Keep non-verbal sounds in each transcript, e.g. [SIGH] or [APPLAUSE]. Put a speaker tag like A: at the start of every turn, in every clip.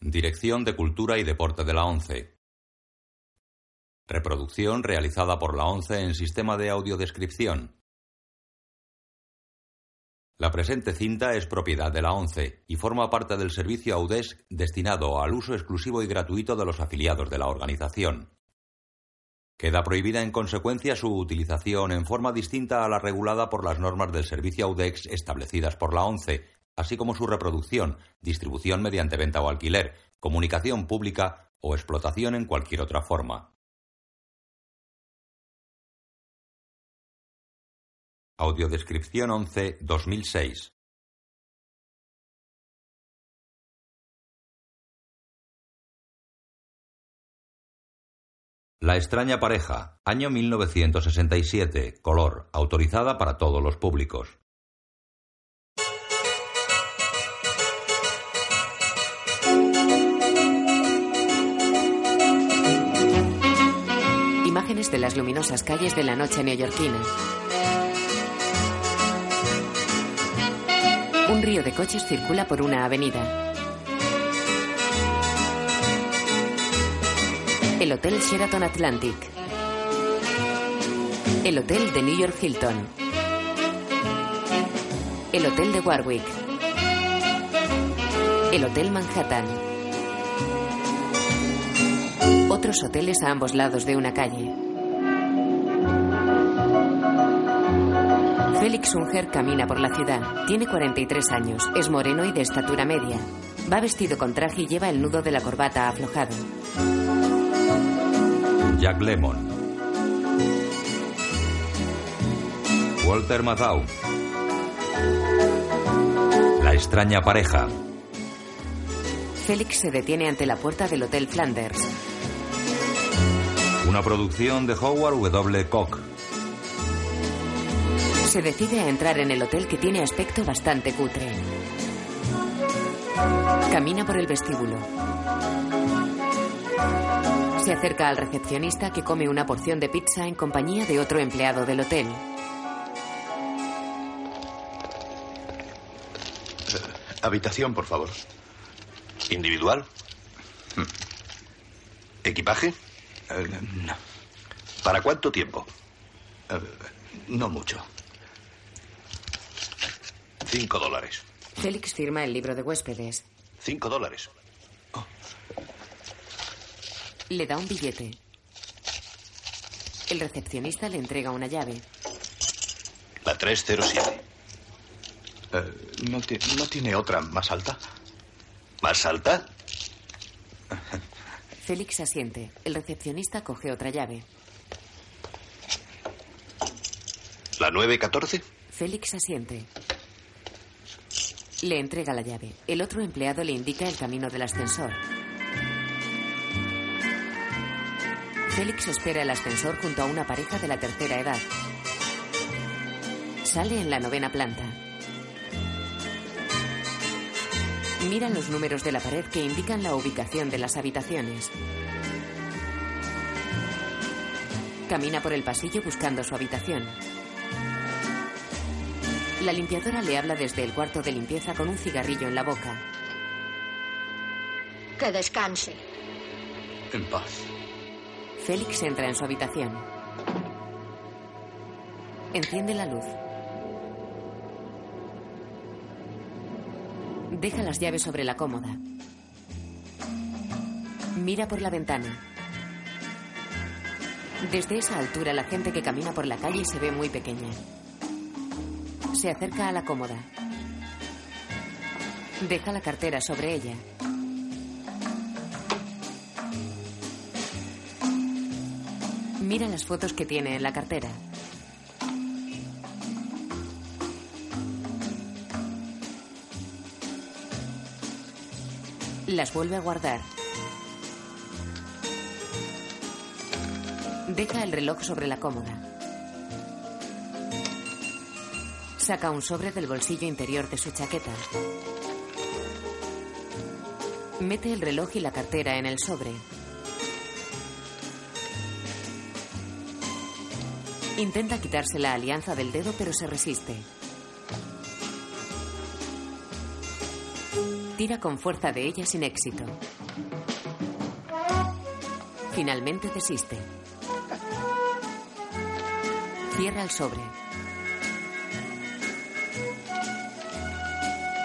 A: Dirección de Cultura y Deporte de la ONCE. Reproducción realizada por la ONCE en sistema de audiodescripción. La presente cinta es propiedad de la ONCE y forma parte del servicio AUDESC destinado al uso exclusivo y gratuito de los afiliados de la organización. Queda prohibida en consecuencia su utilización en forma distinta a la regulada por las normas del servicio AUDEX establecidas por la ONCE, así como su reproducción, distribución mediante venta o alquiler, comunicación pública o explotación en cualquier otra forma. Audiodescripción 11 2006 La extraña pareja, año 1967, color, autorizada para todos los públicos.
B: Imágenes de las luminosas calles de la noche neoyorquina. Un río de coches circula por una avenida. El Hotel Sheraton Atlantic. El Hotel de New York Hilton. El Hotel de Warwick. El Hotel Manhattan. Otros hoteles a ambos lados de una calle. Félix Unger camina por la ciudad. Tiene 43 años, es moreno y de estatura media. Va vestido con traje y lleva el nudo de la corbata aflojado.
A: Jack Lemon. Walter Matthau. La extraña pareja.
B: Félix se detiene ante la puerta del Hotel Flanders.
A: Una producción de Howard W. Koch.
B: Se decide a entrar en el hotel que tiene aspecto bastante cutre. Camina por el vestíbulo. Se acerca al recepcionista que come una porción de pizza en compañía de otro empleado del hotel.
C: Habitación, por favor.
D: ¿Individual? ¿Equipaje?
C: Eh, no,
D: ¿Para cuánto tiempo?
C: eh, no mucho.
D: Cinco dólares.
B: Félix firma el libro de huéspedes.
D: Cinco dólares.
B: Le da un billete. El recepcionista le entrega una llave.
D: La 307.
C: Eh, ¿no, ti- ¿No tiene otra más alta?
D: ¿Más alta?
B: Félix asiente. El recepcionista coge otra llave.
D: ¿La 914?
B: Félix asiente. Le entrega la llave. El otro empleado le indica el camino del ascensor. Félix espera el ascensor junto a una pareja de la tercera edad. Sale en la novena planta. Mira los números de la pared que indican la ubicación de las habitaciones. Camina por el pasillo buscando su habitación. La limpiadora le habla desde el cuarto de limpieza con un cigarrillo en la boca.
E: Que descanse.
C: En paz.
B: Félix entra en su habitación. Enciende la luz. Deja las llaves sobre la cómoda. Mira por la ventana. Desde esa altura la gente que camina por la calle se ve muy pequeña. Se acerca a la cómoda. Deja la cartera sobre ella. Mira las fotos que tiene en la cartera. Las vuelve a guardar. Deja el reloj sobre la cómoda. Saca un sobre del bolsillo interior de su chaqueta. Mete el reloj y la cartera en el sobre. Intenta quitarse la alianza del dedo, pero se resiste. Tira con fuerza de ella sin éxito. Finalmente desiste. Cierra el sobre.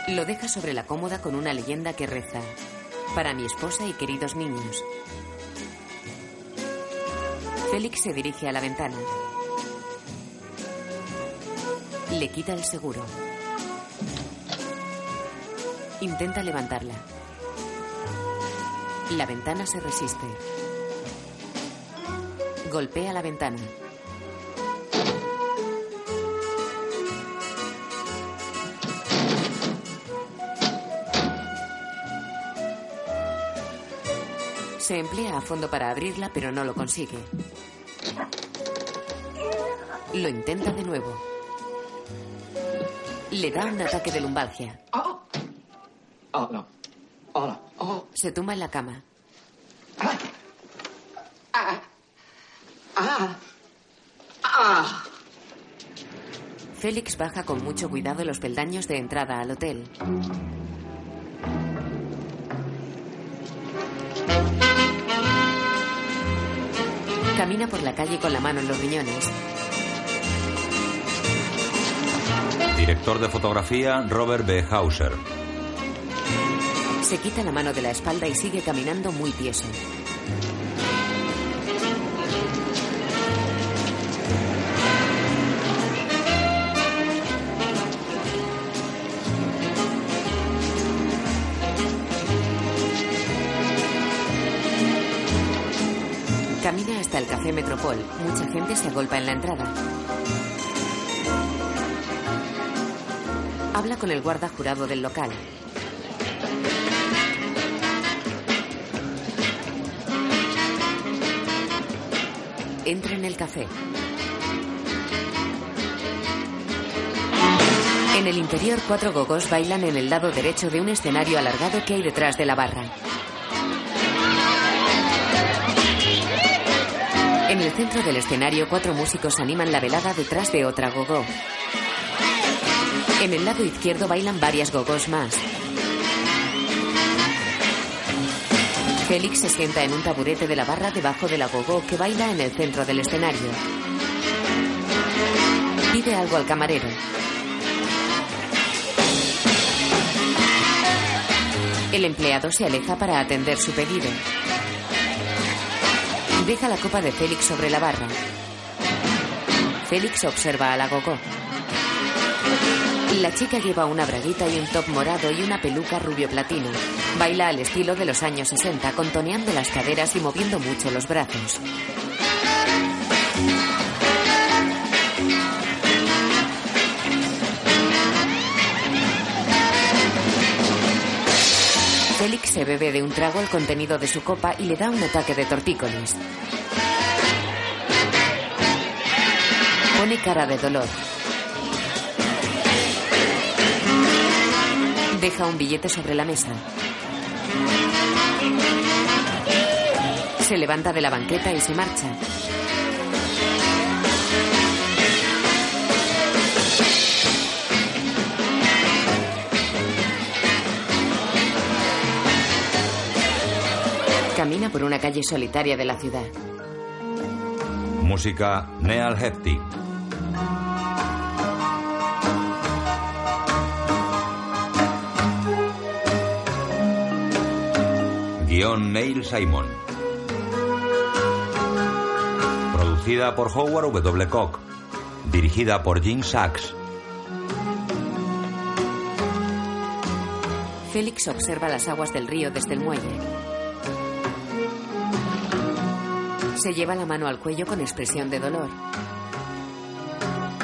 B: Lo deja sobre la cómoda con una leyenda que reza. Para mi esposa y queridos niños. Félix se dirige a la ventana. Le quita el seguro. Intenta levantarla. La ventana se resiste. Golpea la ventana. Se emplea a fondo para abrirla, pero no lo consigue. Lo intenta de nuevo. Le da un ataque de lumbalgia.
E: Oh. Hola. Hola. Oh.
B: Se tumba en la cama.
E: Ah. Ah.
B: Félix baja con mucho cuidado los peldaños de entrada al hotel. Camina por la calle con la mano en los riñones.
A: Director de fotografía Robert B. Hauser.
B: Se quita la mano de la espalda y sigue caminando muy tieso. Camina hasta el Café Metropol. Mucha gente se agolpa en la entrada. Habla con el guarda jurado del local. Entra en el café. En el interior, cuatro gogos bailan en el lado derecho de un escenario alargado que hay detrás de la barra. En el centro del escenario, cuatro músicos animan la velada detrás de otra gogó. En el lado izquierdo bailan varias gogós más. Félix se sienta en un taburete de la barra debajo de la gogó que baila en el centro del escenario. Pide algo al camarero. El empleado se aleja para atender su pedido. Deja la copa de Félix sobre la barra. Félix observa a la Gogó. La chica lleva una braguita y un top morado y una peluca rubio platino. Baila al estilo de los años 60, contoneando las caderas y moviendo mucho los brazos. Félix se bebe de un trago el contenido de su copa y le da un ataque de tortícolis. Pone cara de dolor. Deja un billete sobre la mesa. Se levanta de la banqueta y se marcha. Camina por una calle solitaria de la ciudad.
A: Música Neal Hefti. Guión Neil Simon. Producida por Howard W. Koch. Dirigida por Jim Sachs.
B: Félix observa las aguas del río desde el muelle. Se lleva la mano al cuello con expresión de dolor.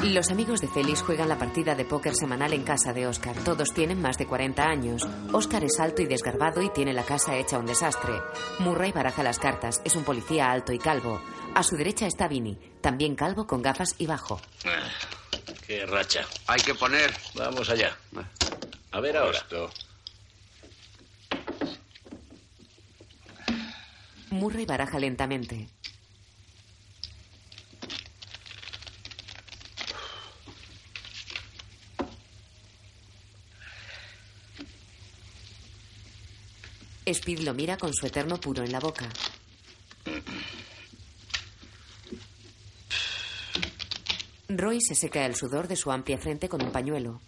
B: Los amigos de Félix juegan la partida de póker semanal en casa de Oscar. Todos tienen más de 40 años. Oscar es alto y desgarbado y tiene la casa hecha un desastre. Murray baraja las cartas. Es un policía alto y calvo. A su derecha está Vinny, también calvo con gafas y bajo.
F: Ah, Qué racha.
G: Hay que poner.
F: Vamos allá. A ver ahora.
B: Murray baraja lentamente. Speed lo mira con su eterno puro en la boca. Roy se seca el sudor de su amplia frente con un pañuelo.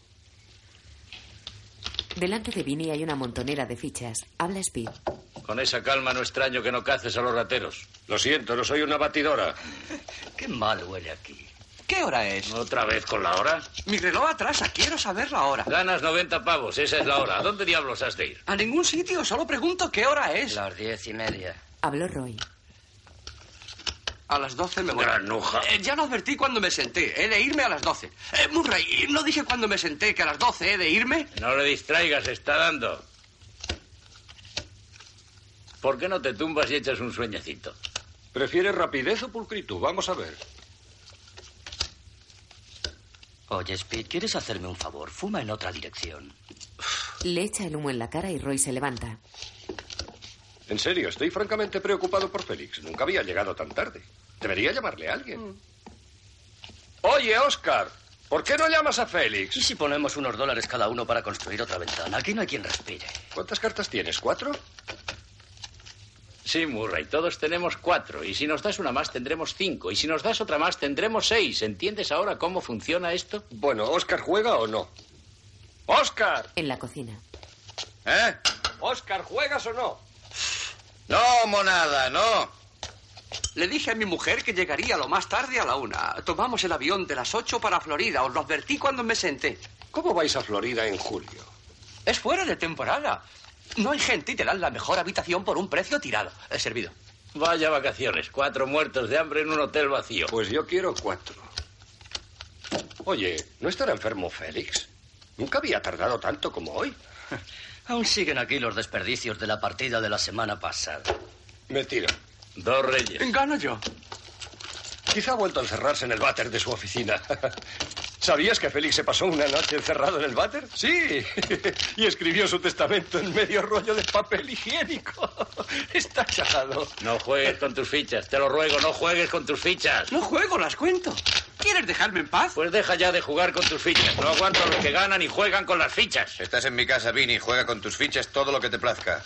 B: Delante de Vinny hay una montonera de fichas. Habla Speed.
F: Con esa calma no extraño que no caces a los rateros. Lo siento, no soy una batidora.
G: Qué mal huele aquí.
H: ¿Qué hora es?
F: ¿Otra vez con la hora?
H: Mi reloj atrasa, quiero saber la hora.
F: Ganas 90 pavos, esa es la hora. ¿A dónde diablos has de ir?
H: A ningún sitio, solo pregunto qué hora es.
G: Las diez y media.
B: Habló Roy.
H: A las 12 me voy.
F: Granuja.
H: Eh, ya lo advertí cuando me senté. He de irme a las 12. Eh, Murray, ¿no dije cuando me senté que a las 12 he de irme?
F: No le distraigas, está dando. ¿Por qué no te tumbas y echas un sueñecito?
I: ¿Prefieres rapidez o pulcritud? Vamos a ver.
G: Oye, Speed, ¿quieres hacerme un favor? Fuma en otra dirección.
B: Le echa el humo en la cara y Roy se levanta.
I: En serio, estoy francamente preocupado por Félix. Nunca había llegado tan tarde. Debería llamarle a alguien. Oye, Oscar, ¿por qué no llamas a
G: ¿Y
I: Félix?
G: si ponemos unos dólares cada uno para construir otra ventana? Aquí no hay quien respire.
I: ¿Cuántas cartas tienes? ¿Cuatro?
F: Sí, Murray, todos tenemos cuatro. Y si nos das una más, tendremos cinco. Y si nos das otra más, tendremos seis. ¿Entiendes ahora cómo funciona esto?
I: Bueno, ¿Oscar juega o no? ¡Oscar!
B: En la cocina.
J: ¿Eh?
I: ¿Oscar, juegas o no?
J: No, monada, no.
H: Le dije a mi mujer que llegaría lo más tarde a la una. Tomamos el avión de las 8 para Florida. Os lo advertí cuando me senté.
I: ¿Cómo vais a Florida en julio?
H: Es fuera de temporada. No hay gente y te dan la mejor habitación por un precio tirado. He servido.
F: Vaya vacaciones. Cuatro muertos de hambre en un hotel vacío.
I: Pues yo quiero
F: [LAUGHS]
I: cuatro. Oye, ¿no estará enfermo Félix? Nunca había tardado tanto como hoy.
G: Aún siguen aquí los desperdicios de la partida de la semana pasada.
I: Me tiro.
F: Dos reyes.
H: Gano yo.
I: Quizá ha vuelto a encerrarse en el váter de su oficina. [LAUGHS] ¿Sabías que Félix se pasó una noche encerrado en el váter? Sí. [LAUGHS] y escribió su testamento en medio rollo de papel higiénico. Está exagerado.
F: No juegues con tus fichas. Te lo ruego, no juegues con tus fichas.
H: No juego, las cuento. ¿Quieres dejarme en paz?
F: Pues deja ya de jugar con tus fichas. No aguanto a los que ganan y juegan con las fichas.
J: Estás en mi casa, Vini. Juega con tus fichas todo lo que te plazca.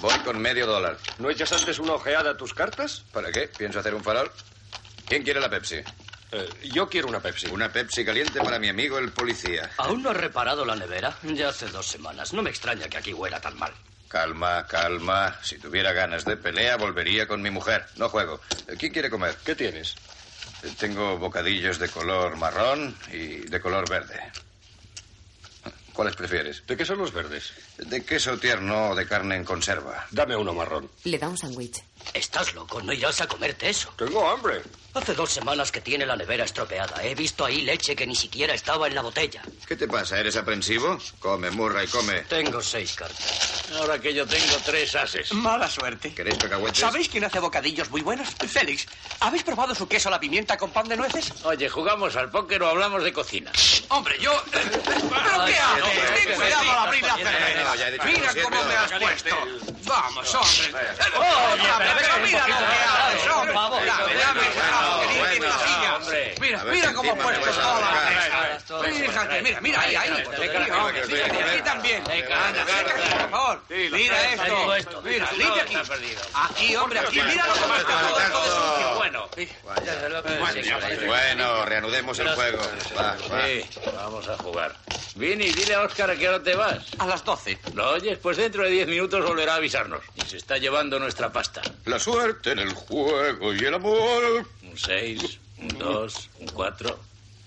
J: Voy con medio dólar.
I: ¿No echas antes una ojeada a tus cartas?
J: ¿Para qué? ¿Pienso hacer un farol? ¿Quién quiere la Pepsi?
I: Eh, yo quiero una Pepsi.
J: Una Pepsi caliente para mi amigo el policía.
G: ¿Aún no has reparado la nevera? Ya hace dos semanas. No me extraña que aquí huela tan mal.
J: Calma, calma. Si tuviera ganas de pelea, volvería con mi mujer. No juego. Eh, ¿Quién quiere comer?
I: ¿Qué tienes?
J: Eh, Tengo bocadillos de color marrón y de color verde. ¿Cuáles prefieres?
I: ¿De qué son los verdes?
J: ¿De queso tierno o de carne en conserva?
I: Dame uno marrón.
B: Le da un sándwich.
G: Estás loco, no irás a comerte eso.
I: Tengo hambre.
G: Hace dos semanas que tiene la nevera estropeada. He visto ahí leche que ni siquiera estaba en la botella.
J: ¿Qué te pasa? ¿Eres aprensivo? Come, murra y come.
G: Tengo seis cartas.
F: Ahora que yo tengo tres ases.
H: Mala suerte.
J: ¿Queréis cacahuetes?
H: ¿Sabéis quién hace bocadillos muy buenos? Félix, ¿habéis probado su queso a la pimienta con pan de nueces?
F: Oye, ¿jugamos al póker o hablamos de cocina?
H: Hombre, yo... ¿Pero qué haces? Ten cuidado al abrir la
J: No, ya he dicho
H: cerveza.
J: que
H: Mira
J: lo siento,
H: cómo me has
J: caliente.
H: puesto. Vamos, hombre. Otra vez, pero mira lo que haces, hombre. Dame, dame, dame, que ni tiene
J: bueno,
H: silla.
F: hombre.
H: Mira,
J: A ver
H: mira
J: si
H: cómo has
J: encima me
H: puesto
J: vas a
H: toda la
J: ahorcar.
H: mesa.
G: Ahora es todo.
H: Fíjate, mira, mira, ahí, ahí. Mira, hombre,
J: voy a
H: mira, aquí
J: comer.
H: también.
F: Venga,
H: Anda,
F: venga,
H: saca aquí,
F: venga.
H: por favor. Mira
F: Todo
H: esto.
F: esto.
H: Mira,
F: Todo
H: limpia aquí.
F: está perdido.
H: Aquí, hombre, aquí. Mira cómo está todo esto de sucio.
J: Todo.
F: Bueno.
J: Bueno, reanudemos el juego. Va, va.
F: Sí, vamos a jugar. Vini, dile a Óscar a qué hora te vas.
H: A las 12.
F: ¿Lo oyes? Pues dentro de diez minutos volverá a avisarnos. Y se está llevando nuestra pasta.
J: La suerte en el juego y el amor.
F: Un seis, un dos, un cuatro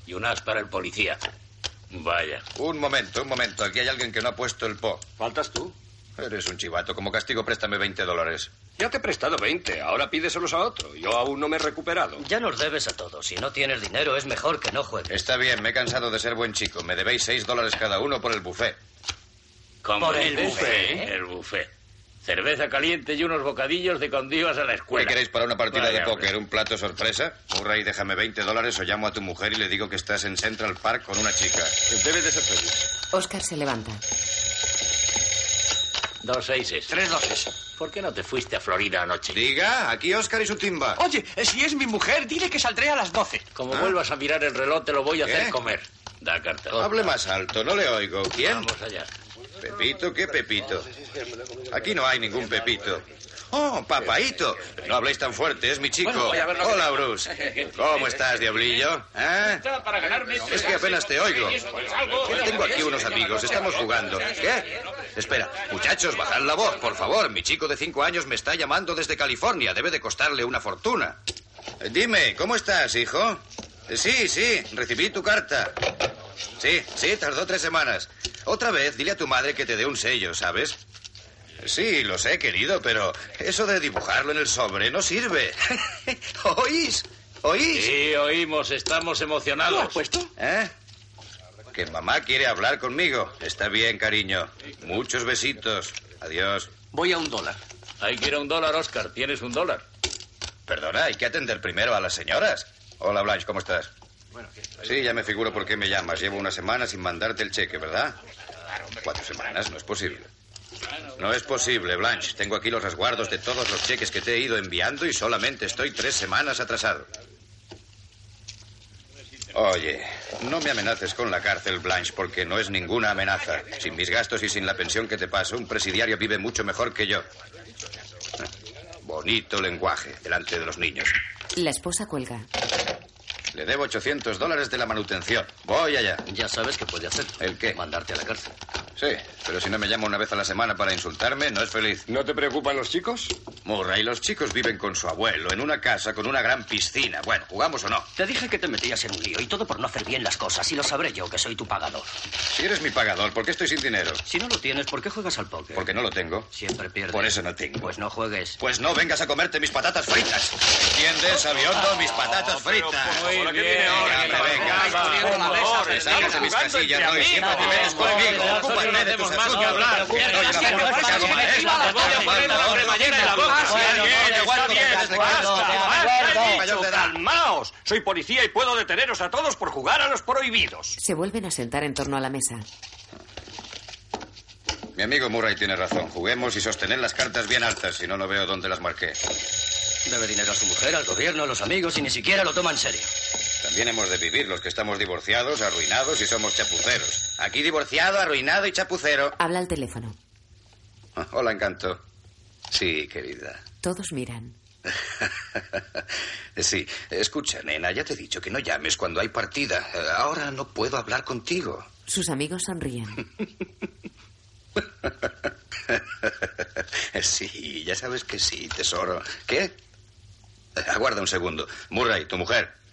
F: y un as para el policía. Vaya.
J: Un momento, un momento. Aquí hay alguien que no ha puesto el po.
I: ¿Faltas tú?
J: Eres un chivato. Como castigo, préstame 20 dólares.
I: Ya te he prestado 20. Ahora pídeselos a otro. Yo aún no me he recuperado.
G: Ya nos debes a todos. Si no tienes dinero, es mejor que no juegues.
J: Está bien, me he cansado de ser buen chico. Me debéis 6 dólares cada uno por el buffet.
G: Por el
F: ¿Comprendes?
G: buffet,
F: Sí,
G: ¿eh?
F: El buffet. Cerveza caliente y unos bocadillos de cuando ibas a la escuela.
J: ¿Qué queréis para una partida
F: Vaya,
J: de
F: hombre.
J: póker? ¿Un plato sorpresa? Murray, déjame 20 dólares o llamo a tu mujer y le digo que estás en Central Park con una chica.
I: Debe de ser Félix.
B: Oscar se levanta.
F: Dos seises.
H: Tres doces.
F: ¿Por qué no te fuiste a Florida anoche?
J: Diga, aquí Oscar y su timba. Ah.
H: Oye,
K: eh,
H: si es mi mujer, dile que saldré a las 12.
F: Como vuelvas a mirar el reloj, te lo voy a
J: ¿Qué?
F: hacer comer. Da carta.
J: Hable más alto, no le oigo. ¿Quién?
F: Vamos allá.
J: Pepito, ¿qué Pepito? Aquí no hay ningún Pepito. Oh, papaito. No habléis tan fuerte, es mi chico.
I: Bueno, voy a ver lo que
J: Hola,
I: tengo. [LAUGHS]
J: Bruce. ¿Cómo estás, diablillo? ¿Eh?
F: Para ganarme.
J: Es que apenas te oigo. Tengo aquí unos amigos, estamos jugando. ¿Qué? Espera, muchachos, bajad la voz, por favor. Mi chico de cinco años me está llamando desde California. Debe de costarle una fortuna. Eh, Dime, ¿cómo estás, hijo? Eh, Sí, sí, recibí tu carta. Sí, sí, tardó tres semanas. Otra vez, dile a tu madre que te dé un sello, ¿sabes? Eh, Sí, lo sé, querido, pero eso de dibujarlo en el sobre no sirve. [LAUGHS] ¿Oís? ¿Oís?
F: Sí, oímos, estamos emocionados.
J: ¿Lo has puesto? ¿Eh? Que mamá quiere hablar conmigo. Está bien, cariño. Muchos besitos. Adiós.
F: Voy a un dólar. Ahí quiero un dólar, Oscar. Tienes un dólar.
J: Perdona, hay que atender primero a las señoras. Hola, Blanche, ¿cómo estás? Sí, ya me figuro por qué me llamas. Llevo una semana sin mandarte el cheque, ¿verdad? Cuatro semanas, no es posible. No es posible, Blanche. Tengo aquí los resguardos de todos los cheques que te he ido enviando y solamente estoy tres semanas atrasado. Oye, no me amenaces con la cárcel, Blanche, porque no es ninguna amenaza. Sin mis gastos y sin la pensión que te paso, un presidiario vive mucho mejor que yo. Ah, Bonito lenguaje delante de los niños.
B: La esposa cuelga.
J: Le debo 800 dólares de la manutención. Voy allá. Ya sabes que puede hacer. ¿El qué? Mandarte a la cárcel. Sí, pero si no me llama una vez a la semana para insultarme, no es feliz. ¿No te preocupan los chicos? Murray, los chicos viven con su abuelo en una casa con una gran piscina. Bueno, ¿jugamos o no?
G: Te dije que te metías en un lío y todo por no hacer bien las cosas. Y lo sabré yo, que soy tu pagador.
J: Si eres mi pagador, ¿por qué estoy sin dinero?
G: Si no lo tienes, ¿por qué juegas al póker?
J: Porque no lo tengo.
G: Siempre pierdes.
J: Por eso no tengo.
G: Pues no juegues.
J: Pues no vengas a comerte mis patatas fritas. ¿Entiendes, aviondo? Mis patatas fritas. Ahora que viene ahora. Venga, venga,
I: la
J: por
I: mesa,
J: favor,
I: pero
J: sácate
I: estamos
J: mis
I: jugando
J: casillas,
I: entre
J: no, y siempre
I: amigos.
J: te metes conmigo.
I: No,
J: Ocúpate
I: no
J: de tus
I: hacemos más
J: asuntos.
I: que hablar.
J: No,
I: Mira,
J: no,
I: yo
J: no,
I: siempre
J: no,
I: paso
J: no,
I: sin
J: no,
I: elegir,
J: no,
I: la voy a
J: no,
I: poner
J: no,
I: la
J: no,
I: cremallera
J: no,
I: en la
J: no,
I: boca.
J: no,
I: Bien,
J: no,
I: bien,
J: no,
I: está
J: no,
I: bien, está
J: no, no,
I: bien.
J: no, no,
I: Basta,
J: no,
I: he
J: mayor
I: dicho,
J: de edad.
I: Calmaos. Soy policía y puedo deteneros a todos por jugar a los prohibidos.
B: Se vuelven a sentar en torno a la mesa.
J: Mi amigo Murray tiene razón. Juguemos y sostener las cartas bien altas, si no, no veo dónde las marqué.
G: Debe dinero a su mujer, al gobierno, a los amigos y ni siquiera lo toma en serio.
J: También hemos de vivir los que estamos divorciados, arruinados y somos chapuceros. Aquí divorciado, arruinado y chapucero.
B: Habla al teléfono.
J: Ah, Hola, encanto. Sí, querida.
B: Todos miran.
J: Eh, Sí, escucha, nena, ya te he dicho que no llames cuando hay partida. Eh, Ahora no puedo hablar contigo. [LAUGHS]
B: Sus amigos
I: [LAUGHS]
B: sonríen.
J: Eh, Sí, ya sabes que sí, tesoro. ¿Qué? Eh, Aguarda un segundo. Murray, tu mujer.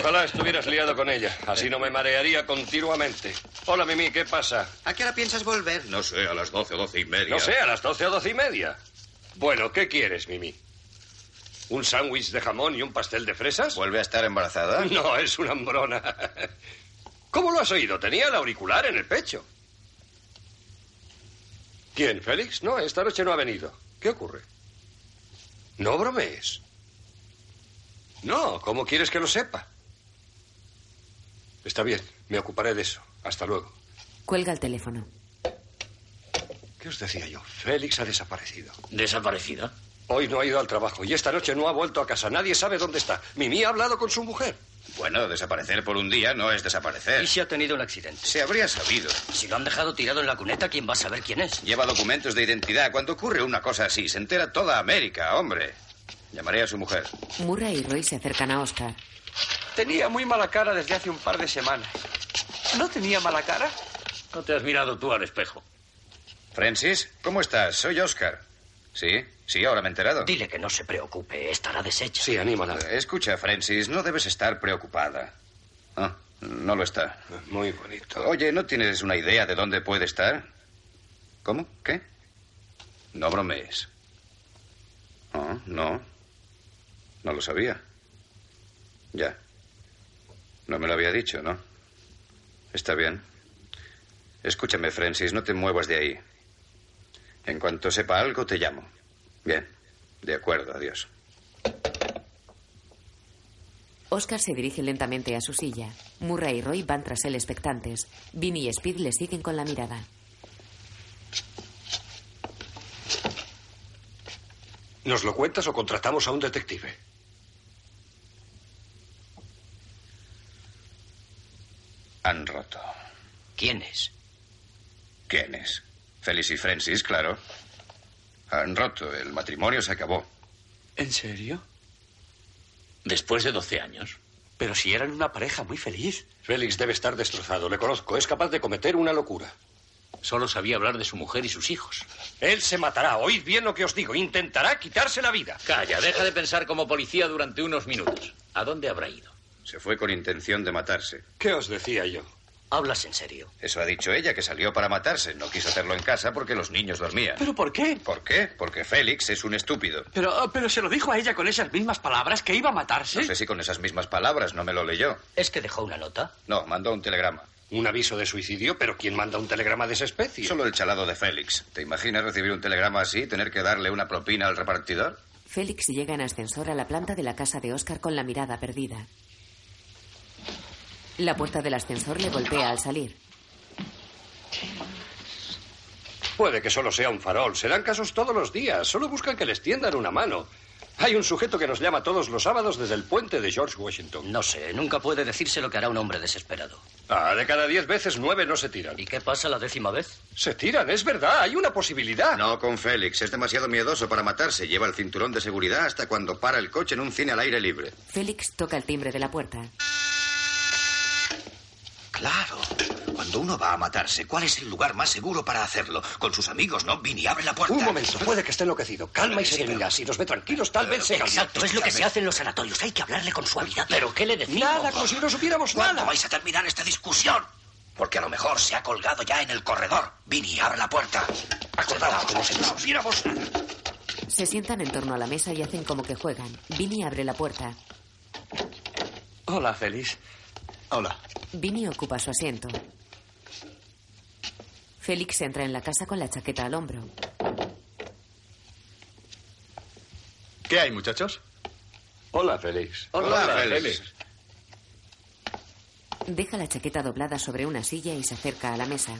I: Ojalá estuvieras liado con ella. Así no me marearía continuamente. Hola, Mimi, ¿qué pasa?
J: ¿A qué hora piensas volver? No sé, a las doce o doce y media.
I: No sé, a las doce o doce y media. Bueno, ¿qué quieres, Mimi? ¿Un sándwich de jamón y un pastel de fresas?
J: ¿Vuelve a estar embarazada?
I: [LAUGHS] No, es una hambrona. [LAUGHS] ¿Cómo lo has oído? Tenía el auricular en el pecho. ¿Quién, Félix? No, esta noche no ha venido. ¿Qué ocurre? No bromees. No, ¿cómo quieres que lo sepa? Está bien, me ocuparé de eso. Hasta luego.
B: Cuelga el teléfono.
I: ¿Qué os decía yo? Félix ha desaparecido.
F: ¿Desaparecido?
I: Hoy no ha ido al trabajo y esta noche no ha vuelto a casa. Nadie sabe dónde está. Mimi ha hablado con su mujer.
J: Bueno, desaparecer por un día no es desaparecer.
G: ¿Y si ha tenido un accidente?
J: Eh. Se habría sabido.
G: Si lo han dejado tirado en la cuneta, ¿quién va a saber quién es?
J: Lleva documentos de identidad. Cuando ocurre una cosa así, se entera toda América, hombre. Llamaré a su mujer.
B: Murray y Roy se acercan a Oscar.
H: Tenía muy mala cara desde hace un par de semanas. ¿No tenía mala cara?
F: No te has mirado tú al espejo.
J: Francis, ¿cómo estás? Soy Oscar. Sí, sí, ahora me he enterado. Eh,
G: Dile que no se preocupe, estará deshecha.
I: Sí, anímala.
J: Escucha, Francis, no debes estar preocupada. Ah, no lo está.
I: Muy bonito.
J: Oye, ¿no tienes una idea de dónde puede estar? ¿Cómo? ¿Qué? No bromees. Ah, no. No lo sabía. Ya. No me lo había dicho, ¿no? Está bien. Escúchame, Francis, no te muevas de ahí. En cuanto sepa algo, te llamo. Bien. De acuerdo, adiós.
B: Oscar se dirige lentamente a su silla. Murray y Roy van tras él expectantes. Vinny y Speed le siguen con la mirada.
I: ¿Nos lo cuentas o contratamos a un detective?
J: Han roto.
G: ¿Quién es?
J: ¿Quién es? Félix y Francis, claro. Han roto. El matrimonio se acabó.
H: ¿En serio?
F: Después de 12 años.
H: Pero si eran una pareja muy feliz.
K: Félix debe estar destrozado. Le conozco. Es capaz de cometer una locura.
F: Solo sabía hablar de su mujer y sus hijos.
K: Él se matará. Oíd bien lo que os digo. Intentará quitarse la vida.
F: Calla, deja de pensar como policía durante unos minutos. ¿A dónde habrá ido?
J: Se fue con intención de matarse.
K: ¿Qué os decía yo?
G: Hablas en serio.
J: Eso ha dicho ella, que salió para matarse. No quiso hacerlo en casa porque los niños dormían.
H: ¿Pero por qué?
J: ¿Por qué? Porque Félix es un estúpido.
H: Pero, pero se lo dijo a ella con esas mismas palabras que iba a matarse.
J: No sé si con esas mismas palabras, no me lo leyó.
G: ¿Es que dejó una nota?
J: No, mandó un telegrama.
K: Un aviso de suicidio, pero ¿quién manda un telegrama de esa especie?
J: Solo el chalado de Félix. ¿Te imaginas recibir un telegrama así, tener que darle una propina al repartidor?
B: Félix llega en ascensor a la planta de la casa de Oscar con la mirada perdida. La puerta del ascensor le golpea al salir.
K: Puede que solo sea un farol. Se dan casos todos los días. Solo buscan que les tiendan una mano. Hay un sujeto que nos llama todos los sábados desde el puente de George Washington.
G: No sé, nunca puede decirse lo que hará un hombre desesperado.
K: Ah, de cada diez veces, nueve no se tiran.
G: ¿Y qué pasa la décima vez?
K: Se tiran, es verdad, hay una posibilidad.
J: No con Félix, es demasiado miedoso para matarse. Lleva el cinturón de seguridad hasta cuando para el coche en un cine al aire libre.
B: Félix toca el timbre de la puerta.
J: Claro. Cuando uno va a matarse, ¿cuál es el lugar más seguro para hacerlo? Con sus amigos, ¿no? Vini, abre la puerta.
K: Un momento, puede que esté enloquecido. Calma y serenidad. Si nos ve tranquilos, tal vez se
G: Exacto, es lo que se hace en los sanatorios. Hay que hablarle con suavidad.
F: ¿Pero qué le decimos?
K: Nada, como si no supiéramos nada.
G: vais a terminar esta discusión? Porque a lo mejor se ha colgado ya en el corredor. Vini, abre la puerta. Acordaos, como si no supiéramos nada.
B: Se sientan en torno a la mesa y hacen como que juegan. Vini abre la puerta.
H: Hola, Feliz.
C: Hola.
B: Vini ocupa su asiento. Félix entra en la casa con la chaqueta al hombro.
C: ¿Qué hay, muchachos?
K: Hola, Félix.
J: Hola, Félix.
B: Deja la chaqueta doblada sobre una silla y se acerca a la mesa.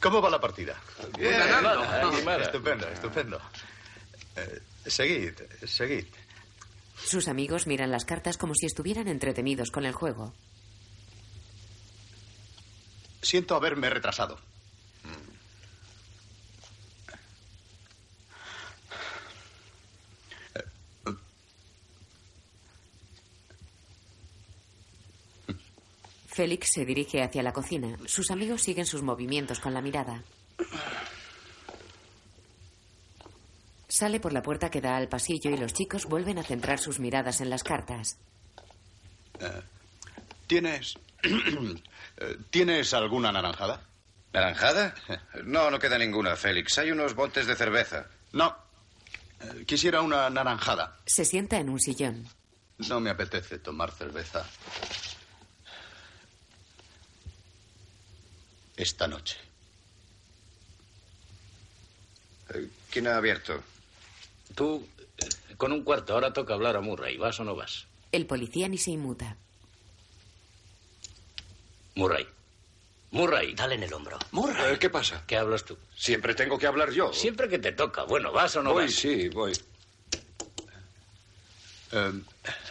C: ¿Cómo va la partida?
H: Bien, animada.
C: Estupendo, estupendo. Eh, seguid, seguid.
B: Sus amigos miran las cartas como si estuvieran entretenidos con el juego.
C: Siento haberme retrasado.
B: Félix se dirige hacia la cocina. Sus amigos siguen sus movimientos con la mirada. Sale por la puerta que da al pasillo y los chicos vuelven a centrar sus miradas en las cartas.
C: Eh, ¿Tienes. eh, [CLEARS THROAT] ¿Tienes alguna naranjada?
J: ¿Naranjada? No, no queda ninguna, Félix. Hay unos botes de cerveza.
C: No. Eh, Quisiera una naranjada.
B: Se sienta en un sillón.
C: No me apetece tomar cerveza. Esta noche.
J: Eh, ¿Quién ha abierto?
F: Tú, eh, con un cuarto, ahora toca hablar a Murray. ¿Vas o no vas?
B: El policía ni se inmuta.
F: Murray. Murray,
G: Dale en el hombro.
K: Murray, Eh, ¿qué pasa?
F: ¿qué hablas tú?
K: Siempre tengo que hablar yo.
F: Siempre que te toca. Bueno, ¿vas o no
K: voy,
F: vas?
K: sí, voy.
C: Eh,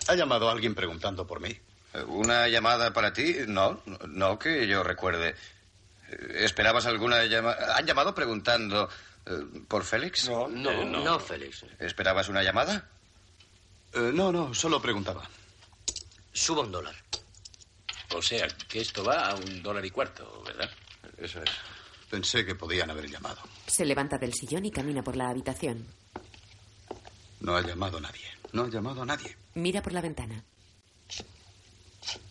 C: ¿Ha llamado alguien preguntando por mí?
J: Eh, ¿Una llamada para ti? No, no- no que yo recuerde. Eh, ¿Esperabas alguna llamada? ¿Han llamado preguntando eh, por Félix?
K: No, no.
G: Eh, no, Félix.
J: ¿Esperabas una llamada?
C: Eh, no, no, solo preguntaba.
G: Suba un dólar.
F: O sea, que esto va a un dólar y cuarto, ¿verdad?
C: Eso es. Pensé que podían haber llamado.
B: Se levanta del sillón y camina por la habitación.
C: No ha llamado nadie. No ha llamado a nadie.
B: Mira por la ventana.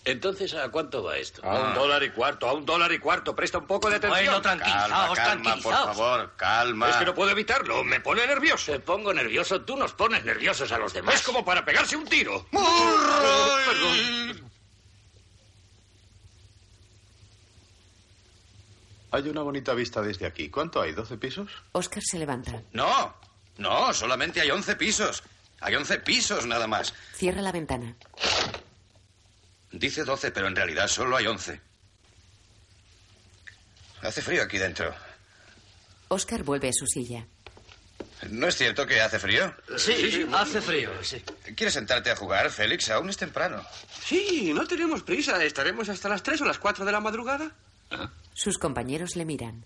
F: Entonces, ¿a cuánto va esto?
K: A un dólar y cuarto, a un dólar y cuarto. Presta un poco de atención.
G: Ah. Bueno, tranquilizaos,
J: calma, calma, por
G: tranquilizaos.
J: favor, calma.
K: Es que no puedo evitarlo. Me pone nervioso.
F: Te pongo nervioso, tú nos pones nerviosos a los demás.
K: Es como para pegarse un tiro.
C: Hay una bonita vista desde aquí. ¿Cuánto hay? ¿12 pisos?
B: Oscar se levanta.
J: No, no, solamente hay 11 pisos. Hay 11 pisos nada más.
B: Cierra la ventana.
J: Dice 12, pero en realidad solo hay 11. Hace frío aquí dentro.
B: Oscar vuelve a su silla.
J: ¿No es cierto que hace frío?
G: Sí, hace frío, sí.
J: ¿Quieres sentarte a jugar, Félix? Aún es temprano.
H: Sí, no tenemos prisa. Estaremos hasta las tres o las cuatro de la madrugada.
B: Sus compañeros le miran.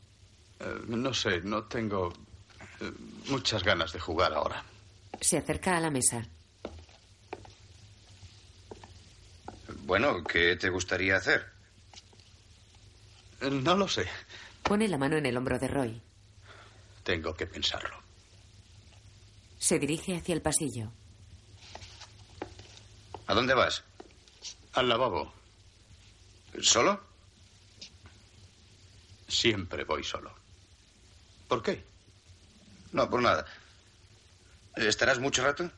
C: Eh, no sé, no tengo eh, muchas ganas de jugar ahora.
B: Se acerca a la mesa.
J: Bueno, ¿qué te gustaría hacer?
C: Eh, No lo sé.
B: Pone la mano en el hombro de Roy.
C: Tengo que pensarlo.
B: Se dirige hacia el pasillo.
J: ¿A dónde vas?
C: Al lavabo.
J: ¿Solo?
C: Siempre voy solo. ¿Por qué?
J: No, por nada. ¿Estarás mucho rato?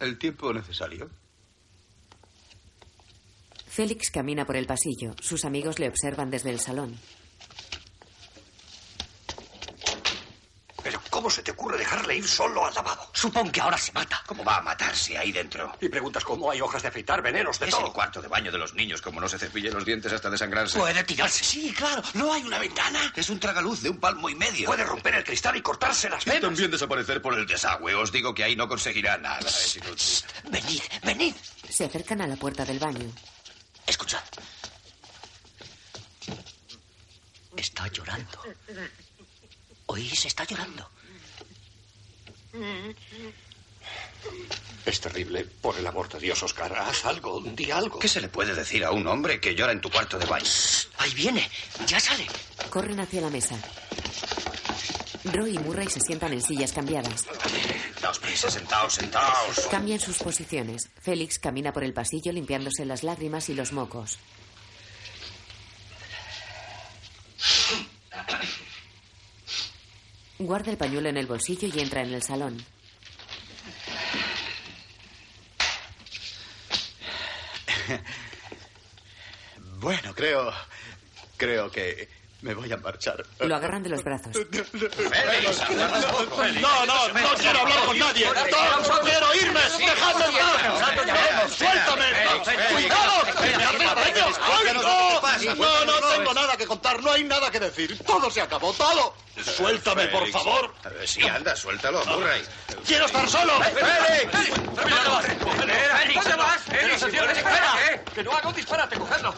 C: El tiempo necesario.
B: Félix camina por el pasillo. Sus amigos le observan desde el salón.
G: ¿Pero cómo se te ocurre dejarle ir solo al lavabo? Supón que ahora se mata.
J: ¿Cómo va a matarse ahí dentro?
G: Y preguntas cómo hay hojas de afeitar, venenos, de
J: es
G: todo.
J: el cuarto de baño de los niños, como no se cepille los dientes hasta desangrarse.
G: Puede tirarse.
J: Sí, claro. No hay una ventana. Es un tragaluz de un palmo y medio.
G: Puede romper el cristal y cortarse las
J: Y
G: venas.
J: también desaparecer por el desagüe. Os digo que ahí no conseguirá nada. Es inútil.
G: Venid, venid.
B: Se acercan a la puerta del baño.
G: Escuchad. Está llorando. ¿Oís? Está llorando.
I: Es terrible. Por el amor de Dios, Oscar, haz algo, di algo.
J: ¿Qué se le puede decir a un hombre que llora en tu cuarto de baño?
G: Ahí viene. Ya sale.
B: Corren hacia la mesa. Roy y Murray se sientan en sillas cambiadas.
J: Daos prisa, sentaos, sentaos.
B: Cambian sus posiciones. Félix camina por el pasillo limpiándose las lágrimas y los mocos. Guarda el pañuelo en el bolsillo y entra en el salón.
C: Bueno, creo. Creo que me voy a marchar.
B: Lo agarran de los brazos.
H: No, no, no quiero hablar con nadie. No quiero irme. Dejadme en paz. Suéltame. Cuidado. que me hacen daño. Ay, no. No, no tengo nada que contar. No hay nada que decir. Todo se acabó. Todo. Suéltame, por favor.
J: Eh, Sí, anda, suéltalo, Murray.
H: Quiero estar solo.
L: ¿Dónde vas? Félix, señores, espera, ¿eh? Que no haga un disparate, cogedlo.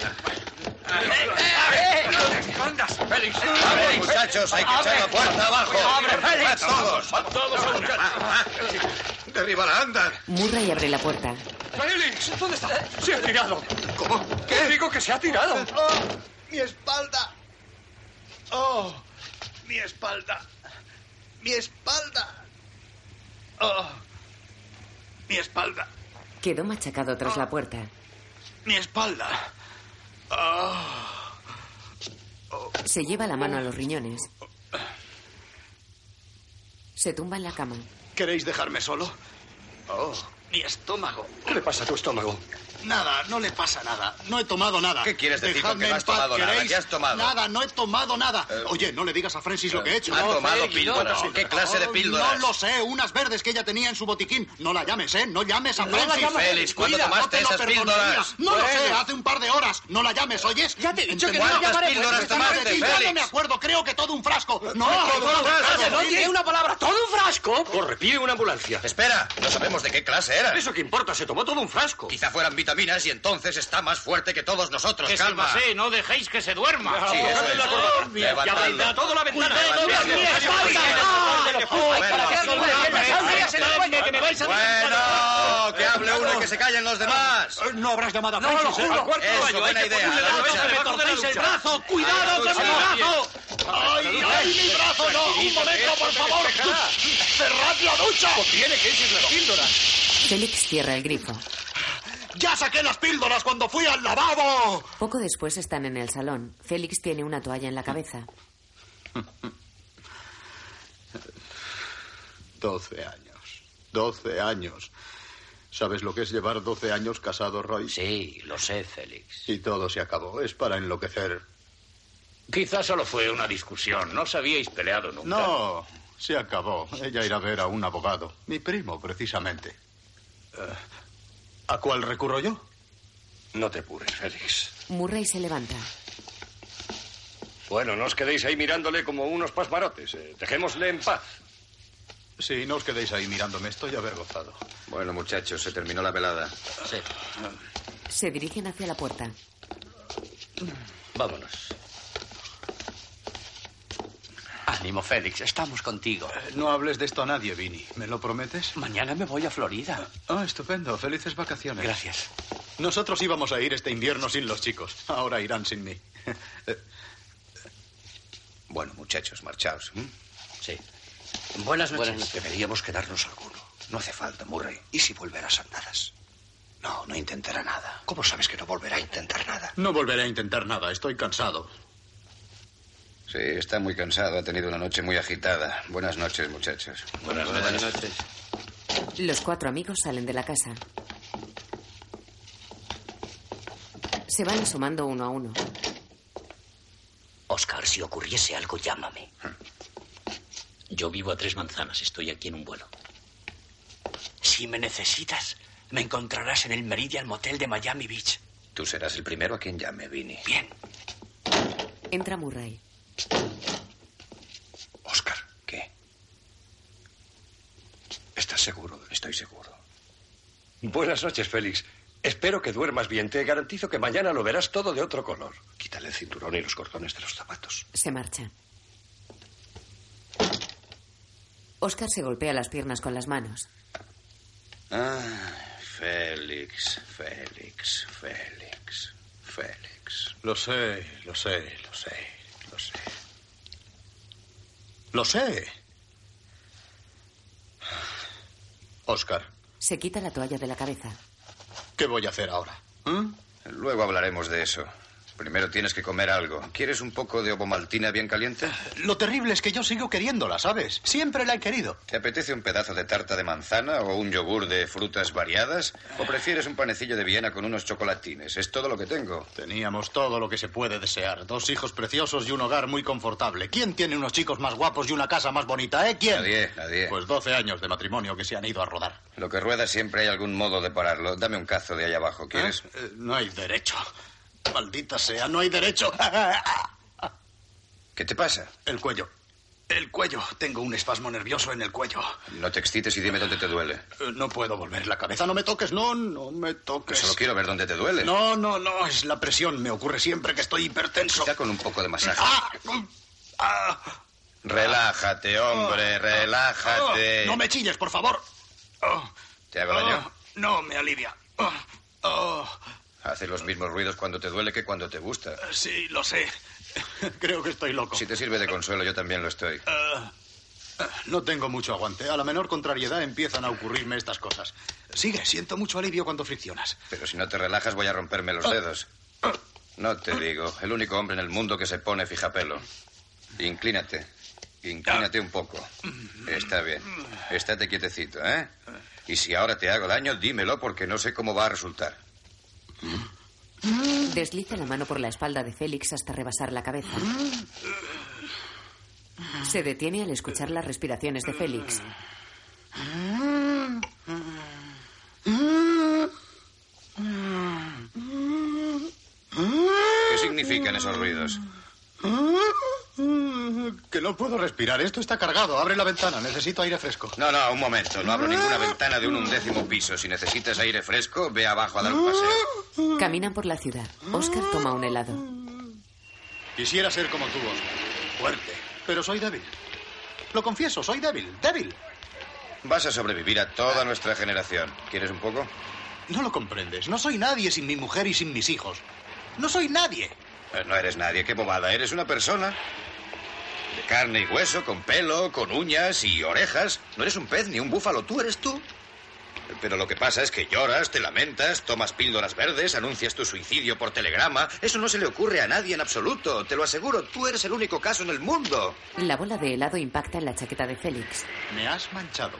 L: ¡Andas, Félix!
J: Vamos, muchachos, hay que echar la puerta abajo.
L: ¡Abre, Félix!
J: ¡Va todos! Ah, ¡Va todos a ¡Derríbala, anda!
B: Murray abre la puerta.
L: ¡Félix! ¿Dónde está? Se ha tirado. ¿Cómo? ¿Qué? Digo que se ha tirado.
H: Mi espalda. Oh, mi espalda. Mi espalda. Oh, mi espalda.
B: Quedó machacado tras la puerta.
H: Mi espalda. Ah,
B: Se lleva la mano a los riñones. Se tumba en la cama.
H: ¿Queréis dejarme solo? Oh, mi estómago.
I: ¿Qué le pasa a tu estómago?
H: Nada, no le pasa nada. No he tomado nada.
J: ¿Qué quieres decir con
H: Dejadme
J: que no
H: en
J: has
H: paz,
J: tomado nada?
H: ¿queréis?
J: ¿Qué has tomado? Eh.
H: Nada, no he tomado nada. Oye, no le digas a Francis lo que he hecho.
J: ¿Ha
H: No,
J: tomado
H: Félix, no,
J: píldoras?
H: no.
J: ¿Qué clase de
H: Oh,
J: píldoras?
H: No lo sé, unas verdes que ella tenía en su botiquín. No la llames, ¿eh? No llames a
J: No la
H: Francis.
J: llames. Félix, ¿cuándo
H: Mira,
J: tomaste
H: no te lo
J: esas
H: perdonaría.
J: píldoras?
H: No lo sé,
J: Bueno.
H: hace un par de horas. No la llames, ¿oyes? Ya
J: te he dicho que no la ¿Cuántas llamaré, píldoras pues, tomaste,
H: Ya no
J: Félix?
H: me acuerdo, creo que todo un frasco. No,
J: todo un frasco.
H: cállate,
J: No diré
H: una palabra. ¿Todo un frasco?
I: Corre, pide una ambulancia.
J: Espera, no sabemos de qué clase era.
I: Eso que importa, se tomó todo un frasco.
J: Quizá fueran vitaminas y entonces está más fuerte que todos nosotros.
F: Que se
J: Calma.
F: pasee, no dejéis que se duerma.
J: Sí, eso es. Levantadlo.
I: toda la ventana.
J: Bueno, que hable uno y que se callen los demás.
H: No habrás llamado a
L: No, lo
H: Francis, ¿eh?
L: juro. Al
J: Eso, buena idea. La lucha.
H: cortéis el brazo! ¡Cuidado con mi brazo! ¡Ay, ay, mi brazo! ¡No! ¡Un momento, por favor! ¡Cerrad la ducha!
I: Tiene que irse las píldoras.
B: Félix cierra el grifo.
H: ¡Ya saqué las píldoras cuando fui al lavabo!
B: Poco después están en el salón. Félix tiene una toalla en la cabeza.
C: Doce años. Doce años. ¿Sabes lo que es llevar doce años casado, Roy?
F: Sí, lo sé, Félix.
C: Y todo se acabó. Es para enloquecer.
F: Quizás solo fue una discusión. No os habíais peleado nunca.
C: No, se acabó. Ella irá a ver a un abogado. Mi primo, precisamente. Eh, ¿A cuál recurro yo?
I: No te apures, Félix.
B: Murray se levanta.
I: Bueno, no os quedéis ahí mirándole como unos pasmarotes. eh. Dejémosle en paz.
C: Si no os quedéis ahí mirándome, estoy avergonzado.
J: Bueno, muchachos, se terminó la velada.
B: Se dirigen hacia la puerta.
F: Vámonos.
H: Ánimo, Félix, estamos contigo.
C: Eh, No hables de esto a nadie, Vini. ¿Me lo prometes?
H: Mañana me voy a Florida.
C: Ah, estupendo. Felices vacaciones.
H: Gracias.
C: Nosotros íbamos a ir este invierno sin los chicos. Ahora irán sin mí.
J: Bueno, muchachos, marchaos. ¿m?
F: Sí.
G: Buenas noches.
F: Buenas noches.
G: Deberíamos quedarnos alguno. No hace falta, Murray. ¿Y si volverás a andadas? No, no intentará nada. ¿Cómo sabes que no volverá a intentar nada?
C: No volveré a intentar nada. Estoy cansado.
J: Sí, está muy cansado. Ha tenido una noche muy agitada. Buenas noches, muchachos.
F: Buenas noches.
B: Buenas Los cuatro amigos salen de la casa. Se van asomando uno a uno.
G: Oscar, si ocurriese algo, llámame.
F: Yo vivo a tres manzanas. Estoy aquí en un vuelo.
G: Si me necesitas, me encontrarás en el Meridian Motel de Miami Beach.
J: Tú serás el primero a quien llame, Vinny.
G: Bien.
B: Entra Murray.
J: Oscar, ¿qué? ¿Estás seguro? Estoy seguro.
K: Buenas noches, Félix. Espero que duermas bien. Te garantizo que mañana lo verás todo de otro color.
J: Quítale el cinturón y los cordones de los zapatos.
B: Se marcha. Oscar se golpea las piernas con las manos.
J: Ah, Félix, Félix, Félix, Félix.
C: Lo sé, lo sé, eh, lo sé, lo sé. Lo sé. Oscar,
B: Se quita la toalla de la cabeza.
C: ¿qué voy a hacer ahora?
J: Luego hablaremos de eso. Primero tienes que comer algo. ¿Quieres un poco de ovomaltina bien caliente?
C: Lo terrible es que yo sigo queriéndola, ¿sabes? Siempre la he querido.
J: ¿Te apetece un pedazo de tarta de manzana o un yogur de frutas variadas? ¿O prefieres un panecillo de Viena con unos chocolatines? Es todo lo que tengo.
C: Teníamos todo lo que se puede desear. Dos hijos preciosos y un hogar muy confortable. ¿Quién tiene unos chicos más guapos y una casa más bonita, eh? ¿Quién?
J: Nadie, nadie.
C: Pues 12 años de matrimonio que se han ido a rodar.
J: Lo que rueda siempre hay algún modo de pararlo. Dame un cazo de ahí abajo, ¿quieres?
C: Eh, No hay derecho. Maldita sea, no hay derecho.
J: [LAUGHS] ¿Qué te pasa?
C: El cuello. El cuello. Tengo un espasmo nervioso en el cuello.
J: No te excites y dime dónde te duele.
C: Eh, No puedo volver la cabeza. No me toques, no, no me toques.
J: Solo quiero ver dónde te duele.
C: No, no, no. Es la presión. Me ocurre siempre que estoy hipertenso.
J: Quizá con un poco de masaje.
C: ¡Ah! ¡Ah!
J: Relájate, hombre, relájate.
C: ah, No me chilles, por favor. Oh,
J: ¿Te hago daño?
C: oh, no, me alivia. Oh, oh,
J: Haces los mismos ruidos cuando te duele que cuando te gusta.
C: sí, lo sé. [LAUGHS] Creo que estoy loco.
J: Si te sirve de consuelo, yo también lo estoy.
C: Ah, ah, no tengo mucho aguante. A la menor contrariedad empiezan a ocurrirme estas cosas. Sigue, siento mucho alivio cuando friccionas.
J: Pero si no te relajas, voy a romperme los dedos. No te digo, el único hombre en el mundo que se pone fijapelo. Inclínate. Inclínate un poco. Está bien. Estate quietecito, ¿eh? Y si ahora te hago daño, dímelo porque no sé cómo va a resultar.
B: Desliza la mano por la espalda de Félix hasta rebasar la cabeza. Se detiene al escuchar las respiraciones de Félix.
C: Mm,
J: ¿Qué significan esos ruidos?
C: Que no puedo respirar. Esto está cargado. Abre la ventana. Necesito aire fresco.
J: No, no, un momento. No abro ninguna ventana de un undécimo piso. Si necesitas aire fresco, ve abajo a dar un paseo.
B: Caminan por la ciudad. Oscar toma un helado.
C: Quisiera ser como tú, Oscar. Fuerte. Pero soy débil. Lo confieso, soy débil. Débil.
J: Vas a sobrevivir a toda nuestra generación. ¿Quieres un poco?
C: No lo comprendes. No soy nadie sin mi mujer y sin mis hijos. No soy nadie.
J: Pues no eres nadie, qué bobada. Eres una persona de carne y hueso, con pelo, con uñas y orejas. No eres un pez ni un búfalo, tú eres tú. Pero lo que pasa es que lloras, te lamentas, tomas píldoras verdes, anuncias tu suicidio por telegrama. Eso no se le ocurre a nadie en absoluto. Te lo aseguro, tú eres el único caso en el mundo.
B: La bola de helado impacta en la chaqueta de Félix.
C: Me has manchado.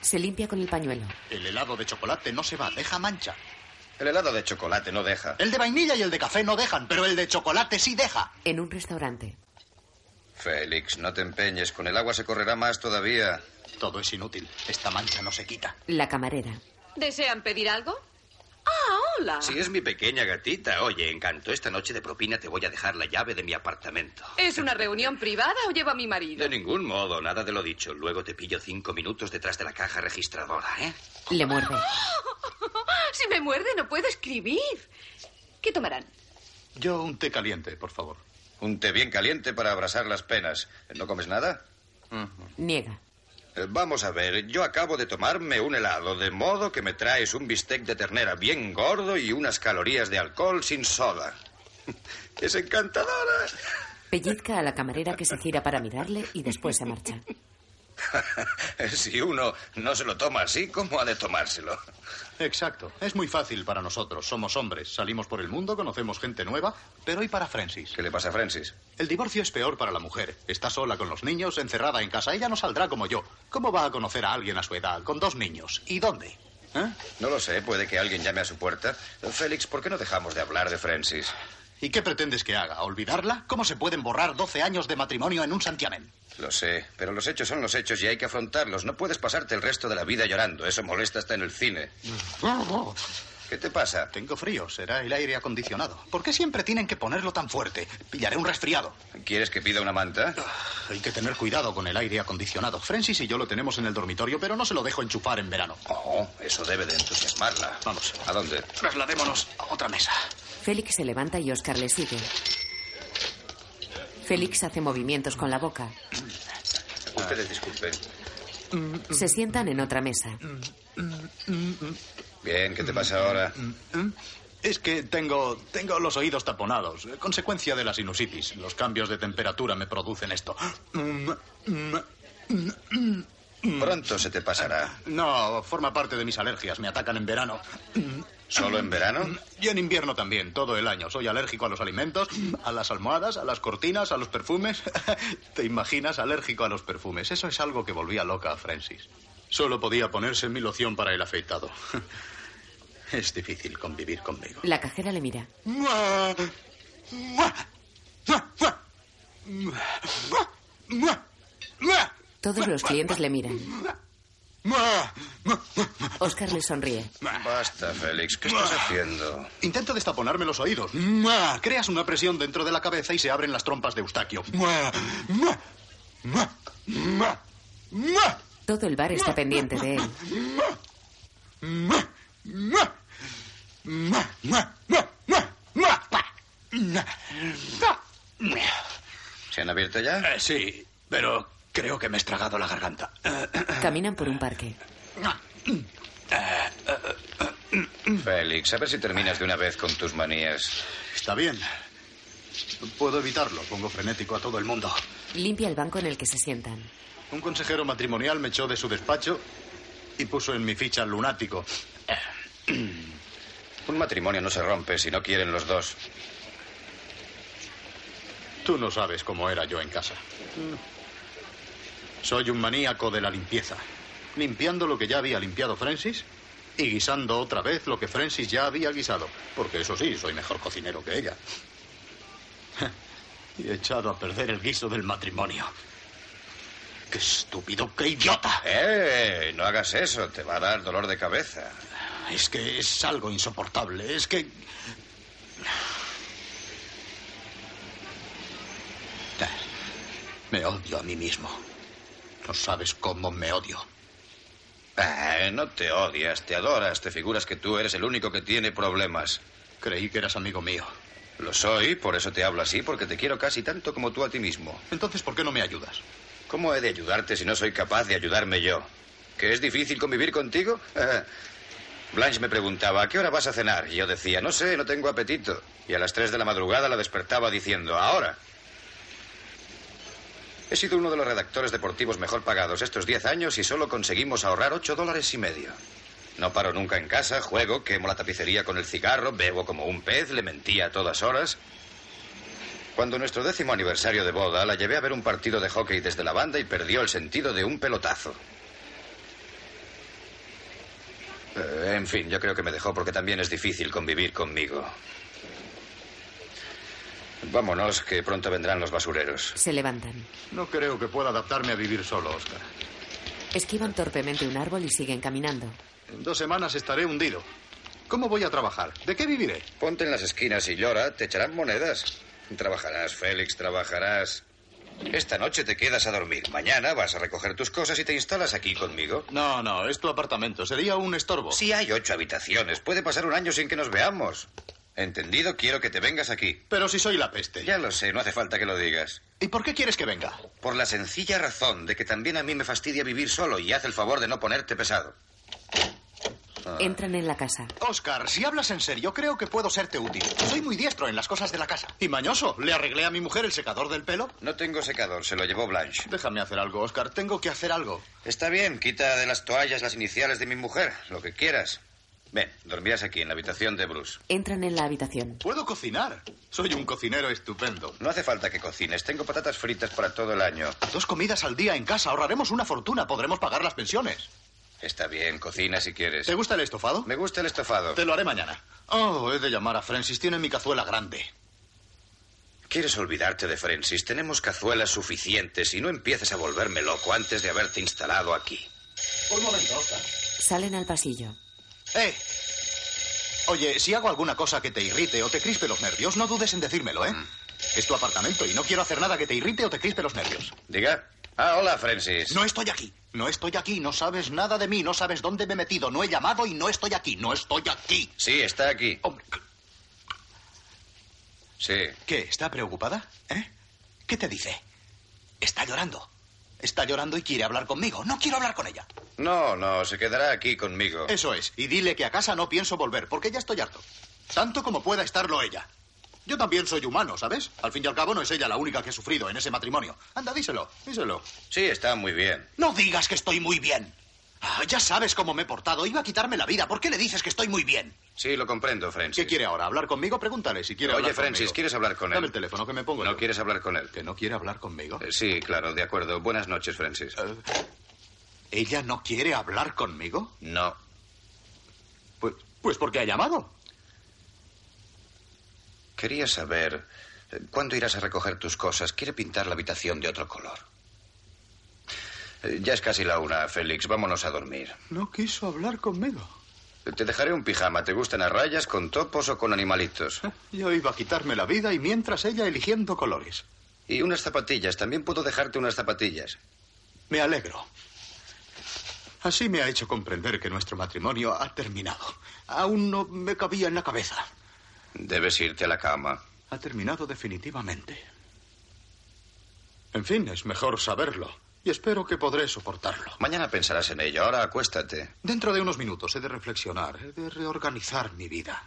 B: Se limpia con el pañuelo.
C: El helado de chocolate no se va, deja mancha.
J: El helado de chocolate no deja.
C: El de vainilla y el de café no dejan, pero el de chocolate sí deja.
B: En un restaurante.
J: Félix, no te empeñes. Con el agua se correrá más todavía.
C: Todo es inútil. Esta mancha no se quita.
B: La camarera.
M: ¿Desean pedir algo? Ah, hola.
D: Si es mi pequeña gatita, oye, encanto, esta noche de propina te voy a dejar la llave de mi apartamento.
M: ¿Es una reunión privada o llevo a mi marido?
J: [LAUGHS]
D: De ningún modo, nada de lo dicho. Luego te pillo cinco minutos detrás de la caja registradora, ¿eh?
B: Le muerde.
M: Si me muerde no puedo escribir. ¿Qué tomarán?
C: Yo un té caliente, por favor.
J: Un té bien caliente para abrasar las penas. ¿No comes nada?
B: Niega.
J: Eh, Vamos a ver, yo acabo de tomarme un helado, de modo que me traes un bistec de ternera bien gordo y unas calorías de alcohol sin soda. [LAUGHS] Es encantadora.
B: Pellizca a la camarera que se gira para mirarle y después se marcha.
J: si uno no se lo toma así, ¿cómo ha de tomárselo?
C: Exacto. Es muy fácil para nosotros. Somos hombres. Salimos por el mundo, conocemos gente nueva, pero ¿y para Francis?
J: ¿Qué le pasa a Francis?
C: El divorcio es peor para la mujer. Está sola con los niños, encerrada en casa. Ella no saldrá como yo. ¿Cómo va a conocer a alguien a su edad, con dos niños? ¿Y dónde? ¿Eh?
J: No lo sé, puede que alguien llame a su puerta. Eh, Félix, ¿por qué no dejamos de hablar de Francis?
C: ¿Y qué pretendes que haga? ¿Olvidarla? ¿Cómo se pueden borrar 12 años de matrimonio en un santiamén?
J: Lo sé, pero los hechos son los hechos y hay que afrontarlos. No puedes pasarte el resto de la vida llorando. Eso molesta hasta en el cine. ¿Qué te pasa?
C: Tengo frío. Será el aire acondicionado. ¿Por qué siempre tienen que ponerlo tan fuerte? Pillaré un resfriado. Ah,
J: ¿Quieres que pida una manta?
C: Hay que tener cuidado con el aire acondicionado. Francis y yo lo tenemos en el dormitorio, pero no se lo dejo enchufar en verano.
J: Oh, eso debe de entusiasmarla. Vamos. ¿A dónde?
C: Trasladémonos a otra mesa.
B: Félix se levanta y Oscar le sigue. Félix hace movimientos con la boca.
C: Ah.
J: Ustedes disculpen.
B: Se sientan en otra mesa.
J: Bien, ¿qué te pasa ahora?
C: Mm, Es que tengo, tengo los oídos taponados, eh, consecuencia de la sinusitis. Los cambios de temperatura me producen esto.
J: Pronto se te pasará.
C: No, forma parte de mis alergias. Me atacan en verano.
J: ¿Solo en verano?
C: Y en invierno también, todo el año. Soy alérgico a los alimentos, a las almohadas, a las cortinas, a los perfumes. [LAUGHS] ¿Te imaginas alérgico a los perfumes? Eso es algo que volvía loca a Francis. Solo podía ponerse mi loción para el afeitado. [LAUGHS] Es difícil convivir conmigo.
B: La cajera le mira. Todos los clientes le miran. Oscar le sonríe.
J: Basta, Félix. ¿Qué estás haciendo?
C: Intento destaponarme los oídos. Creas una presión dentro de la cabeza y se abren las trompas de Eustaquio.
B: Todo el bar está pendiente de él.
J: ¿Se han abierto ya?
C: Eh, sí, pero creo que me he estragado la garganta.
B: Caminan por un parque.
J: Félix, a ver si terminas de una vez con tus manías.
C: Está bien. Puedo evitarlo. Pongo frenético a todo el mundo.
B: Limpia el banco en el que se sientan.
C: Un consejero matrimonial me echó de su despacho y puso en mi ficha lunático.
J: Un matrimonio no se rompe si no quieren los dos.
C: Tú no sabes cómo pues, era yo en casa. Soy un maníaco de la limpieza. Limpiando lo que ya había limpiado Francis y guisando otra vez lo que Francis ya había guisado. Porque eso sí, soy mejor cocinero que ella. Y he echado a perder el guiso del matrimonio. ¡Qué estúpido, qué idiota!
J: ¡Eh! No hagas eso, te va a dar dolor de cabeza.
C: Es que es algo insoportable. Es que. Me odio a mí mismo. No sabes cómo me odio.
J: Eh, no te odias, te adoras, te figuras que tú eres el único que tiene problemas.
C: Creí que eras amigo mío.
J: Lo soy, por eso te hablo así, porque te quiero casi tanto como tú a ti mismo.
C: Entonces, ¿por qué no me ayudas?
J: ¿Cómo he de ayudarte si no soy capaz de ayudarme yo? ¿Que es difícil convivir contigo? Eh, Blanche me preguntaba, ¿a qué hora vas a cenar? Y yo decía, no sé, no tengo apetito. Y a las 3 de la madrugada la despertaba diciendo, ahora. He sido uno de los redactores deportivos mejor pagados estos 10 años y solo conseguimos ahorrar 8 dólares y medio. No paro nunca en casa, juego, quemo la tapicería con el cigarro, bebo como un pez, le mentía a todas horas. Cuando nuestro décimo aniversario de boda, la llevé a ver un partido de hockey desde la banda y perdió el sentido de un pelotazo. Eh, en fin, yo creo que me dejó porque también es difícil convivir conmigo. Vámonos, que pronto vendrán los basureros.
B: Se levantan.
C: No creo que pueda adaptarme a vivir solo, Oscar.
B: Esquivan torpemente un árbol y siguen caminando.
C: En dos semanas estaré hundido. ¿Cómo voy a trabajar? ¿De qué viviré?
J: Ponte en las esquinas y llora, te echarán monedas. Trabajarás, Félix, trabajarás. Esta noche te quedas a dormir. Mañana vas a recoger tus cosas y te instalas aquí conmigo.
C: No, no, es tu apartamento. Sería un estorbo.
J: Sí hay ocho habitaciones. Puede pasar un año sin que nos veamos. Entendido, quiero que te vengas aquí.
C: Pero si soy la peste.
J: Ya lo sé, no hace falta que lo digas.
C: ¿Y por qué quieres que venga?
J: Por la sencilla razón de que también a mí me fastidia vivir solo y haz el favor de no ponerte pesado. Ah.
B: Entran en la casa.
C: Oscar, si hablas en serio, creo que puedo serte útil. Soy muy diestro en las cosas de la casa. Y mañoso, le arreglé a mi mujer el secador del pelo.
J: No tengo secador, se lo llevó Blanche.
C: Déjame hacer algo, Oscar. Tengo que hacer algo.
J: Está bien, quita de las toallas las iniciales de mi mujer, lo que quieras. Ven, dormirás aquí, en la habitación de Bruce.
B: Entran en la habitación.
C: Puedo cocinar. Soy un cocinero estupendo.
J: No hace falta que cocines. Tengo patatas fritas para todo el año.
C: Dos comidas al día en casa. Ahorraremos una fortuna. Podremos pagar las pensiones.
J: Está bien, cocina si quieres.
C: ¿Te gusta el estofado?
J: Me gusta el estofado.
C: Te lo haré mañana. Oh, he de llamar a Francis. Tiene mi cazuela grande.
J: ¿Quieres olvidarte de Francis? Tenemos cazuelas suficientes y no empieces a volverme loco antes de haberte instalado aquí.
C: Un momento, Oscar.
B: Salen al pasillo.
C: ¡Eh! Oye, si hago alguna cosa que te irrite o te crispe los nervios, no dudes en decírmelo,
J: Mm.
C: ¿eh? Es tu apartamento y no quiero hacer nada que te irrite o te crispe los nervios.
J: Diga. Ah, hola, Francis.
C: No estoy aquí. No estoy aquí. No sabes nada de mí. No sabes dónde me he metido. No he llamado y no estoy aquí. No estoy aquí. Oh.
J: Sí, está aquí.
C: Hombre,
J: Sí.
C: ¿Qué? ¿Está preocupada? ¿Eh? ¿Qué te dice? Está llorando. Está llorando y quiere hablar conmigo. No quiero hablar con ella.
J: No, no, se quedará aquí conmigo.
C: Eso es. Y dile que a casa no pienso volver, porque ya estoy harto. Tanto como pueda estarlo ella. Yo también soy humano, ¿sabes? Al fin y al cabo no es ella la única que ha sufrido en ese matrimonio. Anda, díselo, díselo.
J: Sí, está muy bien.
C: No digas que estoy muy bien. Ah, ya sabes cómo me he portado. Iba a quitarme la vida. ¿Por qué le dices que estoy muy bien?
J: Sí, lo comprendo, Francis.
C: ¿Qué quiere ahora? ¿Hablar conmigo? Pregúntale si quiere
J: Oye,
C: hablar
J: Francis,
C: conmigo.
J: ¿quieres hablar con él?
C: Dame el teléfono que me pongo.
J: No
C: yo.
J: quieres hablar con él.
C: ¿Que no quiere hablar conmigo?
J: Eh, Sí, claro, de acuerdo. Buenas noches, Francis.
C: Eh, ¿Ella no quiere hablar conmigo?
J: No.
C: Pues, pues porque ha llamado.
J: Quería saber eh, cuándo irás a recoger tus cosas. Quiere pintar la habitación de otro color. Eh, Ya es casi la una, Félix. Vámonos a dormir.
C: No quiso hablar conmigo.
J: Te dejaré un pijama. ¿Te gustan a rayas, con topos o con animalitos?
C: Eh, Yo iba a quitarme la vida y mientras ella eligiendo colores.
J: Y unas zapatillas. También puedo dejarte unas zapatillas.
C: Me alegro. Así me ha hecho comprender que nuestro matrimonio ha terminado. Aún no me cabía en la cabeza.
J: Debes irte a la cama.
C: Ha terminado definitivamente. En fin, es mejor saberlo. Y espero que podré soportarlo.
J: Mañana pensarás en ello. Ahora acuéstate.
C: Dentro de unos minutos he de reflexionar, he de reorganizar mi vida.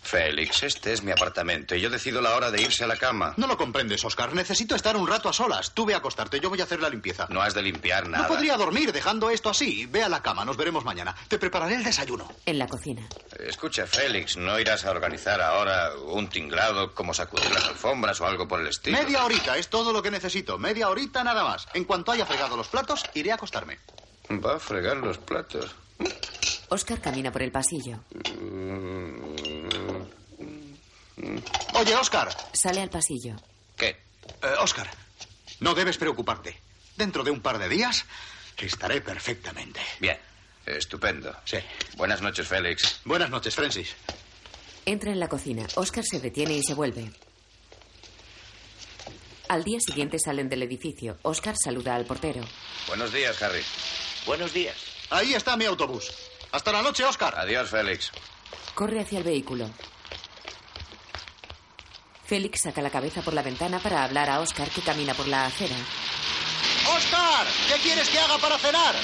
J: Félix, este es mi apartamento y yo decido la hora de irse a la cama.
C: No lo comprendes, Oscar. Necesito estar un rato a solas. Tú ve a acostarte, yo voy a hacer la limpieza.
J: No has de limpiar nada.
C: No podría dormir dejando esto así. Ve a la cama, nos veremos mañana. Te prepararé el desayuno.
B: En la cocina.
J: Escucha, Félix, ¿no irás a organizar ahora un tinglado como sacudir las alfombras o algo por el estilo?
C: Media horita es todo lo que necesito. Media horita nada más. En cuanto haya fregado los platos, iré a acostarme.
J: Va a fregar los platos.
B: Oscar camina por el pasillo.
C: Oye, Oscar.
B: Sale al pasillo.
J: ¿Qué?
C: Eh, Oscar, no debes preocuparte. Dentro de un par de días estaré perfectamente.
J: Bien. Estupendo.
C: Sí.
J: Buenas noches, Félix.
C: Buenas noches, Francis.
B: Entra en la cocina. Oscar se detiene y se vuelve. Al día siguiente salen del edificio. Oscar saluda al portero.
J: Buenos días, Harry.
N: Buenos días.
C: Ahí está mi autobús. Hasta la noche, Oscar.
J: Adiós, Félix.
B: Corre hacia el vehículo. Félix saca la cabeza por la ventana para hablar a Oscar que camina por la acera.
C: ¡Oscar! ¿Qué quieres que haga para cenar?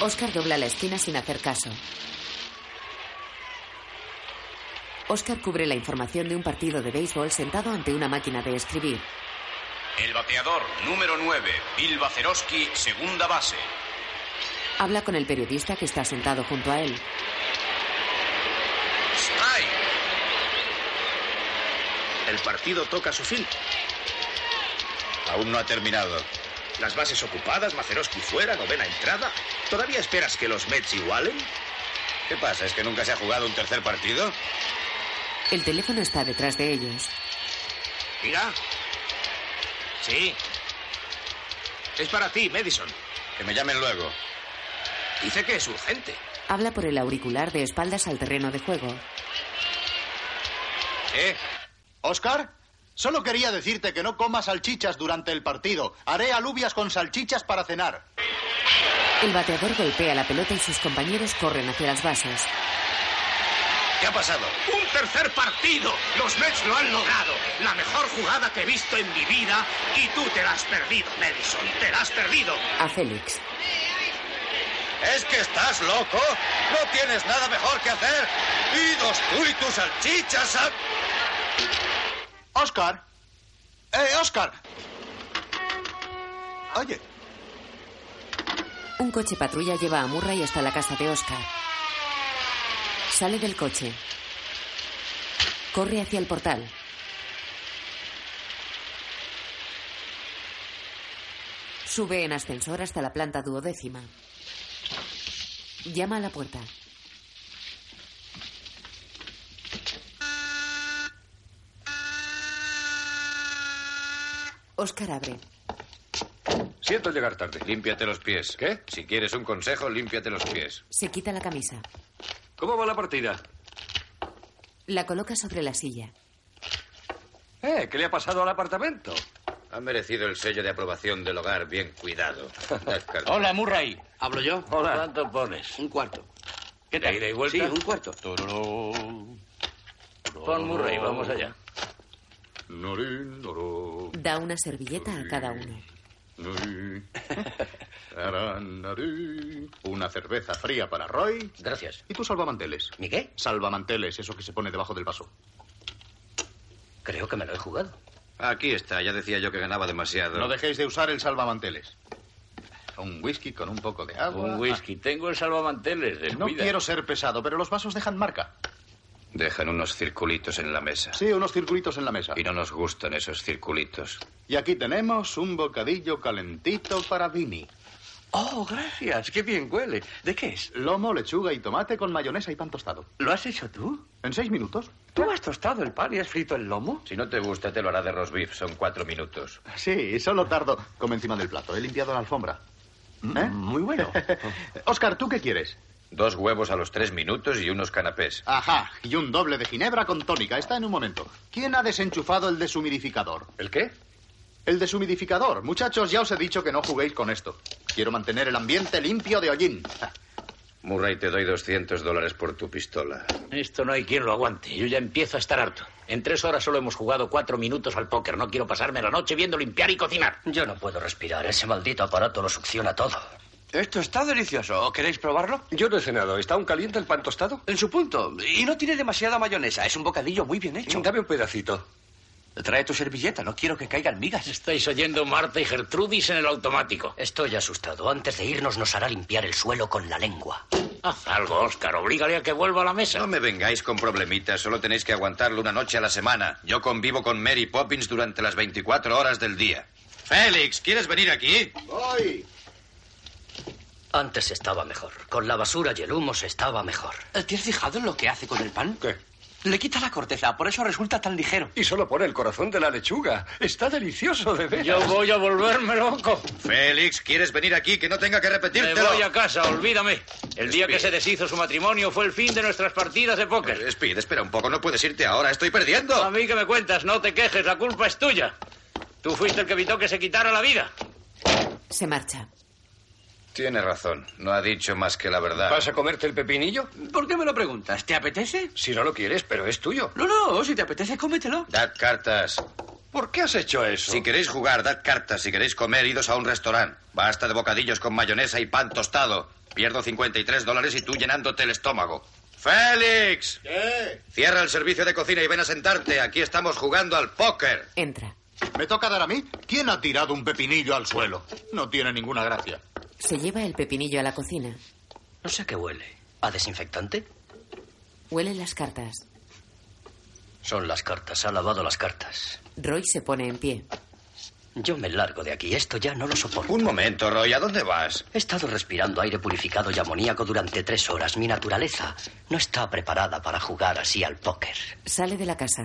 B: Oscar dobla la esquina sin hacer caso. Oscar cubre la información de un partido de béisbol sentado ante una máquina de escribir.
D: El bateador número 9, Bill Bacerowski, segunda base.
B: Habla con el periodista que está sentado junto a él.
D: El partido toca su fin.
J: Aún no ha terminado.
D: Las bases ocupadas, Mazeroski fuera, novena entrada. ¿Todavía esperas que los Mets igualen?
J: ¿Qué pasa? ¿Es que nunca se ha jugado un tercer partido?
B: El teléfono está detrás de ellos.
N: Diga. Sí. Es para ti, Madison.
J: Que me llamen luego.
N: Dice que es urgente.
B: Habla por el auricular de espaldas al terreno de juego.
N: ¿Eh?
C: ¿Oscar? Solo quería decirte que no comas salchichas durante el partido. Haré alubias con salchichas para cenar.
B: El bateador golpea la pelota y sus compañeros corren hacia las bases.
J: ¿Qué ha pasado?
N: ¡Un tercer partido! Los Mets lo han logrado. La mejor jugada que he visto en mi vida y tú te la has perdido, Madison. Te la has perdido.
B: A Félix.
J: ¿Es que estás loco? ¿No tienes nada mejor que hacer? ¡Idos tú y tus salchichas! a-
C: Oscar. ¡Eh, Oscar! Oye,
B: Un coche patrulla lleva a Murray hasta la casa de Oscar. Sale del coche. Corre hacia el portal. Sube en ascensor hasta la planta duodécima. Llama a la puerta. Oscar abre.
J: Siento llegar tarde. Límpiate los pies. ¿Qué? Si quieres un consejo, límpiate los pies.
B: Se quita la camisa.
J: ¿Cómo va la partida?
B: La coloca sobre la silla.
J: Eh, ¿qué le ha pasado al apartamento? Ha merecido el sello de aprobación del hogar bien cuidado.
F: Hola, Murray.
H: ¿Hablo yo?
F: Hola. ¿Cuánto pones?
H: Un cuarto.
F: ¿Qué tal? ¿Ida y vuelta?
H: Sí, un cuarto.
F: Pon Murray, vamos allá.
B: Da una servilleta a cada uno.
C: [LAUGHS] Una cerveza fría para Roy.
D: Gracias.
C: ¿Y tú salvamanteles?
D: ¿Mi qué?
C: Salvamanteles, eso que se pone debajo del vaso.
D: Creo que me lo he jugado.
J: Aquí está, ya decía yo que ganaba demasiado.
C: No dejéis de usar el salvamanteles. Un whisky con un poco de agua. Ah.
F: Un whisky. Tengo el salvamanteles.
D: eh,
C: No
F: descuida.
C: quiero ser pesado, pero los vasos dejan marca.
J: Ah. Dejan unos circulitos en la mesa.
C: Sí, unos circulitos en la mesa.
J: Y no nos gustan esos circulitos.
C: Y aquí tenemos un bocadillo calentito para Vini.
H: Oh, gracias. Qué bien huele. ¿De qué es?
C: Lomo, lechuga y tomate con mayonesa y pan tostado.
H: ¿Lo has hecho tú?
C: ¿En seis minutos?
H: ¿Tú has tostado el pan y has frito el lomo?
J: Si no te gusta, te lo hará de roast beef. Son cuatro minutos.
C: Sí, solo tardo. Come encima del plato. He limpiado la alfombra.
J: Mm,
C: Muy [LAUGHS] bueno. Oscar, ¿tú qué quieres?
J: Dos huevos a los tres minutos y unos canapés.
C: Ajá, y un doble de ginebra con tónica. Está en un momento. ¿Quién ha desenchufado el deshumidificador?
J: ¿El qué?
C: El deshumidificador. Muchachos, ya os he dicho que no juguéis con esto. Quiero mantener el ambiente limpio de hollín.
J: Murray, te doy 200 dólares por tu pistola.
F: Esto no hay quien lo aguante. Yo ya empiezo a estar harto. En tres horas solo hemos jugado cuatro minutos al póker. No quiero pasarme la noche viendo limpiar y cocinar.
N: Yo no puedo respirar. Ese maldito aparato lo succiona todo.
H: Esto está delicioso. ¿Queréis probarlo?
K: Yo no he cenado. ¿Está aún caliente el pan tostado?
H: En su punto. Y no tiene demasiada mayonesa. Es un bocadillo muy bien hecho.
K: Dame un pedacito.
H: Trae tu servilleta. No quiero que caigan migas.
F: Estáis oyendo Marta y Gertrudis en el automático.
N: Estoy asustado. Antes de irnos nos hará limpiar el suelo con la lengua.
F: Haz algo, Oscar. Oblígale a que vuelva a la mesa.
J: No me vengáis con problemitas, solo tenéis que aguantarlo una noche a la semana. Yo convivo con Mary Poppins durante las 24 horas del día. Félix, ¿quieres venir aquí?
C: ¡Voy!
N: Antes estaba mejor. Con la basura y el humo se estaba mejor.
H: Eh, ¿Te has fijado en lo que hace con el pan?
K: ¿Qué?
H: Le quita la corteza. Por eso resulta tan ligero.
K: Y solo pone el corazón de la lechuga. Está delicioso, de veras.
F: Yo voy a volverme loco.
J: Félix, ¿quieres venir aquí? Que no tenga que
F: Me
J: repetírtelo.
F: voy a casa, olvídame. El día que se deshizo su matrimonio fue el fin de nuestras partidas de póker.
J: Eh, Speed, espera un poco, no puedes irte ahora, estoy
F: A
J: perdiendo.
F: mí que me cuentas, no te quejes, la culpa es tuya. Tú fuiste el que evitó que se quitara la vida.
B: Se marcha.
J: Tiene razón, no ha dicho más que la verdad.
K: ¿Vas a comerte el pepinillo?
H: ¿Por qué me lo preguntas? ¿Te apetece?
K: Si no lo quieres, pero es tuyo.
H: No, no. Si te apetece, cómetelo.
J: Dad cartas.
K: ¿Por qué has hecho eso?
J: Si queréis jugar, dad cartas. Si queréis comer, idos a un restaurante. Basta de bocadillos con mayonesa y pan tostado. Pierdo 53 dólares y tú llenándote el estómago. ¡Félix!
C: ¿Qué?
J: Cierra el servicio de cocina y ven a sentarte. Aquí estamos jugando al póker.
B: Entra.
C: ¿Me toca dar a mí? ¿Quién ha tirado un pepinillo al suelo? No tiene ninguna gracia.
B: Se lleva el pepinillo a la cocina.
N: No sé a qué huele. ¿A desinfectante?
B: Huele las cartas.
N: Son las cartas. Ha lavado las cartas.
B: Roy se pone en pie.
N: Yo me largo de aquí. Esto ya no lo soporto.
J: Un momento, Roy. ¿A dónde vas?
N: He estado respirando aire purificado y amoníaco durante tres horas. Mi naturaleza no está preparada para jugar así al póker.
B: Sale de la casa.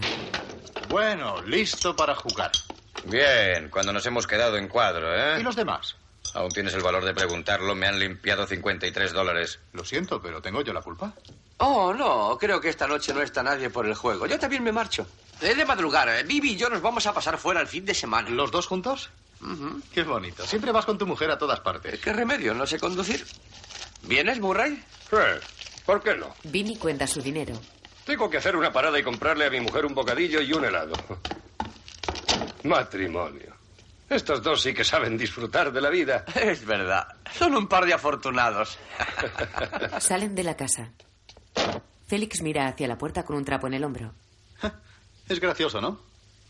C: Bueno, listo para jugar.
J: Bien, cuando nos hemos quedado en cuadro,
C: ¿Y
J: ¿eh?
C: los demás?
J: Aún tienes el valor de preguntarlo. Me han limpiado 53 dólares.
C: Lo siento, pero tengo yo la culpa.
H: Oh, no. Creo que esta noche no está nadie por el juego. Yo también me marcho. He de madrugar. Eh, Vivi y yo nos vamos a pasar fuera el fin de semana.
C: ¿Los dos juntos?
H: Ujú.
C: Qué bonito. Siempre vas con tu mujer a todas partes.
H: ¿Qué remedio? No sé conducir. ¿Vienes, Murray?
K: Eh, ¿Por qué no?
B: Vinny cuenta su dinero.
K: Tengo que hacer una parada y comprarle a mi mujer un bocadillo y un helado. Matrimonio. Estos dos sí que saben disfrutar de la vida.
G: Es verdad. Son un par de afortunados.
B: Salen de la casa. Félix mira hacia la puerta con un trapo en el hombro.
C: Es gracioso, ¿no?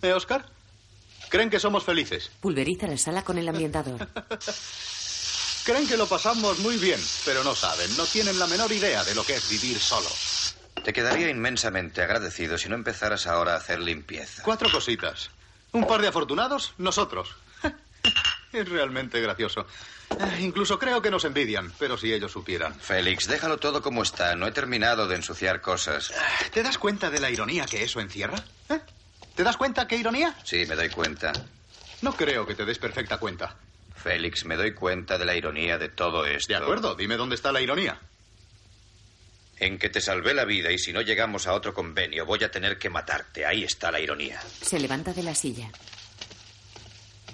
C: ¿Eh, Oscar? ¿Creen que somos felices?
B: Pulveriza la sala con el ambientador.
C: Creen que lo pasamos muy bien, pero no saben, no tienen la menor idea de lo que es vivir solo.
J: Te quedaría inmensamente agradecido si no empezaras ahora a hacer limpieza.
C: Cuatro cositas. Un par de afortunados, nosotros. [LAUGHS] Es realmente gracioso. Eh, Incluso creo que nos envidian, pero si ellos supieran.
J: Félix, déjalo todo como está. No he terminado de ensuciar cosas.
C: ¿Te das cuenta de la ironía que eso encierra? ¿Eh? ¿Te das cuenta qué ironía?
J: Sí, me doy cuenta.
C: No creo que te des perfecta cuenta.
J: Félix, me doy cuenta de la ironía de todo esto.
C: De acuerdo, dime dónde está la ironía.
J: En que te salvé la vida y si no llegamos a otro convenio voy a tener que matarte. Ahí está la ironía.
B: Se levanta de la silla.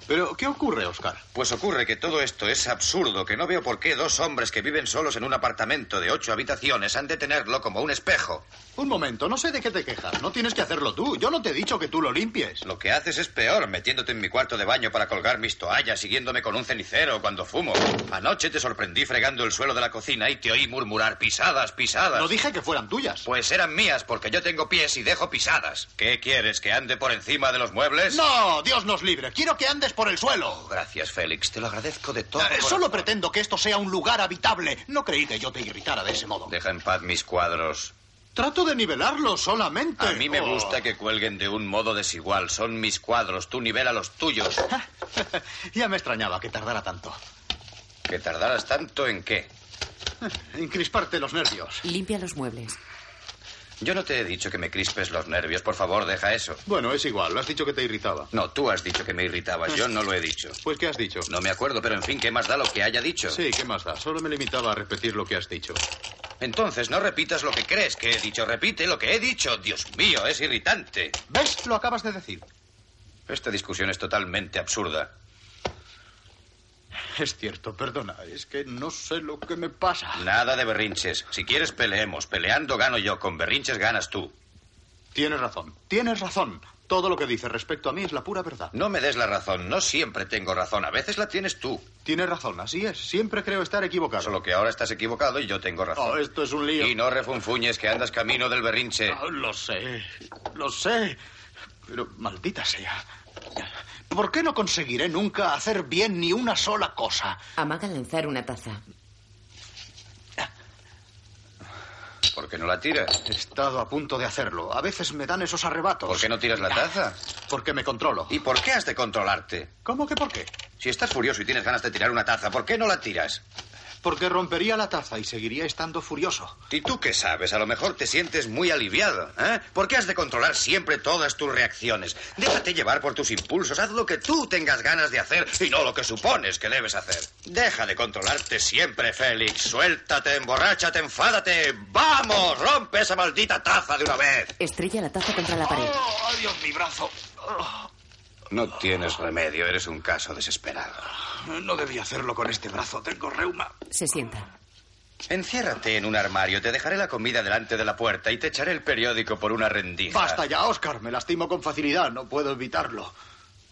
C: Pero, ¿qué ocurre, Oscar?
J: Pues ocurre que todo esto es absurdo, que no veo por qué dos hombres que viven solos en un apartamento de ocho habitaciones han de tenerlo como un espejo.
C: Un momento, no sé de qué te quejas. No tienes que hacerlo tú. Yo no te he dicho que tú lo limpies.
J: Lo que haces es peor, metiéndote en mi cuarto de baño para colgar mis toallas, siguiéndome con un cenicero cuando fumo. Anoche te sorprendí fregando el suelo de la cocina y te oí murmurar pisadas, pisadas.
C: No dije que fueran tuyas.
J: Pues eran mías, porque yo tengo pies y dejo pisadas. ¿Qué quieres, que ande por encima de los muebles?
C: No, Dios nos libre. Quiero que andes por el suelo.
J: Gracias, Félix. Te lo agradezco de todo.
C: Eh,
J: corazón.
C: Solo pretendo que esto sea un lugar habitable. No creí que yo te irritara de ese modo.
J: Deja en paz mis cuadros.
C: Trato de nivelarlo solamente.
J: A mí me
C: Oh.
J: gusta que cuelguen de un modo desigual. Son mis cuadros. Tú nivela los tuyos.
C: Ah. Oh, ya me extrañaba que tardara tanto.
J: ¿Que tardaras tanto en qué?
C: En crisparte los nervios.
B: Limpia los muebles.
J: Yo no te he dicho que me crispes los nervios. Por favor, deja eso.
C: Bueno, es igual. Has dicho que te irritaba.
J: No, tú has dicho que me irritabas. Yo no lo he dicho.
C: [LAUGHS] Pues, ¿qué has dicho?
J: No me acuerdo, pero en fin, ¿qué más da lo que haya dicho?
C: Sí, ¿qué más da? Solo me limitaba a repetir lo que has dicho.
J: Entonces, no repitas lo que crees que he dicho. Repite lo que he dicho. Dios mío, es irritante.
C: ¿Ves? Lo acabas de decir.
J: Esta discusión es totalmente absurda.
C: Es cierto, perdona. Es que no sé lo que me pasa.
J: Nada de berrinches. Si quieres, peleemos. Peleando gano yo. Con berrinches ganas tú.
C: Tienes razón. Tienes razón. Todo lo que dices respecto a mí es la pura verdad.
J: No me des la razón. No siempre tengo razón. A veces la tienes tú.
C: Tienes razón, así es. Siempre creo estar equivocado.
J: Solo que ahora estás equivocado y yo tengo razón.
C: Oh, esto es un lío.
J: Y no refunfuñes que andas camino del berrinche.
C: Ah, lo sé, lo sé. Pero maldita sea. ¿Por qué no conseguiré nunca hacer bien ni una sola cosa?
B: Amaga lanzar una taza.
J: ¿Por qué no la tiras?
C: He estado a punto de hacerlo. A veces me dan esos arrebatos.
J: ¿Por qué no tiras la taza?
C: Porque me controlo.
J: ¿Y por qué has de controlarte?
C: ¿Cómo que por qué?
J: Si estás furioso y tienes ganas de tirar una taza, ¿por qué no la tiras?
C: Porque rompería la taza y seguiría estando furioso.
J: ¿Y tú qué sabes? A lo mejor te sientes muy aliviado. ¿eh? ¿Por qué has de controlar siempre todas tus reacciones? Déjate llevar por tus impulsos. Haz lo que tú tengas ganas de hacer y no lo que supones que debes hacer. Deja de controlarte siempre, Félix. Suéltate, emborráchate, enfádate. ¡Vamos! ¡Rompe esa maldita taza de una vez!
B: Estrella la taza contra la pared.
N: ¡Oh, Dios, mi brazo! Oh,
J: No tienes remedio. Eres un caso desesperado.
N: No debía hacerlo con este brazo. Tengo reuma.
B: Se sienta.
J: Enciérrate en un armario. Te dejaré la comida delante de la puerta y te echaré el periódico por una rendija.
C: Basta ya, Oscar. Me lastimo con facilidad. No puedo evitarlo.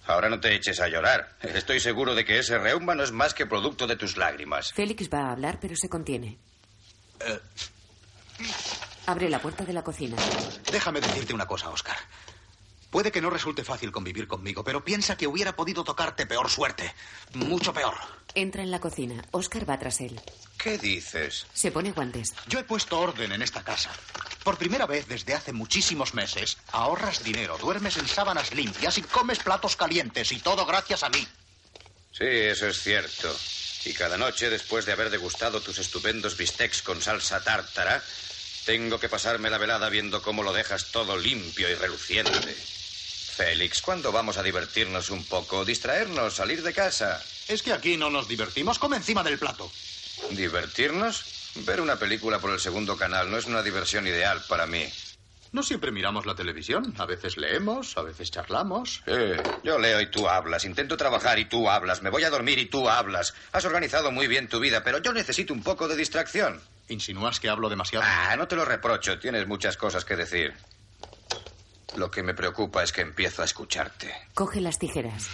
J: Ahora no te eches a llorar. Estoy seguro de que ese reuma no es más que producto de tus lágrimas.
B: Félix va a hablar, pero se contiene. Abre la puerta de la cocina.
C: Déjame decirte una cosa, Oscar. Puede que no resulte fácil convivir conmigo, pero piensa que hubiera podido tocarte peor suerte. Mucho peor.
B: Entra en la cocina. Oscar va tras él.
J: ¿Qué dices?
B: Se pone guantes.
C: Yo he puesto orden en esta casa. Por primera vez desde hace muchísimos meses, ahorras dinero, duermes en sábanas limpias y comes platos calientes, y todo gracias a mí.
J: Sí, eso es cierto. Y cada noche, después de haber degustado tus estupendos bistecs con salsa tártara, tengo que pasarme la velada viendo cómo lo dejas todo limpio y reluciente. Félix, ¿cuándo vamos a divertirnos un poco? ¿Distraernos? ¿Salir de casa?
C: Es que aquí no nos divertimos, come encima del plato.
J: ¿Divertirnos? Ver una película por el segundo canal no es una diversión ideal para mí.
C: No siempre miramos la televisión, a veces leemos, a veces charlamos.
J: Eh, yo leo y tú hablas. Intento trabajar y tú hablas. Me voy a dormir y tú hablas. Has organizado muy bien tu vida, pero yo necesito un poco de distracción.
C: ¿Insinúas que hablo demasiado?
J: Ah, no te lo reprocho. Tienes muchas cosas que decir. Lo que me preocupa es que empiezo a escucharte.
B: Coge las tijeras.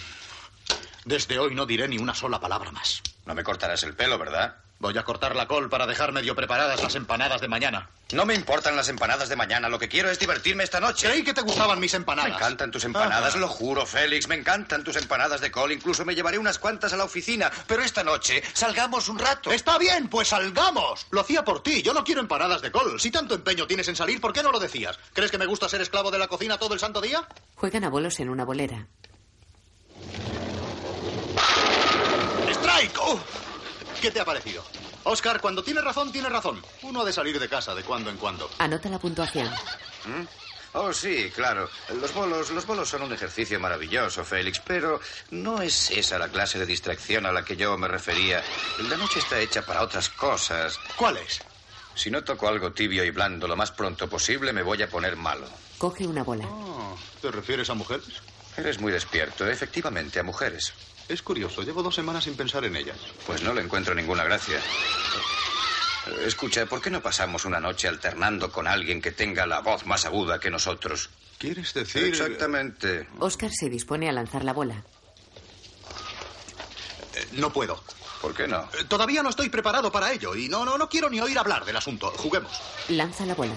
C: Desde hoy no diré ni una sola palabra más.
J: No me cortarás el pelo, ¿verdad?
C: Voy a cortar la col para dejar medio preparadas las empanadas de mañana.
J: No me importan las empanadas de mañana. Lo que quiero es divertirme esta noche.
C: Creí que te gustaban mis empanadas. Ah.
J: Me encantan tus empanadas,
C: Ajá.
J: lo juro, Félix. Me encantan tus empanadas de col. Incluso me llevaré unas cuantas a la oficina. Pero esta noche salgamos un rato.
C: Está bien, pues salgamos. Lo hacía por ti. Yo no quiero empanadas de col. Si tanto empeño tienes en salir, ¿por qué no lo decías? ¿Crees que me gusta ser esclavo de la cocina todo el santo día?
B: Juegan a bolos en una bolera.
C: ¡Strike! ¡Oh! ¿Qué te ha parecido? Oscar, cuando tiene razón, tiene razón. Uno ha de salir de casa de cuando en cuando.
B: Anota la puntuación.
J: ¿Mm? Oh, sí, claro. Los bolos, los bolos son un ejercicio maravilloso, Félix, pero no es esa la clase de distracción a la que yo me refería. La noche está hecha para otras cosas.
C: ¿Cuáles?
J: Si no toco algo tibio y blando lo más pronto posible, me voy a poner malo.
B: Coge una bola.
C: ¿Te refieres a mujeres?
J: Eres muy despierto, efectivamente, a mujeres.
C: Es curioso, llevo dos semanas sin pensar en ellas.
J: Pues no le encuentro ninguna gracia. Eh, Escucha, ¿por qué no pasamos una noche alternando con alguien que tenga la voz más aguda que nosotros?
C: ¿Quieres decir?
J: Exactamente.
B: Oscar se dispone a lanzar la bola.
C: Eh, no puedo.
J: ¿Por qué no?
C: Eh, Todavía no estoy preparado para ello y no, no, no quiero ni oír hablar del asunto. Juguemos.
B: Lanza la bola.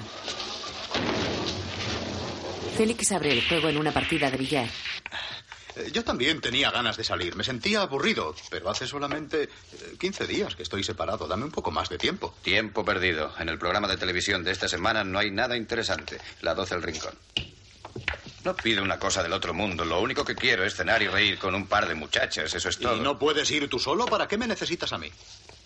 B: Félix abre el juego en una partida de billar.
C: Eh, Yo también tenía ganas de salir. Me sentía aburrido, pero hace solamente eh, 15 días que estoy separado. Dame un poco más de tiempo.
J: Tiempo perdido. En el programa de televisión de esta semana no hay nada interesante. La 12 el rincón. No pido una cosa del otro mundo. Lo único que quiero es cenar y reír con un par de muchachas. Eso es todo.
C: ¿Y no puedes ir tú solo? ¿Para qué me necesitas a mí?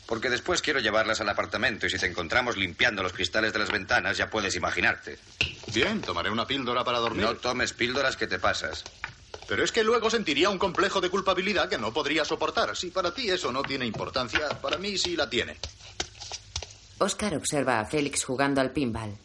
J: Porque después quiero llevarlas al apartamento y si te encontramos limpiando los cristales de las ventanas ya puedes imaginarte.
C: Bien, tomaré una píldora para dormir.
J: No tomes píldoras que te pasas.
C: Pero es que luego sentiría un complejo de culpabilidad que no podría soportar. Si para ti eso no tiene importancia, para mí sí la tiene.
B: Oscar observa a Félix jugando al pinball.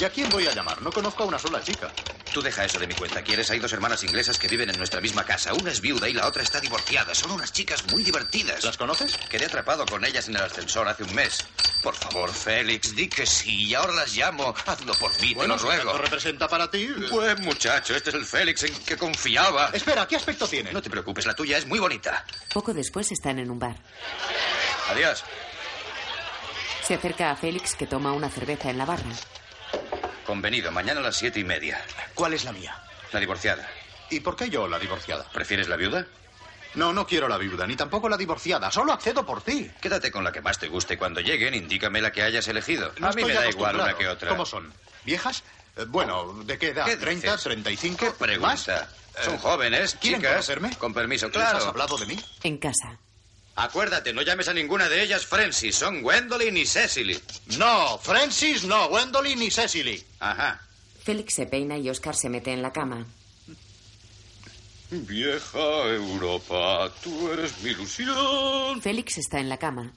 C: ¿Y a quién voy a llamar? No conozco a una sola chica.
J: Tú deja eso de mi cuenta. ¿Quieres? Hay dos hermanas inglesas que viven en nuestra misma casa. Una es viuda y la otra está divorciada. Son unas chicas muy divertidas.
C: ¿Las conoces?
J: Quedé atrapado con ellas en el ascensor hace un mes. Por favor, Félix, di que sí. Y ahora las llamo. Hazlo por mí, te
C: si
J: lo ruego.
C: tanto representa para ti. eh,
J: Buen muchacho, este es el Félix en que confiaba.
C: Espera, ¿qué aspecto tiene?
J: No te preocupes, la tuya es muy bonita.
B: Poco después están en un bar.
J: Adiós.
B: Se acerca a Félix que toma una cerveza en la barra.
J: Convenido, mañana a las siete y media.
C: ¿Cuál es la mía?
J: La divorciada.
C: ¿Y por qué yo, la divorciada?
J: ¿Prefieres la viuda?
C: No, no quiero la viuda, ni tampoco la divorciada. Solo accedo por ti.
J: Quédate con la que más te guste. Cuando lleguen, indícame la que hayas elegido.
C: No
J: a mí
C: estoy
J: me da igual
C: acostumbrado.
J: una que otra.
C: ¿Cómo son? ¿Viejas? Eh, bueno, ¿de qué edad?
J: ¿Qué
C: ¿30,
J: dices?
C: 35?
J: ¿Qué pregunta?
C: ¿Más?
J: Son
C: Eh,
J: jóvenes,
C: ¿Quieren
J: chicas.
C: conocerme?
J: Con permiso,
C: ¿Les has
J: claro.
C: hablado de mí?
B: En casa.
J: Acuérdate, no llames a ninguna de ellas Frenzy. Son Gwendolyn y Cecily.
C: No, Francis no, Gwendolyn y Cecily.
J: Ajá.
B: Félix se peina y Oscar se mete en la cama.
K: Vieja Europa, tú eres mi
C: Oh.
K: ilusión.
B: Félix está en la cama.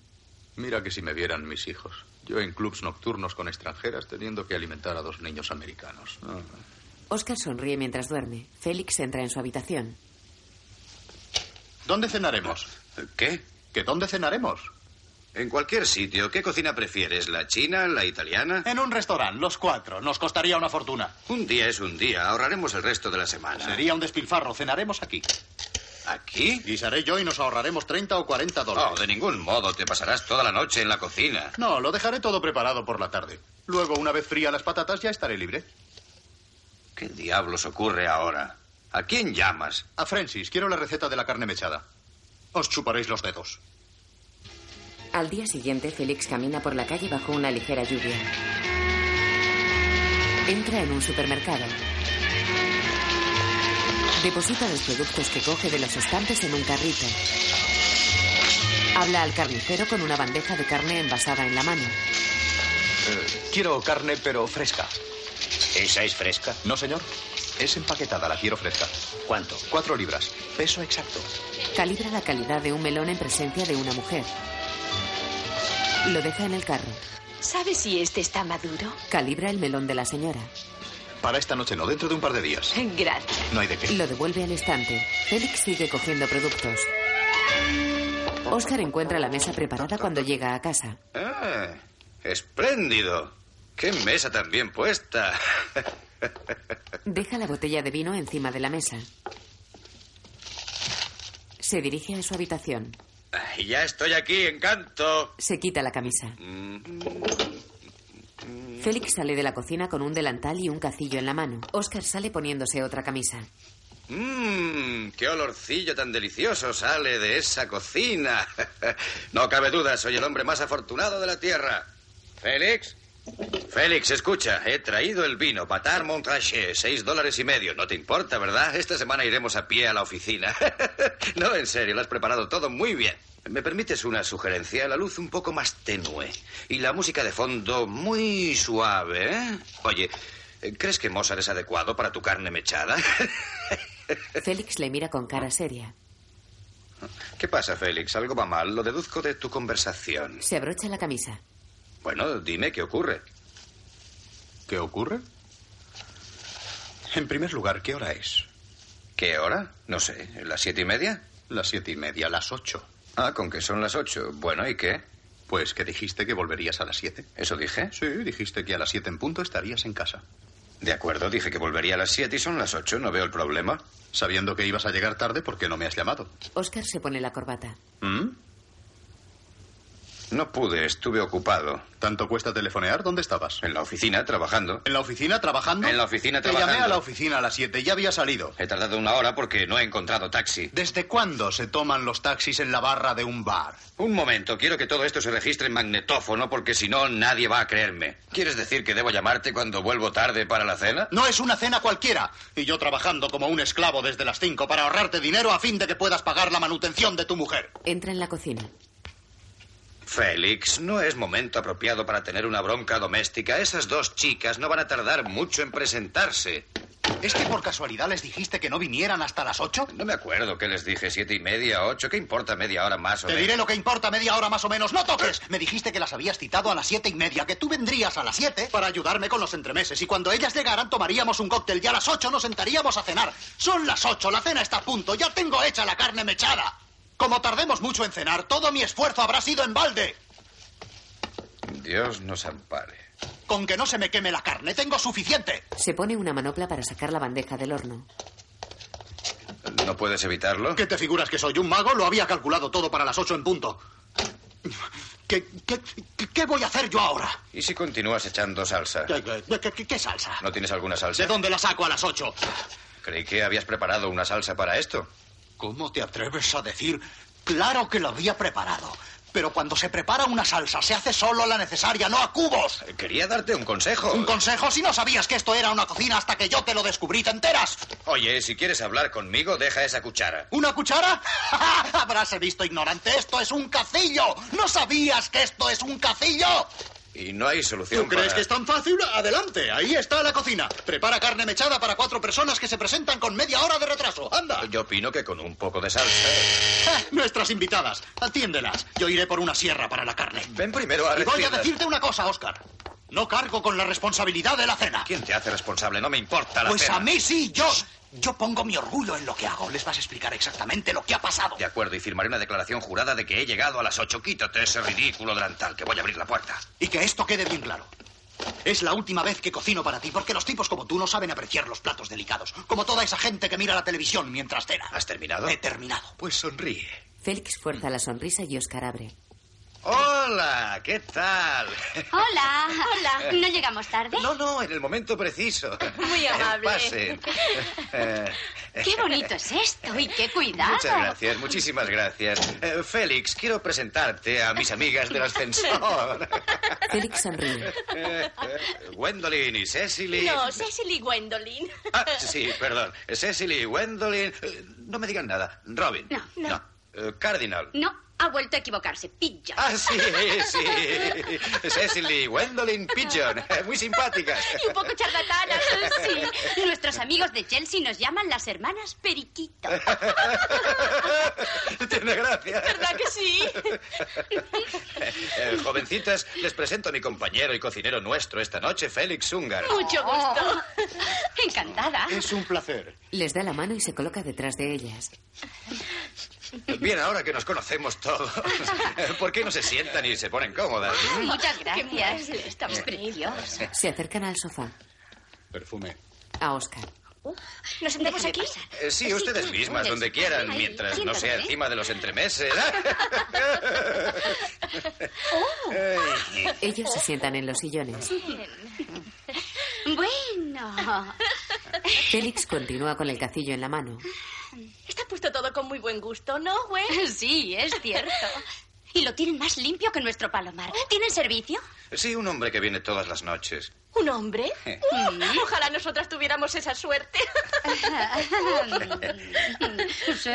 C: Mira que si me vieran mis hijos. Yo en clubs nocturnos con extranjeras teniendo que alimentar a dos niños americanos. Ah.
B: Oscar sonríe mientras duerme. Félix entra en su habitación.
C: ¿Dónde cenaremos?
J: ¿Qué?
C: ¿Que dónde cenaremos?
J: En cualquier sitio, ¿qué cocina prefieres? ¿La china? ¿La italiana?
C: En un restaurante, los cuatro. Nos costaría una fortuna.
J: Un día es un día, ahorraremos el resto de la semana.
C: Sería un despilfarro. Cenaremos aquí.
J: ¿Aquí?
C: Guisaré yo y nos ahorraremos 30 o 40
J: No,
C: dólares.
J: Oh, de ningún modo, te pasarás toda la noche en la cocina.
C: No, lo dejaré todo preparado por la tarde. Luego, una vez fría las patatas, ya estaré libre.
J: ¿Qué diablos ocurre ahora? ¿A quién llamas?
C: A Francis, quiero la receta de la carne mechada. Os chuparéis los dedos.
B: Al día siguiente, Félix camina por la calle bajo una ligera lluvia. Entra en un supermercado. Deposita los productos que coge de los estantes en un carrito. Habla al carnicero con una bandeja de carne envasada en la mano.
C: quiero carne, pero fresca.
F: ¿Esa es fresca?
C: No, señor. Es empaquetada, la quiero fresca.
F: ¿Cuánto?
C: Cuatro libras. Peso exacto.
B: Calibra la calidad de un melón en presencia de una mujer. Lo deja en el carro.
O: ¿Sabes si este está maduro?
B: Calibra el melón de la señora.
C: Para esta noche no, dentro de un par de días.
F: ¿Eh?
O: Gracias.
C: No hay de qué.
B: Lo devuelve al estante. Félix sigue cogiendo productos. Oscar encuentra la mesa preparada cuando llega a casa.
J: Ah, espléndido. Qué mesa tan bien puesta.
B: Deja la botella de vino encima de la mesa. Se dirige a su habitación.
J: Y ya estoy aquí, encanto.
B: Se quita la camisa. Félix sale de la cocina con un delantal y un cacillo en la mano. Oscar sale poniéndose otra camisa.
J: Mmm, qué olorcillo tan delicioso sale de esa cocina. [LAUGHS] No cabe duda, soy el hombre más afortunado de la Tierra. Félix. Félix, escucha, he traído el vino, Patar Montrachet, seis dólares y medio. No te importa, ¿verdad? Esta semana iremos a pie a la oficina. [LAUGHS] No, en serio, lo has preparado todo muy bien. ¿Me permites una sugerencia? La luz un poco más tenue y la música de fondo muy suave, ¿eh? Oye, ¿crees que Mozart es adecuado para tu carne mechada? [LAUGHS]
B: Félix le mira con cara seria.
J: ¿Qué pasa, Félix? ¿Algo va mal? Lo deduzco de tu conversación.
B: Se abrocha la camisa.
J: Bueno, dime qué ocurre.
C: ¿Qué ocurre? En primer lugar, ¿qué hora es?
J: ¿Qué hora? No sé, ¿las siete y media?
C: Las siete y media, las ocho.
J: Ah, con que son las ocho. Bueno, ¿y qué?
C: Pues que dijiste que volverías a las siete.
J: ¿Eso dije?
C: Sí, dijiste que a las siete en punto estarías en casa.
J: De acuerdo, dije que volvería a las siete y son las ocho, no veo el problema.
C: Sabiendo que ibas a llegar tarde, ¿por qué no me has llamado?
B: Oscar se pone la corbata.
C: ¿Mm?
J: No pude, estuve ocupado.
C: ¿Tanto cuesta telefonear? ¿Dónde estabas?
J: En la oficina, trabajando.
C: ¿En la oficina trabajando?
J: En la oficina
C: Te
J: trabajando.
C: llamé a la oficina a las 7, ya había salido.
J: He tardado una hora porque no he encontrado taxi.
C: ¿Desde cuándo se toman los taxis en la barra de un bar?
J: Un momento, quiero que todo esto se registre en magnetófono porque si no nadie va a creerme. ¿Quieres decir que debo llamarte cuando vuelvo tarde para la cena?
C: No es una cena cualquiera. Y yo trabajando como un esclavo desde las 5 para ahorrarte dinero a fin de que puedas pagar la manutención de tu mujer.
B: Entra en la cocina.
J: Félix, no es momento apropiado para tener una bronca doméstica. Esas dos chicas no van a tardar mucho en presentarse.
C: ¿Es que por casualidad les dijiste que no vinieran hasta las 8?
J: No me acuerdo qué les dije, siete y media, ocho. ¿Qué importa media hora más o
C: Te
J: menos?
C: diré lo que importa media hora más o menos. ¡No toques! Me dijiste que las habías citado a las siete y media, que tú vendrías a las 7 para ayudarme con los entremeses. Y cuando ellas llegaran, tomaríamos un cóctel y a las 8 nos sentaríamos a cenar. Son las 8, la cena está a punto, ya tengo hecha la carne mechada. Como tardemos mucho en cenar, todo mi esfuerzo habrá sido en balde.
J: Dios nos ampare.
C: Con que no se me queme la carne, tengo suficiente.
B: Se pone una manopla para sacar la bandeja del horno.
J: ¿No puedes evitarlo?
C: ¿Qué te figuras que soy un mago? Lo había calculado todo para las 8 en punto. ¿Qué, qué, qué- qué voy a hacer yo ahora?
J: ¿Y si continúas echando salsa?
C: ¿Qué, qué- Eh, qué- qué- qué salsa?
J: ¿No tienes alguna salsa?
C: ¿De dónde la saco a las 8?
J: Creí que habías preparado una salsa para esto.
C: ¿Cómo te atreves a decir? Claro que lo había preparado. Pero cuando se prepara una salsa, se hace solo la necesaria, no a cubos.
J: Eh, Quería darte un consejo.
C: ¿Un consejo? Si no sabías que esto era una cocina hasta que yo te lo descubrí, ¿te enteras?
J: Oye, si quieres hablar conmigo, deja esa cuchara.
C: ¿Una cuchara? [LAUGHS] Habráse visto ignorante. Esto es un cacillo. ¿No sabías que esto es un cacillo?
J: Y no hay solución
C: ¿Tú crees
J: para-
C: que es tan fácil? Adelante, ahí está la cocina. Prepara carne mechada para cuatro personas que se presentan con media hora de retraso. ¡Anda!
J: Yo opino que con un poco de salsa... ¿eh?
C: Ah, Nuestras invitadas, atiéndelas. Yo iré por una sierra para la carne.
J: Ven primero a
C: Y voy a
J: recibirlas.
C: decirte una cosa, Oscar. No cargo con la responsabilidad de la cena.
J: ¿Quién te hace responsable? No me importa la
C: Pues
J: pena.
C: a mí sí, yo. Yo pongo mi orgullo en lo que hago. Les vas a explicar exactamente lo que ha pasado.
J: De acuerdo, y firmaré una declaración jurada de que he llegado a las ocho. Quítate ese ridículo delantal, que voy a abrir la puerta.
C: Y que esto quede bien claro. Es la última vez que cocino para ti, porque los tipos como tú no saben apreciar los platos delicados, como toda esa gente que mira la televisión mientras cena.
J: ¿Has terminado?
C: He terminado.
J: Pues sonríe.
B: Félix fuerza la sonrisa y Oscar abre.
J: Hola, ¿qué tal?
P: Hola, hola. ¿No llegamos tarde?
J: No, no, en el momento preciso.
P: Muy
J: Eh,
P: amable. [LAUGHS]
J: Pasen. Eh,
P: Qué
J: [LAUGHS]
P: bonito es esto y qué cuidado.
J: Muchas gracias, muchísimas gracias. Eh, Félix, quiero presentarte a mis amigas del ascensor.
B: [LAUGHS] Félix sonríe.
J: Eh, Gwendolyn y Cecily.
P: No, Cecily y Gwendolyn.
J: Ah, sí, perdón. Cecily, Gwendolyn. eh, No me digan nada. Robin.
P: No, no.
J: Eh, Cardinal.
P: No, ha vuelto a equivocarse. Pidgeon.
J: Ah, sí, sí. Cecily, Gwendolyn, Pigeon. Eh, Muy simpáticas. [LAUGHS]
P: Y un poco
L: [LAUGHS]
P: charlatanas, sí. Nuestros amigos de Chelsea nos llaman las hermanas Periquito.
J: Tiene gracia.
P: ¿Verdad que [LAUGHS] sí?
J: Eh, jovencitas, les presento a mi compañero y cocinero nuestro esta noche, Félix Ungar.
P: Mucho gusto. Oh. Encantada.
C: Es un placer.
B: Les da la mano y se coloca detrás de ellas.
J: Bien, ahora que nos conocemos todos, [LAUGHS] ¿por qué no se sientan y se ponen cómodas?
P: Muchas gracias. Estamos
B: [LAUGHS]
P: preciosos.
B: Se acercan al sofá.
J: Perfume.
B: A Oscar.
P: ¿Nos sentamos aquí?
J: Eh, Sí, ustedes mismas, donde quieran, mientras no sea encima de los entremeses. Ah,
C: Eh.
J: Ay.
B: Ellos se sientan en los sillones.
L: Bueno.
B: Félix continúa con el cacillo en la mano.
L: Está puesto todo con muy buen gusto, ¿no, güey?
P: [LAUGHS] Sí, es cierto. Y lo tienen más limpio que nuestro palomar.
L: Oh.
P: ¿Tienen servicio?
J: Sí, un hombre que viene todas las noches.
L: ¿Un hombre? Mm, Ojalá nosotras tuviéramos
P: [LAUGHS]
L: esa suerte.
P: Sí.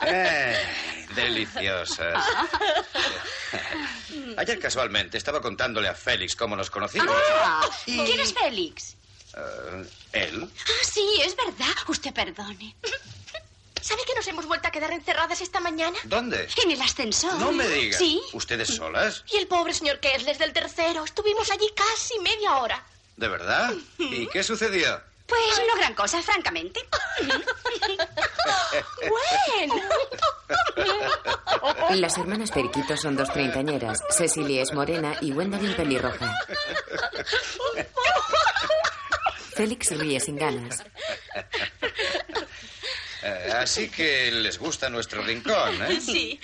J: Ay, Eh, deliciosas.
L: Mm.
J: Ayer casualmente estaba contándole a Félix cómo nos conocimos.
P: Ah, ¿Quién es Félix?
J: Eh, ¿Él?
L: Ah, sí, es verdad. Usted perdone. [LAUGHS] ¿Sabe que nos hemos vuelto a quedar encerradas esta mañana?
J: ¿Dónde?
L: En el ascensor.
J: No me digas.
L: Sí.
J: ¿Ustedes solas?
L: Y el pobre señor Kessler del tercero. Estuvimos allí casi media hora.
J: ¿De verdad? ¿Y qué sucedió?
P: Pues no gran cosa,
J: [LAUGHS]
P: francamente.
L: [LAUGHS] Bueno.
B: Las hermanas Periquito son dos treintañeras. Cecily es morena y Gwendolyn pelirroja. Félix ríe sin ganas.
J: Eh, así que les gusta nuestro rincón, ¿eh?
L: Sí.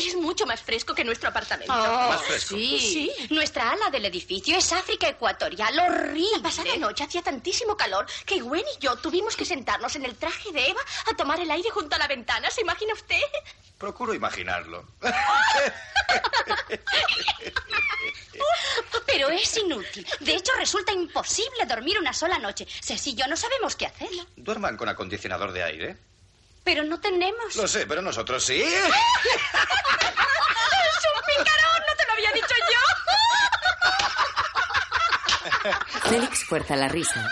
L: Y es mucho más fresco que nuestro apartamento.
J: Más fresco.
P: Sí. Nuestra ala del edificio es África Ecuatorial, horrible.
L: La pasada noche hacía tantísimo calor que Gwen y yo tuvimos que sentarnos en el traje de Eva a tomar el aire junto a la ventana. ¿Se imagina usted?
J: Procuro imaginarlo.
P: Pero es inútil. De hecho, resulta imposible dormir una sola noche. Ceci y yo no sabemos qué hacer.
J: ¿Duerman con acondicionador de aire?
P: Pero no tenemos.
J: Lo sé, pero
P: [LAUGHS]
J: nosotros sí.
L: ¡Es un picarón! ¡No te lo había dicho
B: Félix fuerza la risa.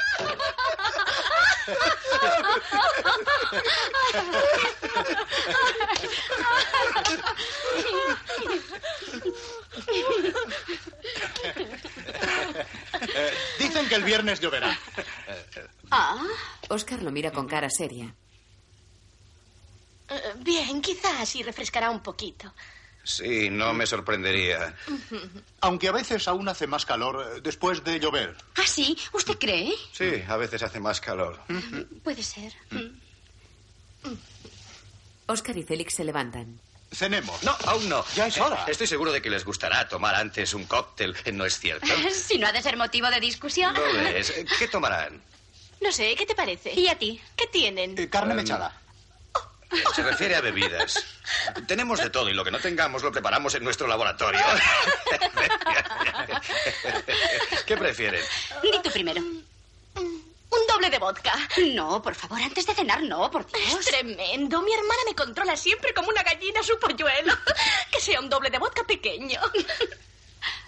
C: Eh, dicen que el viernes lloverá.
L: Ah.
B: Oscar lo mira con cara seria.
L: Eh, Bien, quizás así refrescará un poquito.
J: Sí, no me sorprendería.
C: Aunque a veces aún hace más calor eh, después de llover.
P: ¿Ah, sí? ¿Usted cree? [LAUGHS]
J: Sí, a veces hace más calor.
C: Eh,
P: Puede ser.
B: Oscar Mm. y Félix se levantan.
J: Cenemos. No, aún no. Ya es hora. Estoy seguro de que les gustará tomar antes un cóctel, Eh, ¿no es [LAUGHS] cierto?
P: si no ha de ser motivo de discusión.
J: Lo ves. ¿Qué tomarán?
L: No sé, ¿qué te parece?
P: ¿Y a ti?
L: ¿Qué tienen?
J: Eh, Carne mechada. Se refiere a bebidas. Tenemos de todo y lo que no tengamos lo preparamos en nuestro laboratorio. [LAUGHS] ¿Qué prefieren?
P: Di tú primero.
L: Un doble de vodka.
P: No, por favor, antes de cenar, no, por Dios.
L: Es tremendo. Mi hermana me controla siempre como una gallina su polluelo. [LAUGHS] Que sea un doble de vodka pequeño.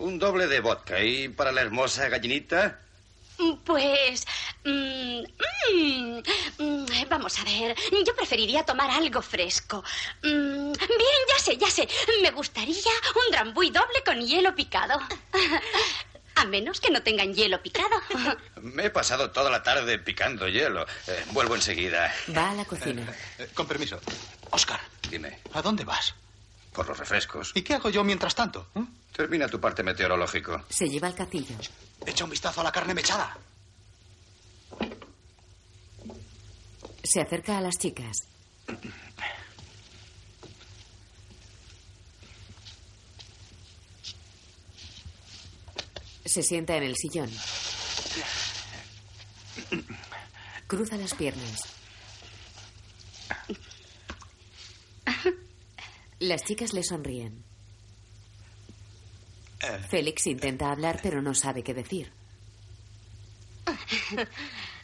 J: Un doble de vodka. ¿Y para la hermosa gallinita?
P: Pues. mm, mm, mm, vamos a ver. Yo preferiría tomar algo fresco. Mm, bien, ya sé, ya sé. Me gustaría un drambuí doble con hielo picado. A menos que no tengan hielo picado.
J: Me he pasado toda la tarde picando hielo. Eh, vuelvo enseguida.
B: Va a la cocina.
J: Eh, Con permiso. Oscar. Dime.
C: ¿A dónde vas?
J: Por los refrescos.
C: ¿Y qué hago yo mientras tanto?
J: Termina tu parte meteorológico.
B: Se lleva al cacillo.
C: Echa un vistazo a la carne mechada.
B: Se acerca a las chicas. Se sienta en el sillón. Cruza las piernas. Las chicas le sonríen. Félix intenta hablar pero no sabe qué decir.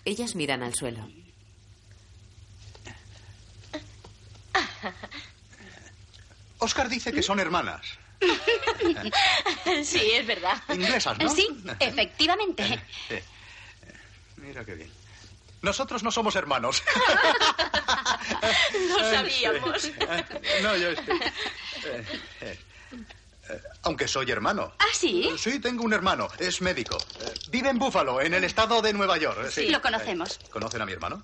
B: Ellas miran al suelo.
C: Oscar dice que son hermanas.
L: [LAUGHS] Sí, es verdad.
C: Inglesas, ¿no?
P: Sí, efectivamente.
C: Eh, Mira qué bien. Nosotros no somos
P: [LAUGHS]
C: hermanos.
L: Lo sabíamos.
C: [LAUGHS] Ah, No, yo estoy. Eh, eh, eh, Aunque soy hermano.
P: ¿Ah, sí?
C: Sí, tengo un hermano. Eh, Es médico. Eh, Vive en Búfalo, en el estado de Nueva York. Eh,
P: Lo conocemos.
C: ¿Conocen a mi hermano?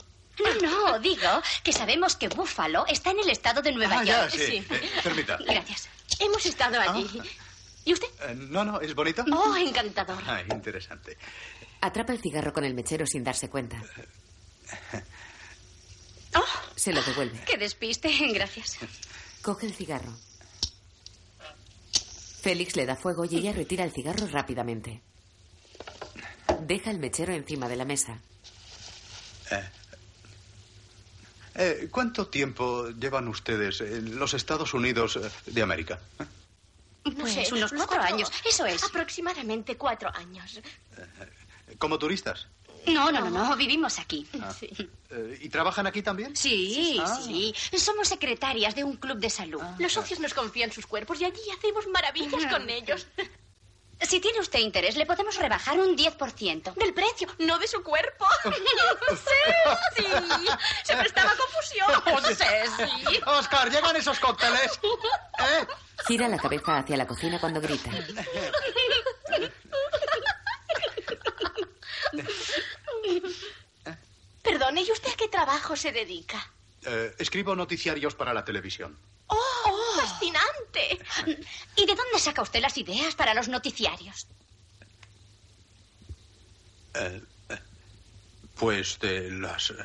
P: No, no, digo que sabemos que Búfalo está en el estado de Nueva
C: Ah, ya,
P: York.
C: sí. Eh, permita.
P: Gracias. Hemos estado allí. ¿Y usted?
C: Eh, no, no, es bonito.
P: Oh, encantador.
C: Ah, interesante.
B: Atrapa el cigarro con el mechero sin darse cuenta. Se lo devuelve.
P: Qué despiste. Gracias.
B: Coge el cigarro. Félix le da fuego y ella retira el cigarro rápidamente. Deja el mechero encima de la mesa.
C: Eh, ¿Cuánto tiempo llevan ustedes en los Estados Unidos eh, de América?
L: Pues
P: sé, unos cuatro años,
L: Eso es. Aproximadamente cuatro años.
C: Eh, ¿Como turistas?
P: No, no, no, no. Vivimos aquí.
C: Ah. Eh, ¿Y trabajan aquí también?
P: Sí,
C: Ah.
P: sí. Somos secretarias de un club de salud.
L: Los socios nos confían sus cuerpos y allí hacemos maravillas con ellos.
P: Si tiene usted interés, le podemos rebajar un 10%.
L: Del precio, no de
P: [LAUGHS]
L: su cuerpo. sí, sí. Se prestaba [LAUGHS] confusión. Sí, sí.
Q: Oscar, llegan esos cócteles. ¿Eh?
B: Gira la cabeza hacia la cocina cuando grita.
L: Perdone, ¿y usted a qué trabajo se dedica?
C: Eh, escribo noticiarios para la televisión.
P: ¡Oh! ¡Fascinante! ¿Y de dónde saca usted las ideas para los noticiarios?
C: Eh, eh, pues de las eh,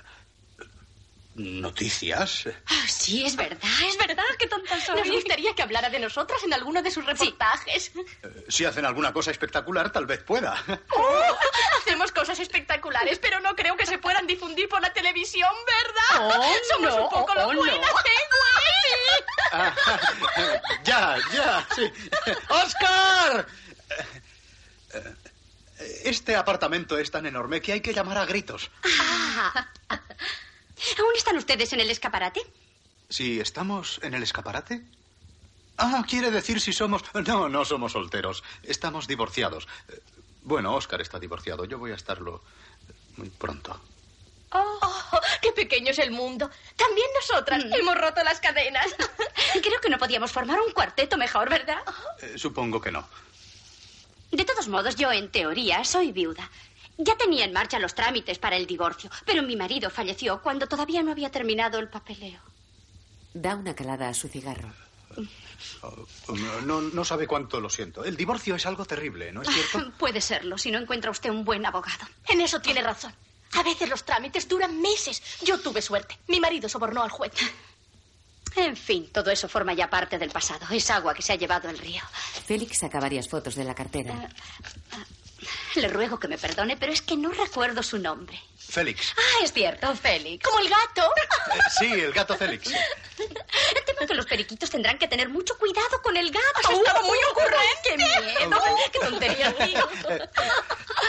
C: noticias. eh,
P: Ah, sí, es verdad.
L: Es verdad, qué tonta soy. Nos gustaría que hablara de nosotras en alguno de sus reportajes.
C: Si hacen alguna cosa espectacular, tal vez pueda.
L: Oh, hacemos cosas espectaculares, pero no creo que se puedan difundir por la televisión, ¿verdad?
Q: Oh,
L: Somos
Q: no,
L: un poco
Q: oh,
L: locuelas,
Q: no.
L: ¿eh, güey?
C: Ah, [LAUGHS] ya, ya, sí. ¡Oscar! Este apartamento es tan enorme que hay que llamar a gritos.
P: Ah. ¿Aún están ustedes en el escaparate?
C: Si estamos en el escaparate. Ah, quiere decir si somos. No, no somos solteros. Estamos divorciados. Eh, Bueno, Oscar está divorciado. Yo voy a estarlo muy pronto.
L: Oh, qué pequeño es el mundo. También nosotras hemos roto las cadenas.
P: Mm. [LAUGHS] Creo que no podíamos formar un cuarteto mejor, ¿verdad?
L: Oh.
C: Eh, supongo que no.
P: De todos modos, yo en teoría soy viuda. Ya tenía en marcha los trámites para el divorcio, pero mi marido falleció cuando todavía no había terminado el papeleo.
B: Da una calada a su cigarro.
C: No- Oh, No, no sabe cuánto lo siento. El divorcio es algo terrible, ¿no es cierto?
P: [LAUGHS] Puede serlo si no encuentra usted un buen abogado.
L: En eso tiene razón. A veces los trámites duran meses. Yo tuve suerte. Mi marido sobornó al juez.
P: En fin, todo eso forma ya parte del pasado. Es agua que se ha llevado el río.
B: Félix saca varias fotos de la cartera.
P: Le ruego que me perdone, pero es que no recuerdo su nombre.
C: Félix.
P: Ah, es cierto, Félix.
L: Como el gato.
C: Eh, [LAUGHS] Sí, el gato Félix.
P: Temo que los periquitos tendrán que tener mucho cuidado con el gato.
L: Has estado
P: Uh,
L: muy
P: ¡Qué miedo! ¡Qué tontería, digo.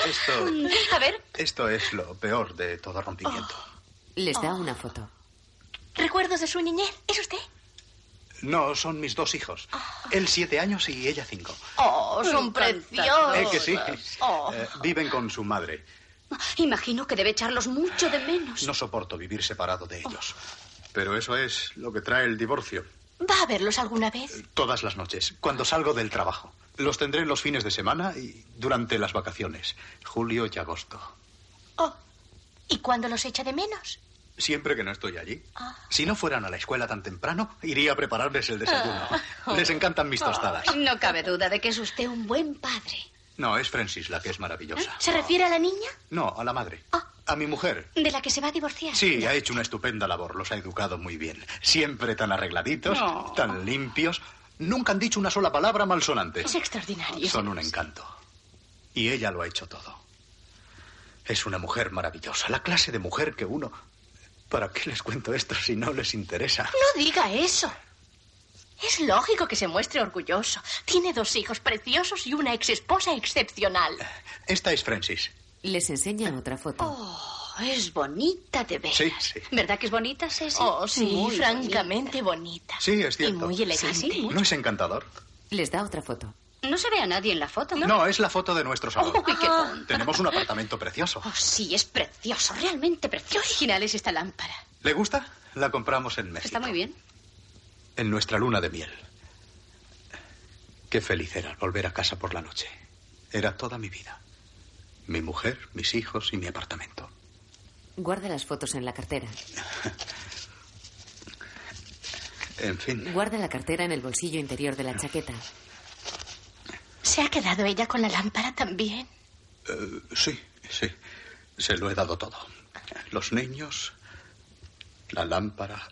C: Esto,
P: A ver,
C: esto es lo peor de todo rompimiento.
B: Les
P: Ah. Oh,
B: da una foto.
L: ¿Recuerdos de su niñez? ¿Es usted?
C: No, son mis dos hijos. Él siete años y ella cinco.
L: Oh, son preciosos.
C: Eh, que sí.
P: Oh.
C: Eh, viven con su madre.
P: imagino que debe echarlos mucho de menos.
C: No soporto vivir separado de ellos. Pero eso es lo que trae el divorcio.
L: ¿Va a verlos alguna vez?
C: Todas las noches, cuando salgo del trabajo. Los tendré los fines de semana y durante las vacaciones, julio y agosto.
L: ¿Y cuándo los echa de menos?
C: Siempre que no estoy allí.
P: Ah.
C: Si no fueran a la escuela tan temprano, iría a prepararles el desayuno. [LAUGHS] Les encantan mis tostadas.
P: No cabe duda de que es usted un buen padre. ¿eh?
C: No, es Francis la que es maravillosa.
P: ¿Se refiere a la niña?
C: No, a la madre. A mi mujer.
P: ¿De la que se va a divorciar?
C: Sí, ha hecho una estupenda labor, los ha educado muy bien. Siempre tan arregladitos,
P: No.
C: tan limpios. Nunca han dicho una sola palabra malsonante.
P: Pues
L: Es extraordinario.
C: Son un encanto. Y ella lo ha hecho todo. Es una mujer maravillosa, la clase de mujer que uno... ¿Para qué les cuento esto si no les interesa?
L: No diga eso. Es lógico que se muestre orgulloso. Tiene dos hijos preciosos y una exesposa excepcional.
C: Esta es Francis.
B: Les enseña otra foto.
P: Oh, es bonita de veras.
C: Sí, sí.
P: ¿Verdad que es bonita, Ceci?
L: Oh, sí,
P: Muy
L: francamente bonita.
C: Sí, es cierto.
L: muy elegante. Sí, sí, mucho.
C: ¿No es encantador?
B: Les da otra foto.
P: bonita. No se ve a nadie en la foto, ¿no?
C: No, es la foto de nuestro salón.
P: Oh, qué
L: Ah.
P: tonto.
C: Tenemos un apartamento precioso.
P: Oh, sí, es precioso, realmente
L: Qué
P: precioso.
L: original es esta lámpara.
C: ¿Le gusta? La compramos en México.
P: Está muy bien.
C: En nuestra luna de miel. Qué feliz era al volver a casa por la noche. Era toda mi vida. Mi mujer, mis hijos y mi apartamento.
B: Guarda las fotos en la cartera.
C: En fin.
B: Guarda la cartera en el bolsillo interior de la chaqueta.
L: ¿Se ha quedado ella con la lámpara también?
C: Eh, sí, sí. Se lo he dado todo. Los niños, la lámpara.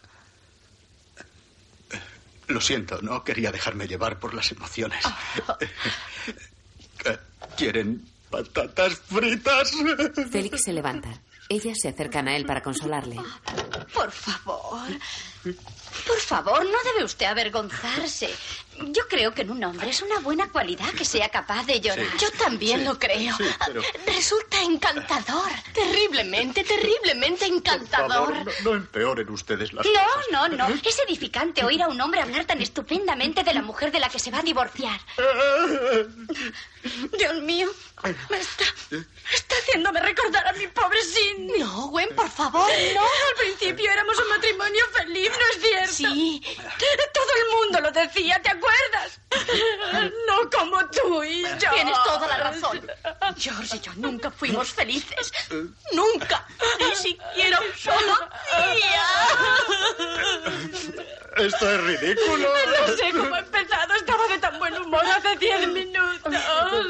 C: Lo siento, no quería dejarme llevar por las emociones.
P: [LAUGHS]
C: ¿Quieren patatas fritas?
B: Félix se levanta. Ellas se acercan a él para consolarle.
P: Por favor. Por favor, no debe usted avergonzarse. Yo creo que en un hombre es una buena cualidad que sea capaz de llorar.
L: Yo también lo creo. Resulta encantador. Terriblemente, terriblemente
C: Por favor,
L: encantador.
C: no, no empeoren ustedes las cosas.
P: No, no, no. Es edificante oír a un hombre hablar tan estupendamente de la mujer de la que se va a divorciar.
L: Dios mío, me está, está haciéndome recordar a mi pobre Sidney. No, Gwen, por favor, no. Al principio éramos un matrimonio feliz, ¿no es cierto? Sí. Todo el mundo lo decía, ¿te acuerdas? Ah, No como tú y yo.
E: Tienes toda la razón.
L: George y yo nunca fuimos felices. Nunca. Ni siquiera un solo día.
Q: Esto es ridículo.
L: [LAUGHS] No sé cómo he empezado. Estaba de tan buen humor hace 10 minutos.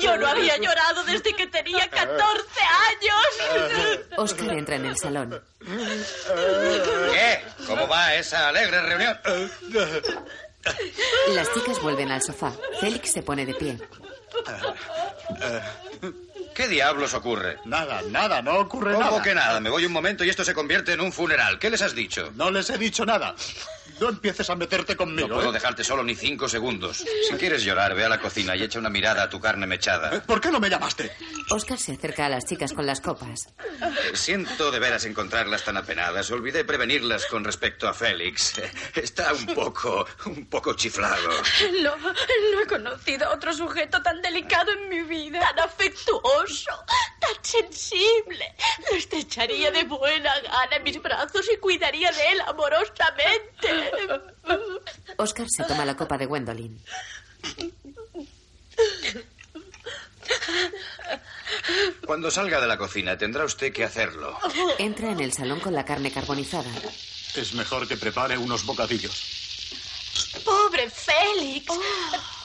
L: Yo no había llorado desde que tenía 14 años.
B: Oscar entra en el salón.
C: Eh,
J: ¿Qué? ¿Cómo va esa alegre reunión?
B: Las chicas vuelven al sofá. Félix se pone de pie.
J: ¿Qué diablos ocurre?
C: Nada, nada, no ocurre
J: ¿Cómo
C: nada.
J: que nada? Me voy un momento y esto se convierte en un funeral. ¿Qué les has dicho?
C: No les he dicho nada. No empieces a meterte conmigo.
J: No puedo
C: ¿eh?
J: dejarte solo ni cinco segundos. Si quieres llorar, ve a la cocina y echa una mirada a tu carne mechada.
C: ¿Por qué no me llamaste?
B: Oscar se acerca a las chicas con las copas.
J: Eh, Siento de veras encontrarlas tan apenadas. Olvidé prevenirlas con respecto a Félix. Eh, Está un poco, un poco chiflado.
L: No, no he conocido a otro sujeto tan delicado en mi vida. Tan afectuoso, tan sensible. Lo estrecharía de buena gana en mis brazos y cuidaría de él amorosamente.
B: Oscar se toma la copa de Gwendolyn.
J: Cuando salga de la cocina tendrá usted que hacerlo.
B: Entra en el salón con la carne carbonizada.
C: Es mejor que prepare unos bocadillos.
L: Pobre Félix.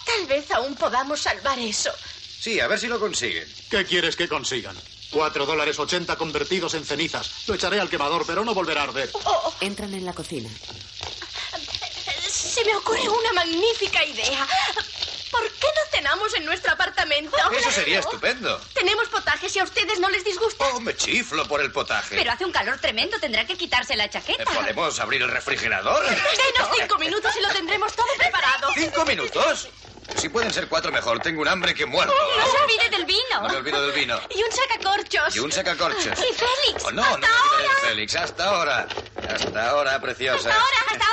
L: Tal vez aún podamos salvar eso.
J: Sí, a ver si lo consiguen.
C: ¿Qué quieres que consigan? Cuatro dólares ochenta convertidos en cenizas. Lo echaré al quemador, pero no volverá a arder.
L: Oh,
B: Entran en la cocina.
L: Se me ocurre una magnífica idea. ¿Por qué no cenamos en nuestro apartamento?
J: Eso sería estupendo.
L: Tenemos potajes y a ustedes no les disgusta.
J: Oh, me chiflo por el potaje.
P: Pero hace un calor tremendo, tendrá que quitarse la
J: Eh,
P: chaqueta.
J: ¿Podemos abrir el refrigerador?
L: Denos cinco minutos y lo tendremos todo preparado.
J: ¿Cinco minutos? Si pueden ser cuatro, mejor. Tengo un hambre que muerto.
P: No se olvide del vino.
J: No me olvido del vino.
L: Y un sacacorchos.
J: Y un sacacorchos.
L: Y Félix.
J: Oh, no, no me olvidaré de Félix. Hasta ahora. Hasta ahora, preciosa.
L: hasta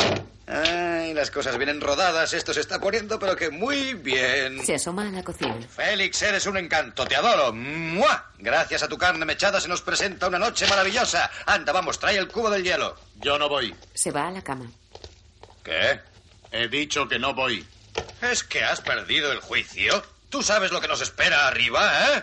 L: ahora.
J: [LAUGHS] Ay, las cosas vienen rodadas. Esto se está poniendo, pero que muy bien.
B: Se asoma a la cocina.
J: Félix, eres un encanto. Te adoro. ¡Mua! Gracias a tu carne mechada se nos presenta una noche maravillosa. Anda, vamos, trae el cubo del hielo.
C: Yo no voy.
B: Se va a la cama.
J: ¿Qué?
C: He dicho que no voy.
J: ¿Es que has perdido el juicio? Tú sabes lo que nos espera arriba, ¿eh?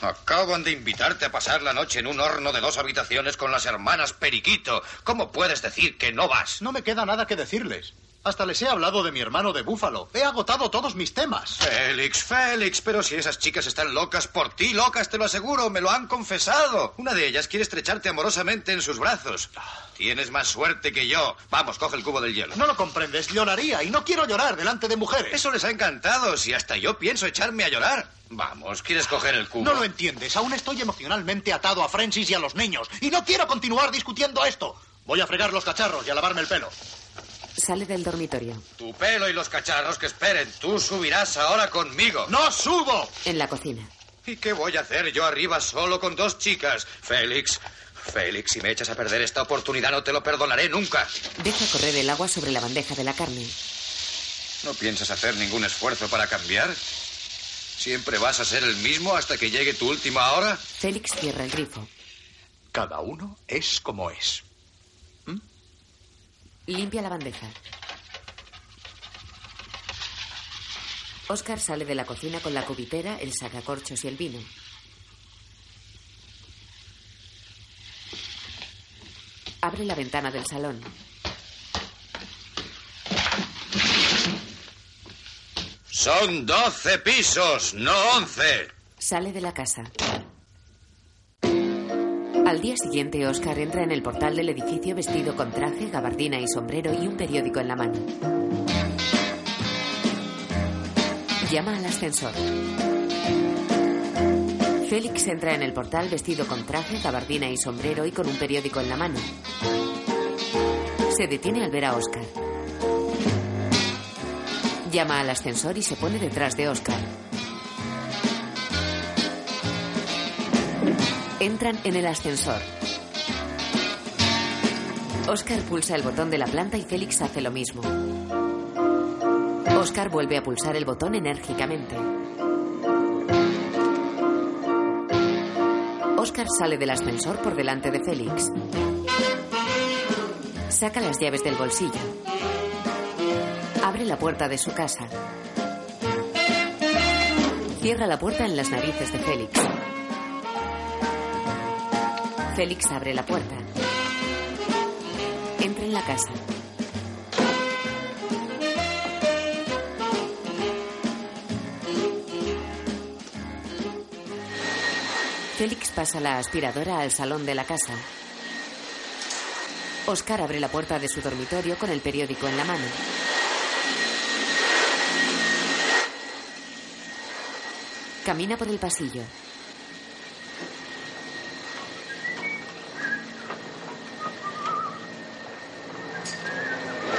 J: Acaban de invitarte a pasar la noche en un horno de dos habitaciones con las hermanas Periquito. ¿Cómo puedes decir que no vas?
C: No me queda nada que decirles. Hasta les he hablado de mi hermano de Búfalo. He agotado todos mis temas.
J: Félix, Félix, pero si esas chicas están locas por ti, locas, te lo aseguro, me lo han confesado. Una de ellas quiere estrecharte amorosamente en sus brazos. Tienes más suerte que yo. Vamos, coge el cubo del hielo.
C: No lo comprendes, lloraría y no quiero llorar delante de mujeres.
J: Eso les ha encantado, si hasta yo pienso echarme a llorar. Vamos, ¿quieres coger el cubo?
C: No lo entiendes, aún estoy emocionalmente atado a Francis y a los niños y no quiero continuar discutiendo esto. Voy a fregar los cacharros y a lavarme el pelo.
B: Sale del dormitorio.
J: Tu pelo y los cacharros que esperen. Tú subirás ahora conmigo.
C: ¡No subo!
B: En la cocina.
J: ¿Y qué voy a hacer yo arriba solo con dos chicas? Félix, Félix, si me echas a perder esta oportunidad no te lo perdonaré nunca.
B: Deja correr el agua sobre la bandeja de la carne.
J: ¿No piensas hacer ningún esfuerzo para cambiar? ¿Siempre vas a ser el mismo hasta que llegue tu última hora?
B: Félix cierra el grifo.
C: Cada uno es como es.
B: Limpia la bandeja. Oscar sale de la cocina con la cubitera, el sacacorchos y el vino. Abre la ventana del salón.
J: Son 12 pisos, no 11.
B: Sale de la casa. Al día siguiente, Oscar entra en el portal del edificio vestido con traje, gabardina y sombrero y un periódico en la mano. Llama al ascensor. Félix entra en el portal vestido con traje, gabardina y sombrero y con un periódico en la mano. Se detiene al ver a Oscar. Llama al ascensor y se pone detrás de Oscar. Entran en el ascensor. Oscar pulsa el botón de la planta y Félix hace lo mismo. Oscar vuelve a pulsar el botón enérgicamente. Oscar sale del ascensor por delante de Félix. Saca las llaves del bolsillo. Abre la puerta de su casa. Cierra la puerta en las narices de Félix. Félix abre la puerta. Entra en la casa. Félix pasa la aspiradora al salón de la casa. Oscar abre la puerta de su dormitorio con el periódico en la mano. Camina por el pasillo.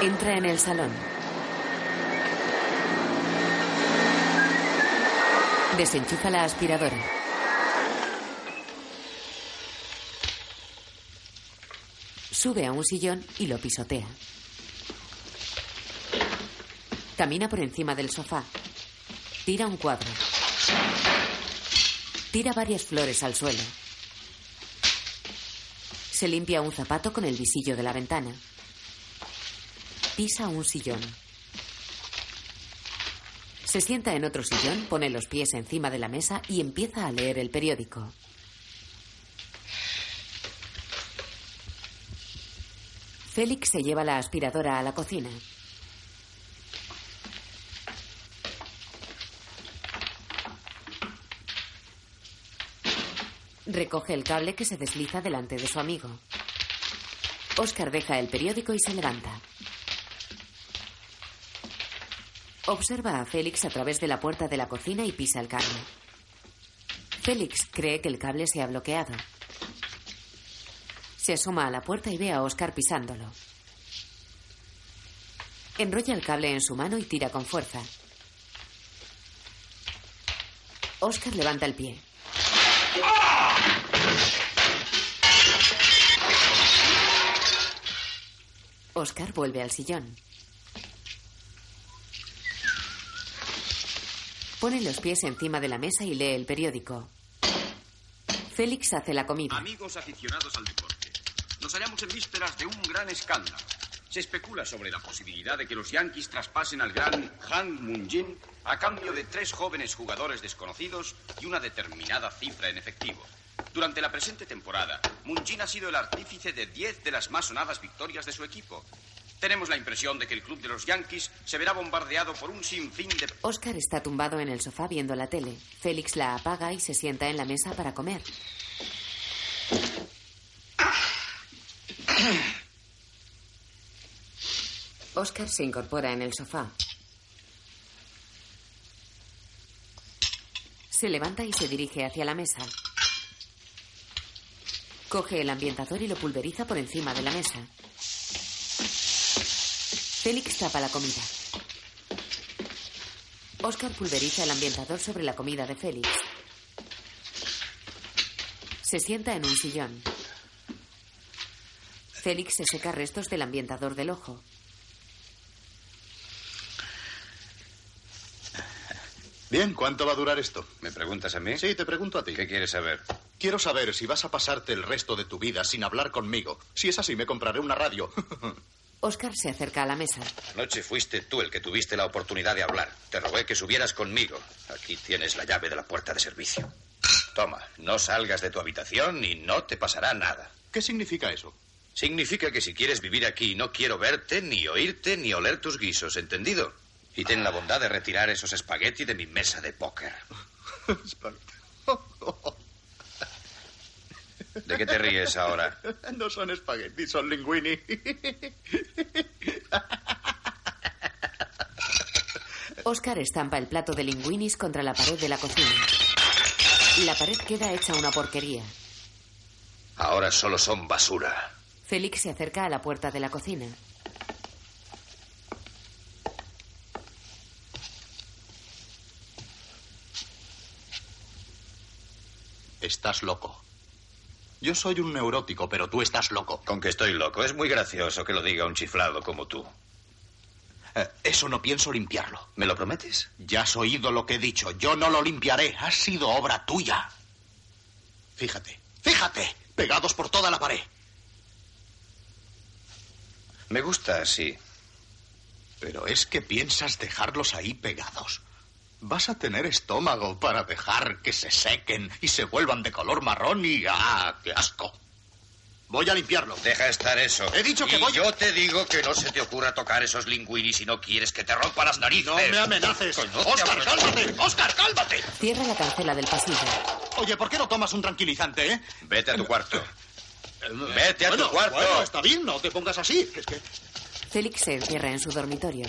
B: Entra en el salón. Desenchufa la aspiradora. Sube a un sillón y lo pisotea. Camina por encima del sofá. Tira un cuadro. Tira varias flores al suelo. Se limpia un zapato con el visillo de la ventana. Pisa un sillón. Se sienta en otro sillón, pone los pies encima de la mesa y empieza a leer el periódico. Félix se lleva la aspiradora a la cocina. Recoge el cable que se desliza delante de su amigo. Oscar deja el periódico y se levanta. Observa a Félix a través de la puerta de la cocina y pisa el cable. Félix cree que el cable se ha bloqueado. Se asoma a la puerta y ve a Oscar pisándolo. Enrolla el cable en su mano y tira con fuerza. Oscar levanta el pie. Oscar vuelve al sillón. Pone los pies encima de la mesa y lee el periódico. Félix hace la comida.
D: Amigos aficionados al deporte, nos hallamos en vísperas de un gran escándalo. Se especula sobre la posibilidad de que los Yankees traspasen al gran Han Moon-jin a cambio de tres jóvenes jugadores desconocidos y una determinada cifra en efectivo. Durante la presente temporada, Moon-jin ha sido el artífice de 10 de las más sonadas victorias de su equipo. Tenemos la impresión de que el club de los Yankees se verá bombardeado por un sinfín de...
B: Oscar está tumbado en el sofá viendo la tele. Félix la apaga y se sienta en la mesa para comer. Oscar se incorpora en el sofá. Se levanta y se dirige hacia la mesa. Coge el ambientador y lo pulveriza por encima de la mesa. Félix tapa la comida. Oscar pulveriza el ambientador sobre la comida de Félix. Se sienta en un sillón. Félix se seca restos del ambientador del ojo.
C: Bien, ¿cuánto va a durar esto?
J: ¿Me preguntas a mí?
C: Sí, te pregunto a ti.
J: ¿Qué quieres saber?
C: Quiero saber si vas a pasarte el resto de tu vida sin hablar conmigo. Si es así, me compraré una radio.
B: Oscar se acerca a la mesa.
J: Anoche fuiste tú el que tuviste la oportunidad de hablar. Te rogué que subieras conmigo. Aquí tienes la llave de la puerta de servicio. Toma, no salgas de tu habitación y no te pasará nada.
C: ¿Qué significa eso?
J: Significa que si quieres vivir aquí, no quiero verte, ni oírte, ni oler tus guisos, ¿entendido? Y ten la bondad de retirar esos espagueti de mi mesa de póker. ¿De qué te ríes ahora?
C: [LAUGHS] No son espaguetis, son linguini.
B: Oscar estampa el plato de linguinis contra la pared de la cocina. La pared queda hecha una porquería.
J: Ahora solo son basura.
B: Félix se acerca a la puerta de la cocina.
C: Estás loco. Yo soy un neurótico, pero tú estás loco.
J: Con que estoy loco. Es muy gracioso que lo diga un chiflado como tú.
C: Eh, Eso no pienso limpiarlo. ¿Me lo prometes? Ya has oído lo que he dicho. Yo no lo limpiaré. Ha sido obra tuya. Fíjate, fíjate. Pegados por toda la pared.
J: Me gusta así.
C: Pero es que piensas dejarlos ahí pegados. Vas a tener estómago para dejar que se sequen y se vuelvan de color marrón y... ¡Ah, qué asco! Voy a limpiarlo.
J: Deja estar eso.
C: He dicho que
J: Y
C: voy a-
J: Yo te digo que no se te ocurra tocar esos linguini si no quieres que te rompa las narices.
C: No me amenaces. Oscar, cálmate. Oscar, cálmate.
B: Cierra la cancela del pasillo.
C: Oye, ¿por qué no tomas un tranquilizante, eh?
J: Vete a tu cuarto. Vete a tu
C: Bueno,
J: cuarto.
C: Bueno, está bien, no te pongas así. Es que
B: Félix se encierra en su dormitorio.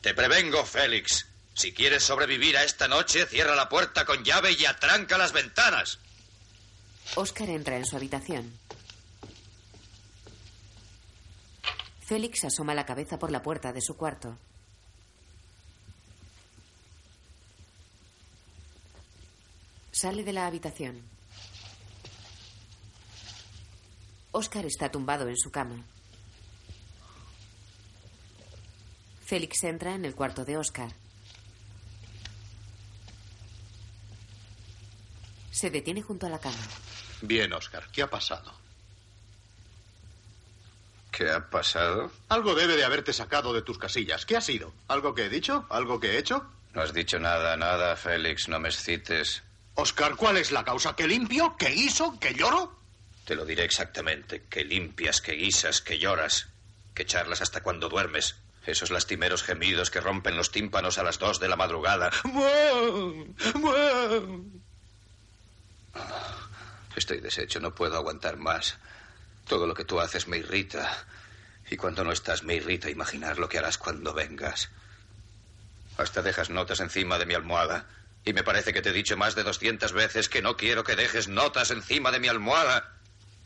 J: Te prevengo, Félix. Si quieres sobrevivir a esta noche, cierra la puerta con llave y atranca las ventanas.
B: Oscar entra en su habitación. Félix asoma la cabeza por la puerta de su cuarto. Sale de la habitación. Oscar está tumbado en su cama. Félix entra en el cuarto de Oscar. Se detiene junto a la cama.
C: Bien, Oscar, ¿qué ha pasado?
J: ¿Qué ha pasado?
C: Algo debe de haberte sacado de tus casillas. ¿Qué ha sido? ¿Algo que he dicho? ¿Algo que he hecho?
J: No has dicho nada, nada, Félix. No me excites.
C: Oscar, ¿cuál es la causa? ¿Que limpio? ¿Que guiso? ¿Que lloro?
J: Te lo diré exactamente. Que limpias, que guisas, que lloras, que charlas hasta cuando duermes. Esos lastimeros gemidos que rompen los tímpanos a las dos de la madrugada. Estoy deshecho, no puedo aguantar más. Todo lo que tú haces me irrita. Y cuando no estás me irrita imaginar lo que harás cuando vengas. Hasta dejas notas encima de mi almohada. Y me parece que te he dicho más de 200 veces que no quiero que dejes notas encima de mi almohada.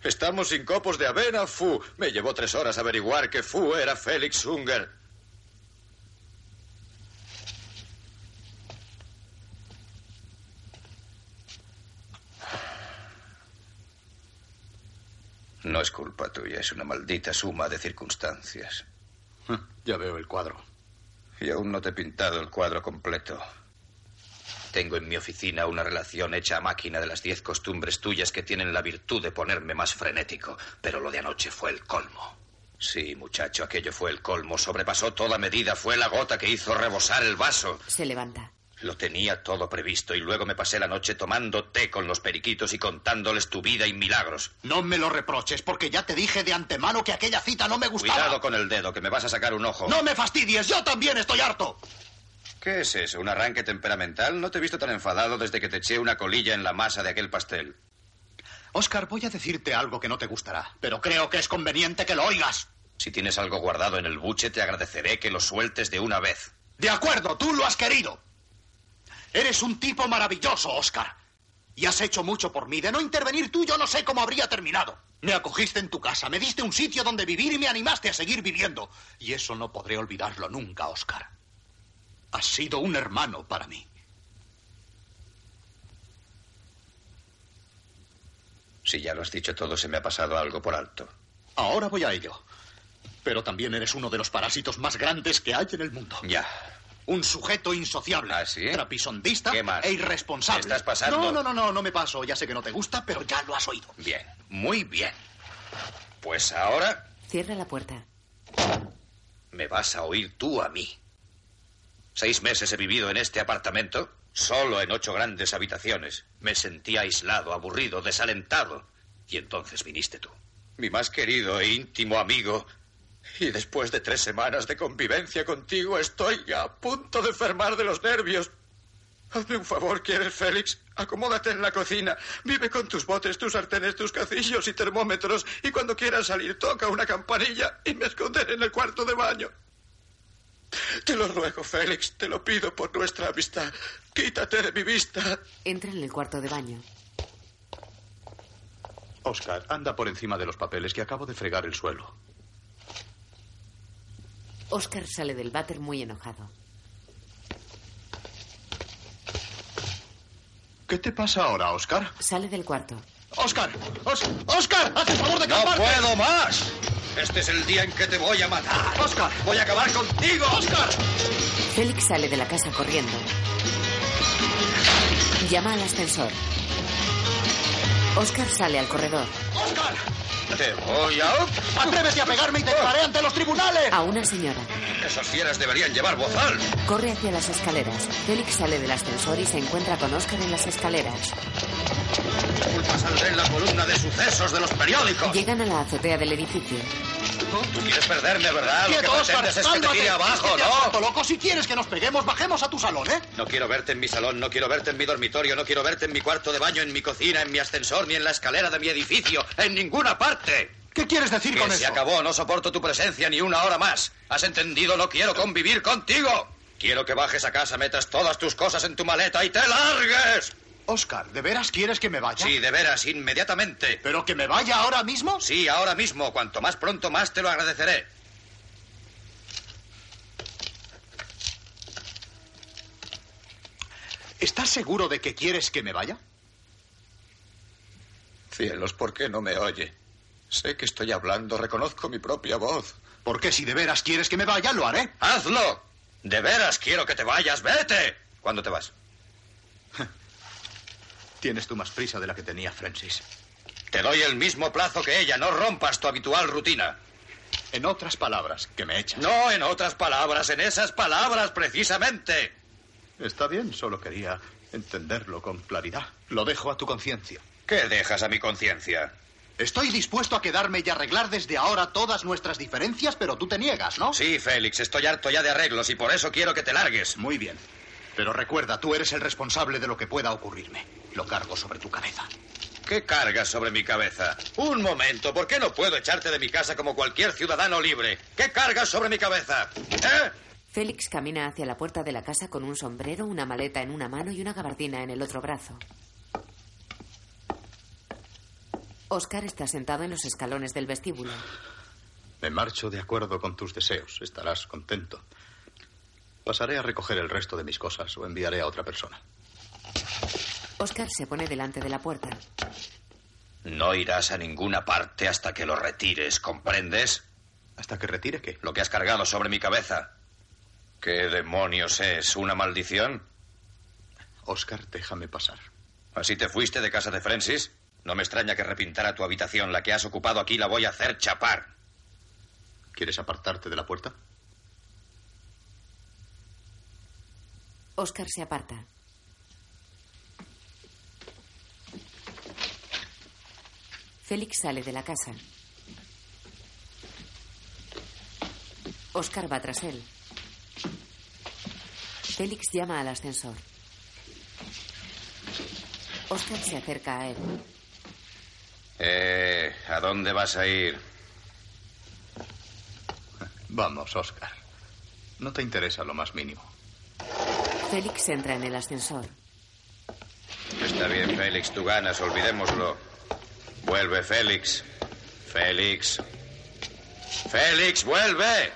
J: Estamos sin copos de avena, Fu. Me llevó tres horas averiguar que Fu era Félix Unger. No es culpa tuya, es una maldita suma de circunstancias.
C: Hm, Ya veo el cuadro.
J: Y aún no te he pintado el cuadro completo. Tengo en mi oficina una relación hecha a máquina de las diez costumbres tuyas que tienen la virtud de ponerme más frenético, pero lo de anoche fue el colmo. Sí, muchacho, aquello fue el colmo, sobrepasó toda medida, fue la gota que hizo rebosar el vaso.
B: Se levanta.
J: Lo tenía todo previsto y luego me pasé la noche tomando té con los periquitos y contándoles tu vida y milagros.
C: No me lo reproches, porque ya te dije de antemano que aquella cita no me gustaba.
J: Cuidado con el dedo, que me vas a sacar un ojo.
C: ¡No me fastidies! ¡Yo también estoy harto!
J: ¿Qué es eso? ¿Un arranque temperamental? No te he visto tan enfadado desde que te eché una colilla en la masa de aquel pastel.
C: Oscar, voy a decirte algo que no te gustará, pero creo que es conveniente que lo oigas.
J: Si tienes algo guardado en el buche, te agradeceré que lo sueltes de una vez.
C: De acuerdo, tú lo has querido. Eres un tipo maravilloso, Oscar. Y has hecho mucho por mí. De no intervenir tú, yo no sé cómo habría terminado. Me acogiste en tu casa, me diste un sitio donde vivir y me animaste a seguir viviendo. Y eso no podré olvidarlo nunca, Oscar. Has sido un hermano para mí.
J: Si ya lo has dicho todo, se me ha pasado algo por alto.
C: Ahora voy a ello. Pero también eres uno de los parásitos más grandes que hay en el mundo.
J: Ya.
C: Un sujeto insociable. Trapisondista e irresponsable.
J: ¿Te estás pasando?
C: No, no, no, no, no me paso. Ya sé que no te gusta, pero ya lo has oído.
J: Bien, muy bien. Pues ahora
B: Cierra la puerta.
J: me vas a oír tú a mí. Seis meses he vivido en este apartamento, solo en ocho grandes habitaciones. Me sentí aislado, aburrido, desalentado. Y entonces viniste tú. mi más querido e íntimo amigo. Y después de tres semanas de convivencia contigo, estoy a punto de enfermar de los nervios. Hazme un favor, ¿quieres, Félix? Acomódate en la cocina. Vive con tus botes, tus sartenes, tus cacillos y termómetros. Y cuando quieras salir, toca una campanilla y me esconderé en el cuarto de baño. Te lo ruego, Félix, te lo pido por nuestra amistad. Quítate de mi vista.
B: Entra en el cuarto de baño.
C: Oscar, anda por encima de los papeles que acabo de fregar el suelo.
B: Oscar sale del váter muy enojado.
C: ¿Qué te pasa ahora, Oscar?
B: Sale del cuarto.
C: ¡Oscar! Os- ¡Oscar! ¡Haz el favor de
J: ¡No
C: calmarte!
J: puedo más! Este es el día en que te voy a matar. Oscar, voy a acabar contigo. Oscar.
B: Félix sale de la casa corriendo. Llama al ascensor. Oscar sale al corredor.
J: Te voy a...
Q: Atrévete a pegarme y te llevaré ante los tribunales.
B: A una señora.
J: [LAUGHS] Esas fieras deberían llevar bozal.
B: Corre hacia las escaleras. Félix sale del ascensor y se encuentra con Oscar en las escaleras.
J: Culpa saldré en la columna de sucesos de los periódicos.
B: Llegan a la azotea del edificio.
J: Tú quieres perderme, ¿verdad? Lo que
Q: Quieto, Oscar,
J: pretendes es que te
Q: cálmate.
J: tire
Q: Es
J: abajo,
Q: que te has
J: ¿no?
Q: vuelto loco, si quieres que nos peguemos, bajemos a tu salón, ¿eh?
J: No quiero verte en mi salón, no quiero verte en mi dormitorio, no quiero verte en mi cuarto de baño, en mi cocina, en mi ascensor, ni en la escalera de mi edificio, en ninguna parte.
Q: ¿Qué quieres decir
J: Que
Q: con
J: se
Q: eso?
J: acabó, no soporto tu presencia ni una hora más. ¿Has entendido? No quiero convivir contigo. Quiero que bajes a casa, metas todas tus cosas en tu maleta y te largues.
Q: Oscar, ¿de veras quieres que me vaya?
J: Sí, de veras, inmediatamente.
Q: ¿Pero que me vaya ahora mismo?
J: Sí, ahora mismo. Cuanto más pronto, más te lo agradeceré.
Q: ¿Estás seguro de que quieres que me vaya?
J: Cielos, ¿por qué no me oye? Sé que estoy hablando, reconozco mi propia voz.
Q: Porque si de veras quieres que me vaya, lo haré.
J: ¡Hazlo! De veras quiero que te vayas, vete. ¿Cuándo te vas?
Q: Tienes tú más prisa de la que tenía Francis.
J: Te doy el mismo plazo que ella, no rompas tu habitual rutina.
Q: En otras palabras, que me echas.
J: No, en otras palabras, en esas palabras precisamente.
C: Está bien, solo quería entenderlo con claridad. Lo dejo a tu conciencia.
J: ¿Qué dejas a mi conciencia?
Q: Estoy dispuesto a quedarme y arreglar desde ahora todas nuestras diferencias, pero tú te niegas, ¿no?
J: Sí, Félix, estoy harto ya de arreglos y por eso quiero que te largues.
Q: Muy bien. Pero recuerda, tú eres el responsable de lo que pueda ocurrirme. Lo cargo sobre tu cabeza.
J: ¿Qué cargas sobre mi cabeza? Un momento, ¿por qué no puedo echarte de mi casa como cualquier ciudadano libre? ¿Qué cargas sobre mi cabeza? ¿Eh?
B: Félix camina hacia la puerta de la casa con un sombrero, una maleta en una mano y una gabardina en el otro brazo. Oscar está sentado en los escalones del vestíbulo.
C: Me marcho de acuerdo con tus deseos. Estarás contento. Pasaré a recoger el resto de mis cosas o enviaré a otra persona.
B: Oscar se pone delante de la puerta.
J: No irás a ninguna parte hasta que lo retires, ¿comprendes?
C: ¿Hasta que retire qué?
J: Lo que has cargado sobre mi cabeza. ¿Qué demonios es? ¿Una maldición?
C: Oscar, déjame pasar.
J: ¿Así te fuiste de casa de Francis? No me extraña que repintara tu habitación. La que has ocupado aquí la voy a hacer chapar.
C: ¿Quieres apartarte de la puerta?
B: Oscar se aparta. Félix sale de la casa. Oscar va tras él. Félix llama al ascensor. Oscar se acerca a él.
J: Eh, ¿a dónde vas a ir?
C: Vamos, Oscar. No te interesa lo más mínimo.
B: Félix entra en el ascensor.
J: Está bien, Félix, tú ganas, olvidémoslo. Vuelve, Félix. Félix. Félix, vuelve.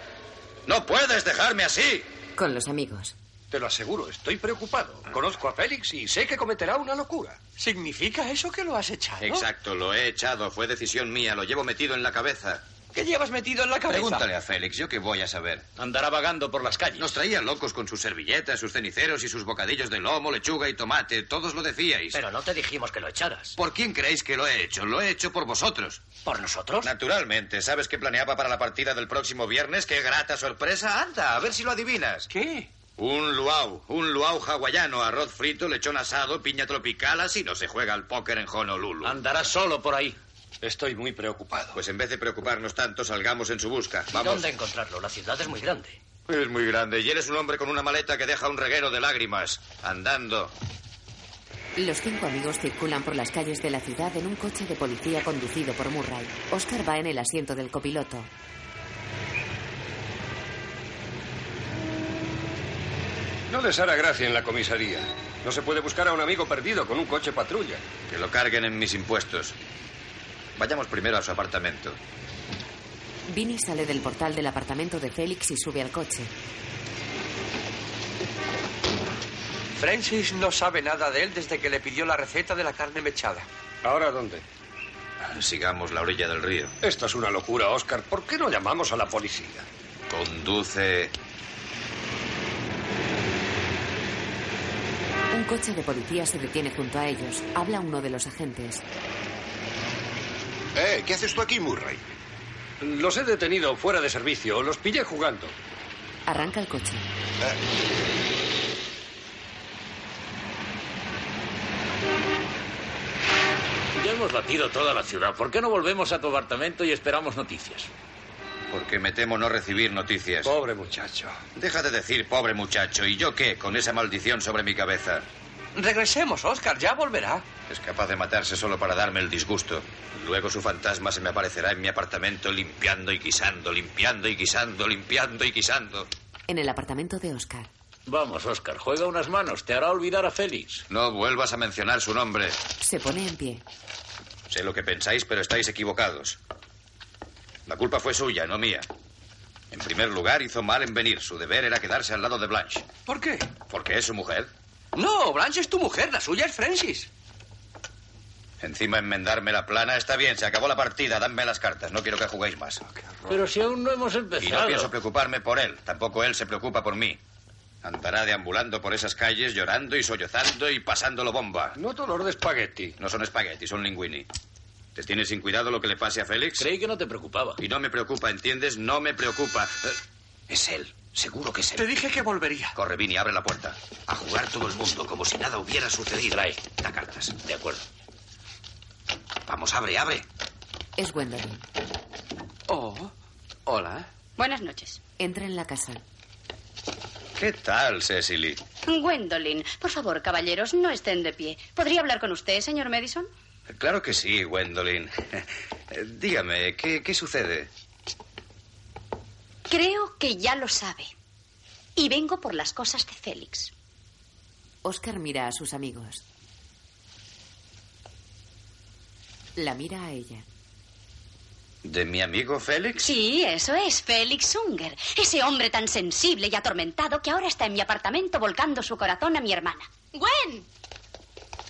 J: No puedes dejarme así.
B: Con los amigos.
K: Te lo aseguro, estoy preocupado. Conozco a Félix y sé que cometerá una locura. ¿Significa eso que lo has echado?
J: Exacto, lo he echado. Fue decisión mía. Lo llevo metido en la cabeza.
K: ¿Qué llevas metido en la cabeza?
J: Pregúntale a Félix, yo qué voy a saber. Andará vagando por las calles. Nos traía locos con sus servilletas, sus ceniceros y sus bocadillos de lomo, lechuga y tomate. Todos lo decíais.
R: Pero no te dijimos que lo echaras.
J: ¿Por quién creéis que lo he hecho? Lo he hecho por vosotros.
R: ¿Por nosotros?
J: Naturalmente. ¿Sabes qué planeaba para la partida del próximo viernes? ¡Qué grata sorpresa! Anda, a ver si lo adivinas.
K: ¿Qué?
J: Un luau. Un luau hawaiano. Arroz frito, lechón asado, piña tropical. Así no se juega al póker en Honolulu.
F: Andará solo por ahí.
J: Estoy muy preocupado. Pues en vez de preocuparnos tanto, salgamos en su busca. Vamos.
R: ¿Dónde encontrarlo? La ciudad es muy grande.
J: Es muy grande. Y eres un hombre con una maleta que deja un reguero de lágrimas. Andando.
B: Los cinco amigos circulan por las calles de la ciudad en un coche de policía conducido por Murray. Oscar va en el asiento del copiloto.
K: No les hará gracia en la comisaría. No se puede buscar a un amigo perdido con un coche patrulla.
J: Que lo carguen en mis impuestos. Vayamos primero a su apartamento.
B: Vinny sale del portal del apartamento de Félix y sube al coche.
H: Francis no sabe nada de él desde que le pidió la receta de la carne mechada.
K: ¿Ahora dónde?
J: Sigamos la orilla del río.
K: Esta es una locura, Oscar. ¿Por qué no llamamos a la policía?
J: Conduce.
B: Un coche de policía se detiene junto a ellos. Habla uno de los agentes.
K: Eh, ¿qué haces tú aquí, Murray? Los he detenido fuera de servicio. Los pillé jugando.
B: Arranca el coche.
R: Ya hemos batido toda la ciudad. ¿Por qué no volvemos a tu apartamento y esperamos noticias?
J: Porque me temo no recibir noticias.
K: Pobre muchacho.
J: Deja de decir pobre muchacho. ¿Y yo qué? Con esa maldición sobre mi cabeza.
H: Regresemos, Oscar, ya volverá.
J: Es capaz de matarse solo para darme el disgusto. Luego su fantasma se me aparecerá en mi apartamento limpiando y guisando, limpiando y guisando, limpiando y guisando.
B: En el apartamento de Oscar.
R: Vamos, Oscar, juega unas manos. Te hará olvidar a Félix.
J: No vuelvas a mencionar su nombre.
B: Se pone en pie.
J: Sé lo que pensáis, pero estáis equivocados. La culpa fue suya, no mía. En primer lugar, hizo mal en venir. Su deber era quedarse al lado de Blanche.
H: ¿Por qué?
J: Porque es su mujer.
H: No, Blanche es tu mujer, la suya es Francis.
J: Encima enmendarme la plana. Está bien, se acabó la partida. Dadme las cartas. No quiero que juguéis
H: Ah,
J: más.
R: Pero si aún no hemos
J: Y
R: empezado.
J: no pienso preocuparme por él. Tampoco él se preocupa por mí. Andará deambulando por esas calles llorando y sollozando y pasándolo bomba.
K: No dolor de espagueti.
J: No son espagueti, son linguini. ¿Te tienes sin cuidado lo que le pase a Félix?
R: Creí que no te preocupaba.
J: Y no me preocupa, ¿entiendes? No me preocupa. Eh, Es él. Seguro que es él.
H: Te dije que volvería.
J: Corre, Vini, abre la puerta. A jugar todo el mundo, como si nada hubiera sucedido. Trae. Da cartas. De acuerdo. Vamos, abre, abre.
B: Es Wendelin.
H: Oh, hola.
P: Buenas noches.
B: Entra en la casa.
J: ¿Qué tal, Cecily?
P: Gwendolyn, por favor, caballeros, no estén de pie. ¿Podría hablar con usted, señor Madison?
J: Claro que sí, Gwendolyn. [LAUGHS] Eh, Dígame, ¿qué, qué sucede?
P: Creo que ya lo sabe. Y vengo por las cosas de Félix.
B: Oscar mira a sus amigos. La mira a ella.
J: ¿De mi amigo Félix?
P: Sí, eso es, Félix Unger. Ese hombre tan sensible y atormentado que ahora está en mi apartamento volcando su corazón a mi hermana.
S: ¡Gwen!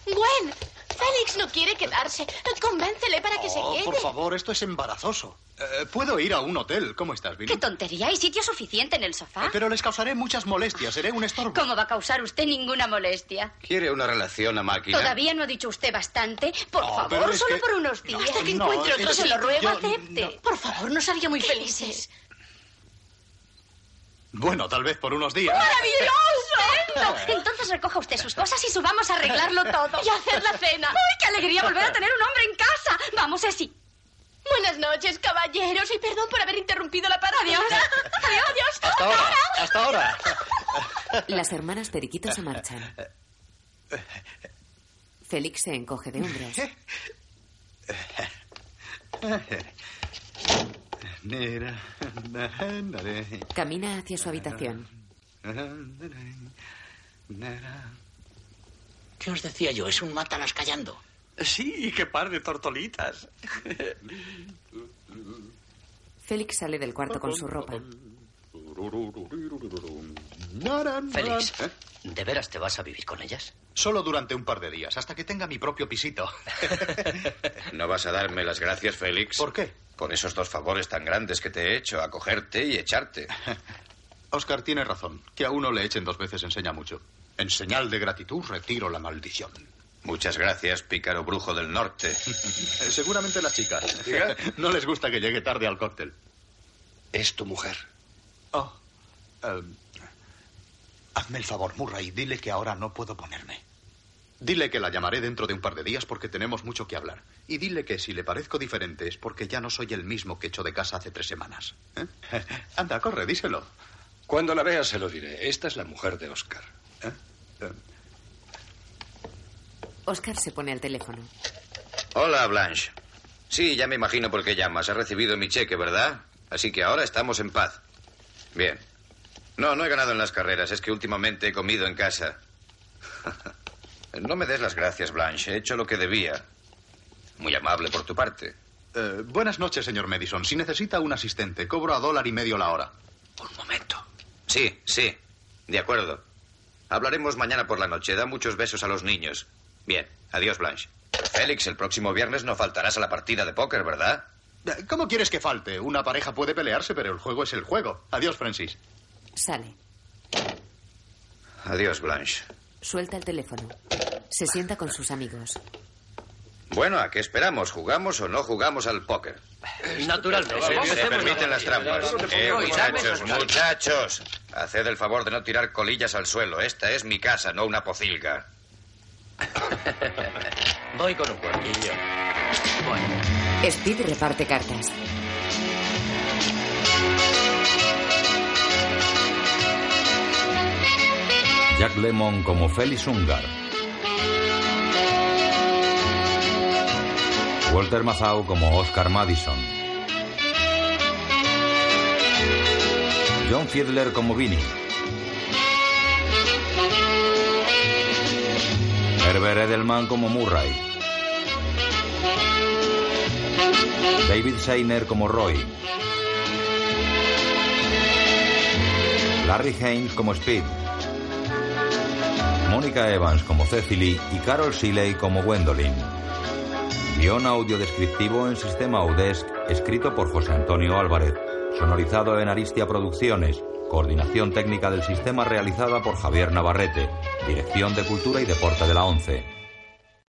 S: ¡Gwen! Félix no quiere quedarse. Pues Convéncele para que
J: Oh,
S: se quede.
C: Oh, por favor, esto es embarazoso. Eh, puedo ir a un hotel. ¿Cómo estás, Vini?
P: ¡Qué tontería! Hay sitio suficiente en el sofá.
C: Pero les causaré muchas molestias. ¿eh?
J: ¿eh?
C: Seré un estorbo.
P: ¿Cómo va a causar usted ninguna molestia?
J: ¿Quiere una relación a máquina?
P: Todavía no ha dicho usted bastante. Por
J: No, pero
P: favor,
J: es
P: solo
J: que-
P: por unos días.
S: Hasta que
J: no,
S: encuentre
J: es
S: otro, se
J: que
S: lo ruego,
J: yo-
S: acepte. Por favor, nos haría muy felices.
C: Bueno, tal vez por
R: [LAUGHS]
C: unos días.
P: ¡Maravilloso! Entonces recoja usted sus cosas y subamos a arreglarlo todo.
S: Y a hacer la cena.
P: ¡Uy, qué alegría volver a tener un hombre en casa! Vamos, Ceci.
S: Buenas noches, caballeros, y perdón por haber interrumpido la parada. Adiós. Adiós.
C: Hasta ahora. Hasta ahora.
B: Las hermanas Periquito se marchan.
C: [LAUGHS]
B: Félix se encoge de hombros.
C: ¿Eh?
B: Camina hacia su habitación.
R: ¿Qué os decía yo? Es un mátalas callando.
H: Sí, y qué par de tortolitas.
B: Félix sale del cuarto con su ropa.
R: Félix, ¿de veras te vas a vivir con ellas?
C: Solo durante un par de días, hasta que tenga mi propio pisito.
J: ¿No vas a darme las gracias, Félix? ¿Por
C: qué?
J: Por esos dos favores tan grandes que te he hecho, acogerte y echarte.
C: Oscar tiene razón. Que a uno le echen dos veces enseña mucho. En señal de gratitud retiro la maldición.
J: Muchas gracias, pícaro brujo del norte.
C: [LAUGHS] Eh, seguramente las chicas. No les gusta que llegue tarde al cóctel.
K: Es tu mujer.
C: Oh. Em, hazme el favor, Murray, dile que ahora no puedo ponerme. Dile que la llamaré dentro de un par de días porque tenemos mucho que hablar. Y dile que si le parezco diferente es porque ya no soy el mismo que echó de casa hace tres semanas. ¿Eh? [LAUGHS] Anda, corre, díselo.
K: Cuando la vea se lo diré. Esta es la mujer de Oscar.
B: Oscar se pone al teléfono.
J: Hola, Blanche. Sí, ya me imagino por qué llamas. Has recibido mi cheque, ¿verdad? Así que ahora estamos en paz. Bien. No, no he ganado en las carreras. Es que últimamente he comido en casa. [LAUGHS] No me des las gracias, Blanche. He hecho lo que debía. Muy amable por tu parte.
C: Eh, buenas noches, señor Madison. Si necesita un asistente, cobro a dólar y medio la hora.
J: Un momento. Sí, sí. De acuerdo. Hablaremos mañana por la noche. Da muchos besos a los niños. Bien. Adiós, Blanche. Félix, el próximo viernes no faltarás a la partida de póker, ¿verdad?
C: Eh, ¿Cómo quieres que falte? Una pareja puede pelearse, pero el juego es el juego. Adiós, Francis.
B: Sale.
J: Adiós, Blanche.
B: Suelta el teléfono. Se sienta con sus amigos.
J: Bueno, ¿a qué esperamos? ¿Jugamos o no jugamos al póker?
F: Naturalmente.
J: Se, se permiten las trampas. Eh, muchachos, muchachos. Haced el favor de no tirar colillas al suelo. Esta es mi casa, no una pocilga.
F: [LAUGHS] Voy con un cuartillo.
B: Speed reparte cartas.
A: Jack Lemon como Félix Ungar. Walter Mazau como Oscar Madison. John Fiedler como Vinny. Herbert Edelman como Murray. David Sainer como Roy. Larry Haynes como Speed. Mónica Evans como Cecily y Carol Seeley como Gwendolyn. Guión audio descriptivo en sistema Audesc, escrito por José Antonio Álvarez. Sonorizado en Aristia Producciones. Coordinación técnica del sistema realizada por Javier Navarrete. Dirección de Cultura y Deporte de la ONCE.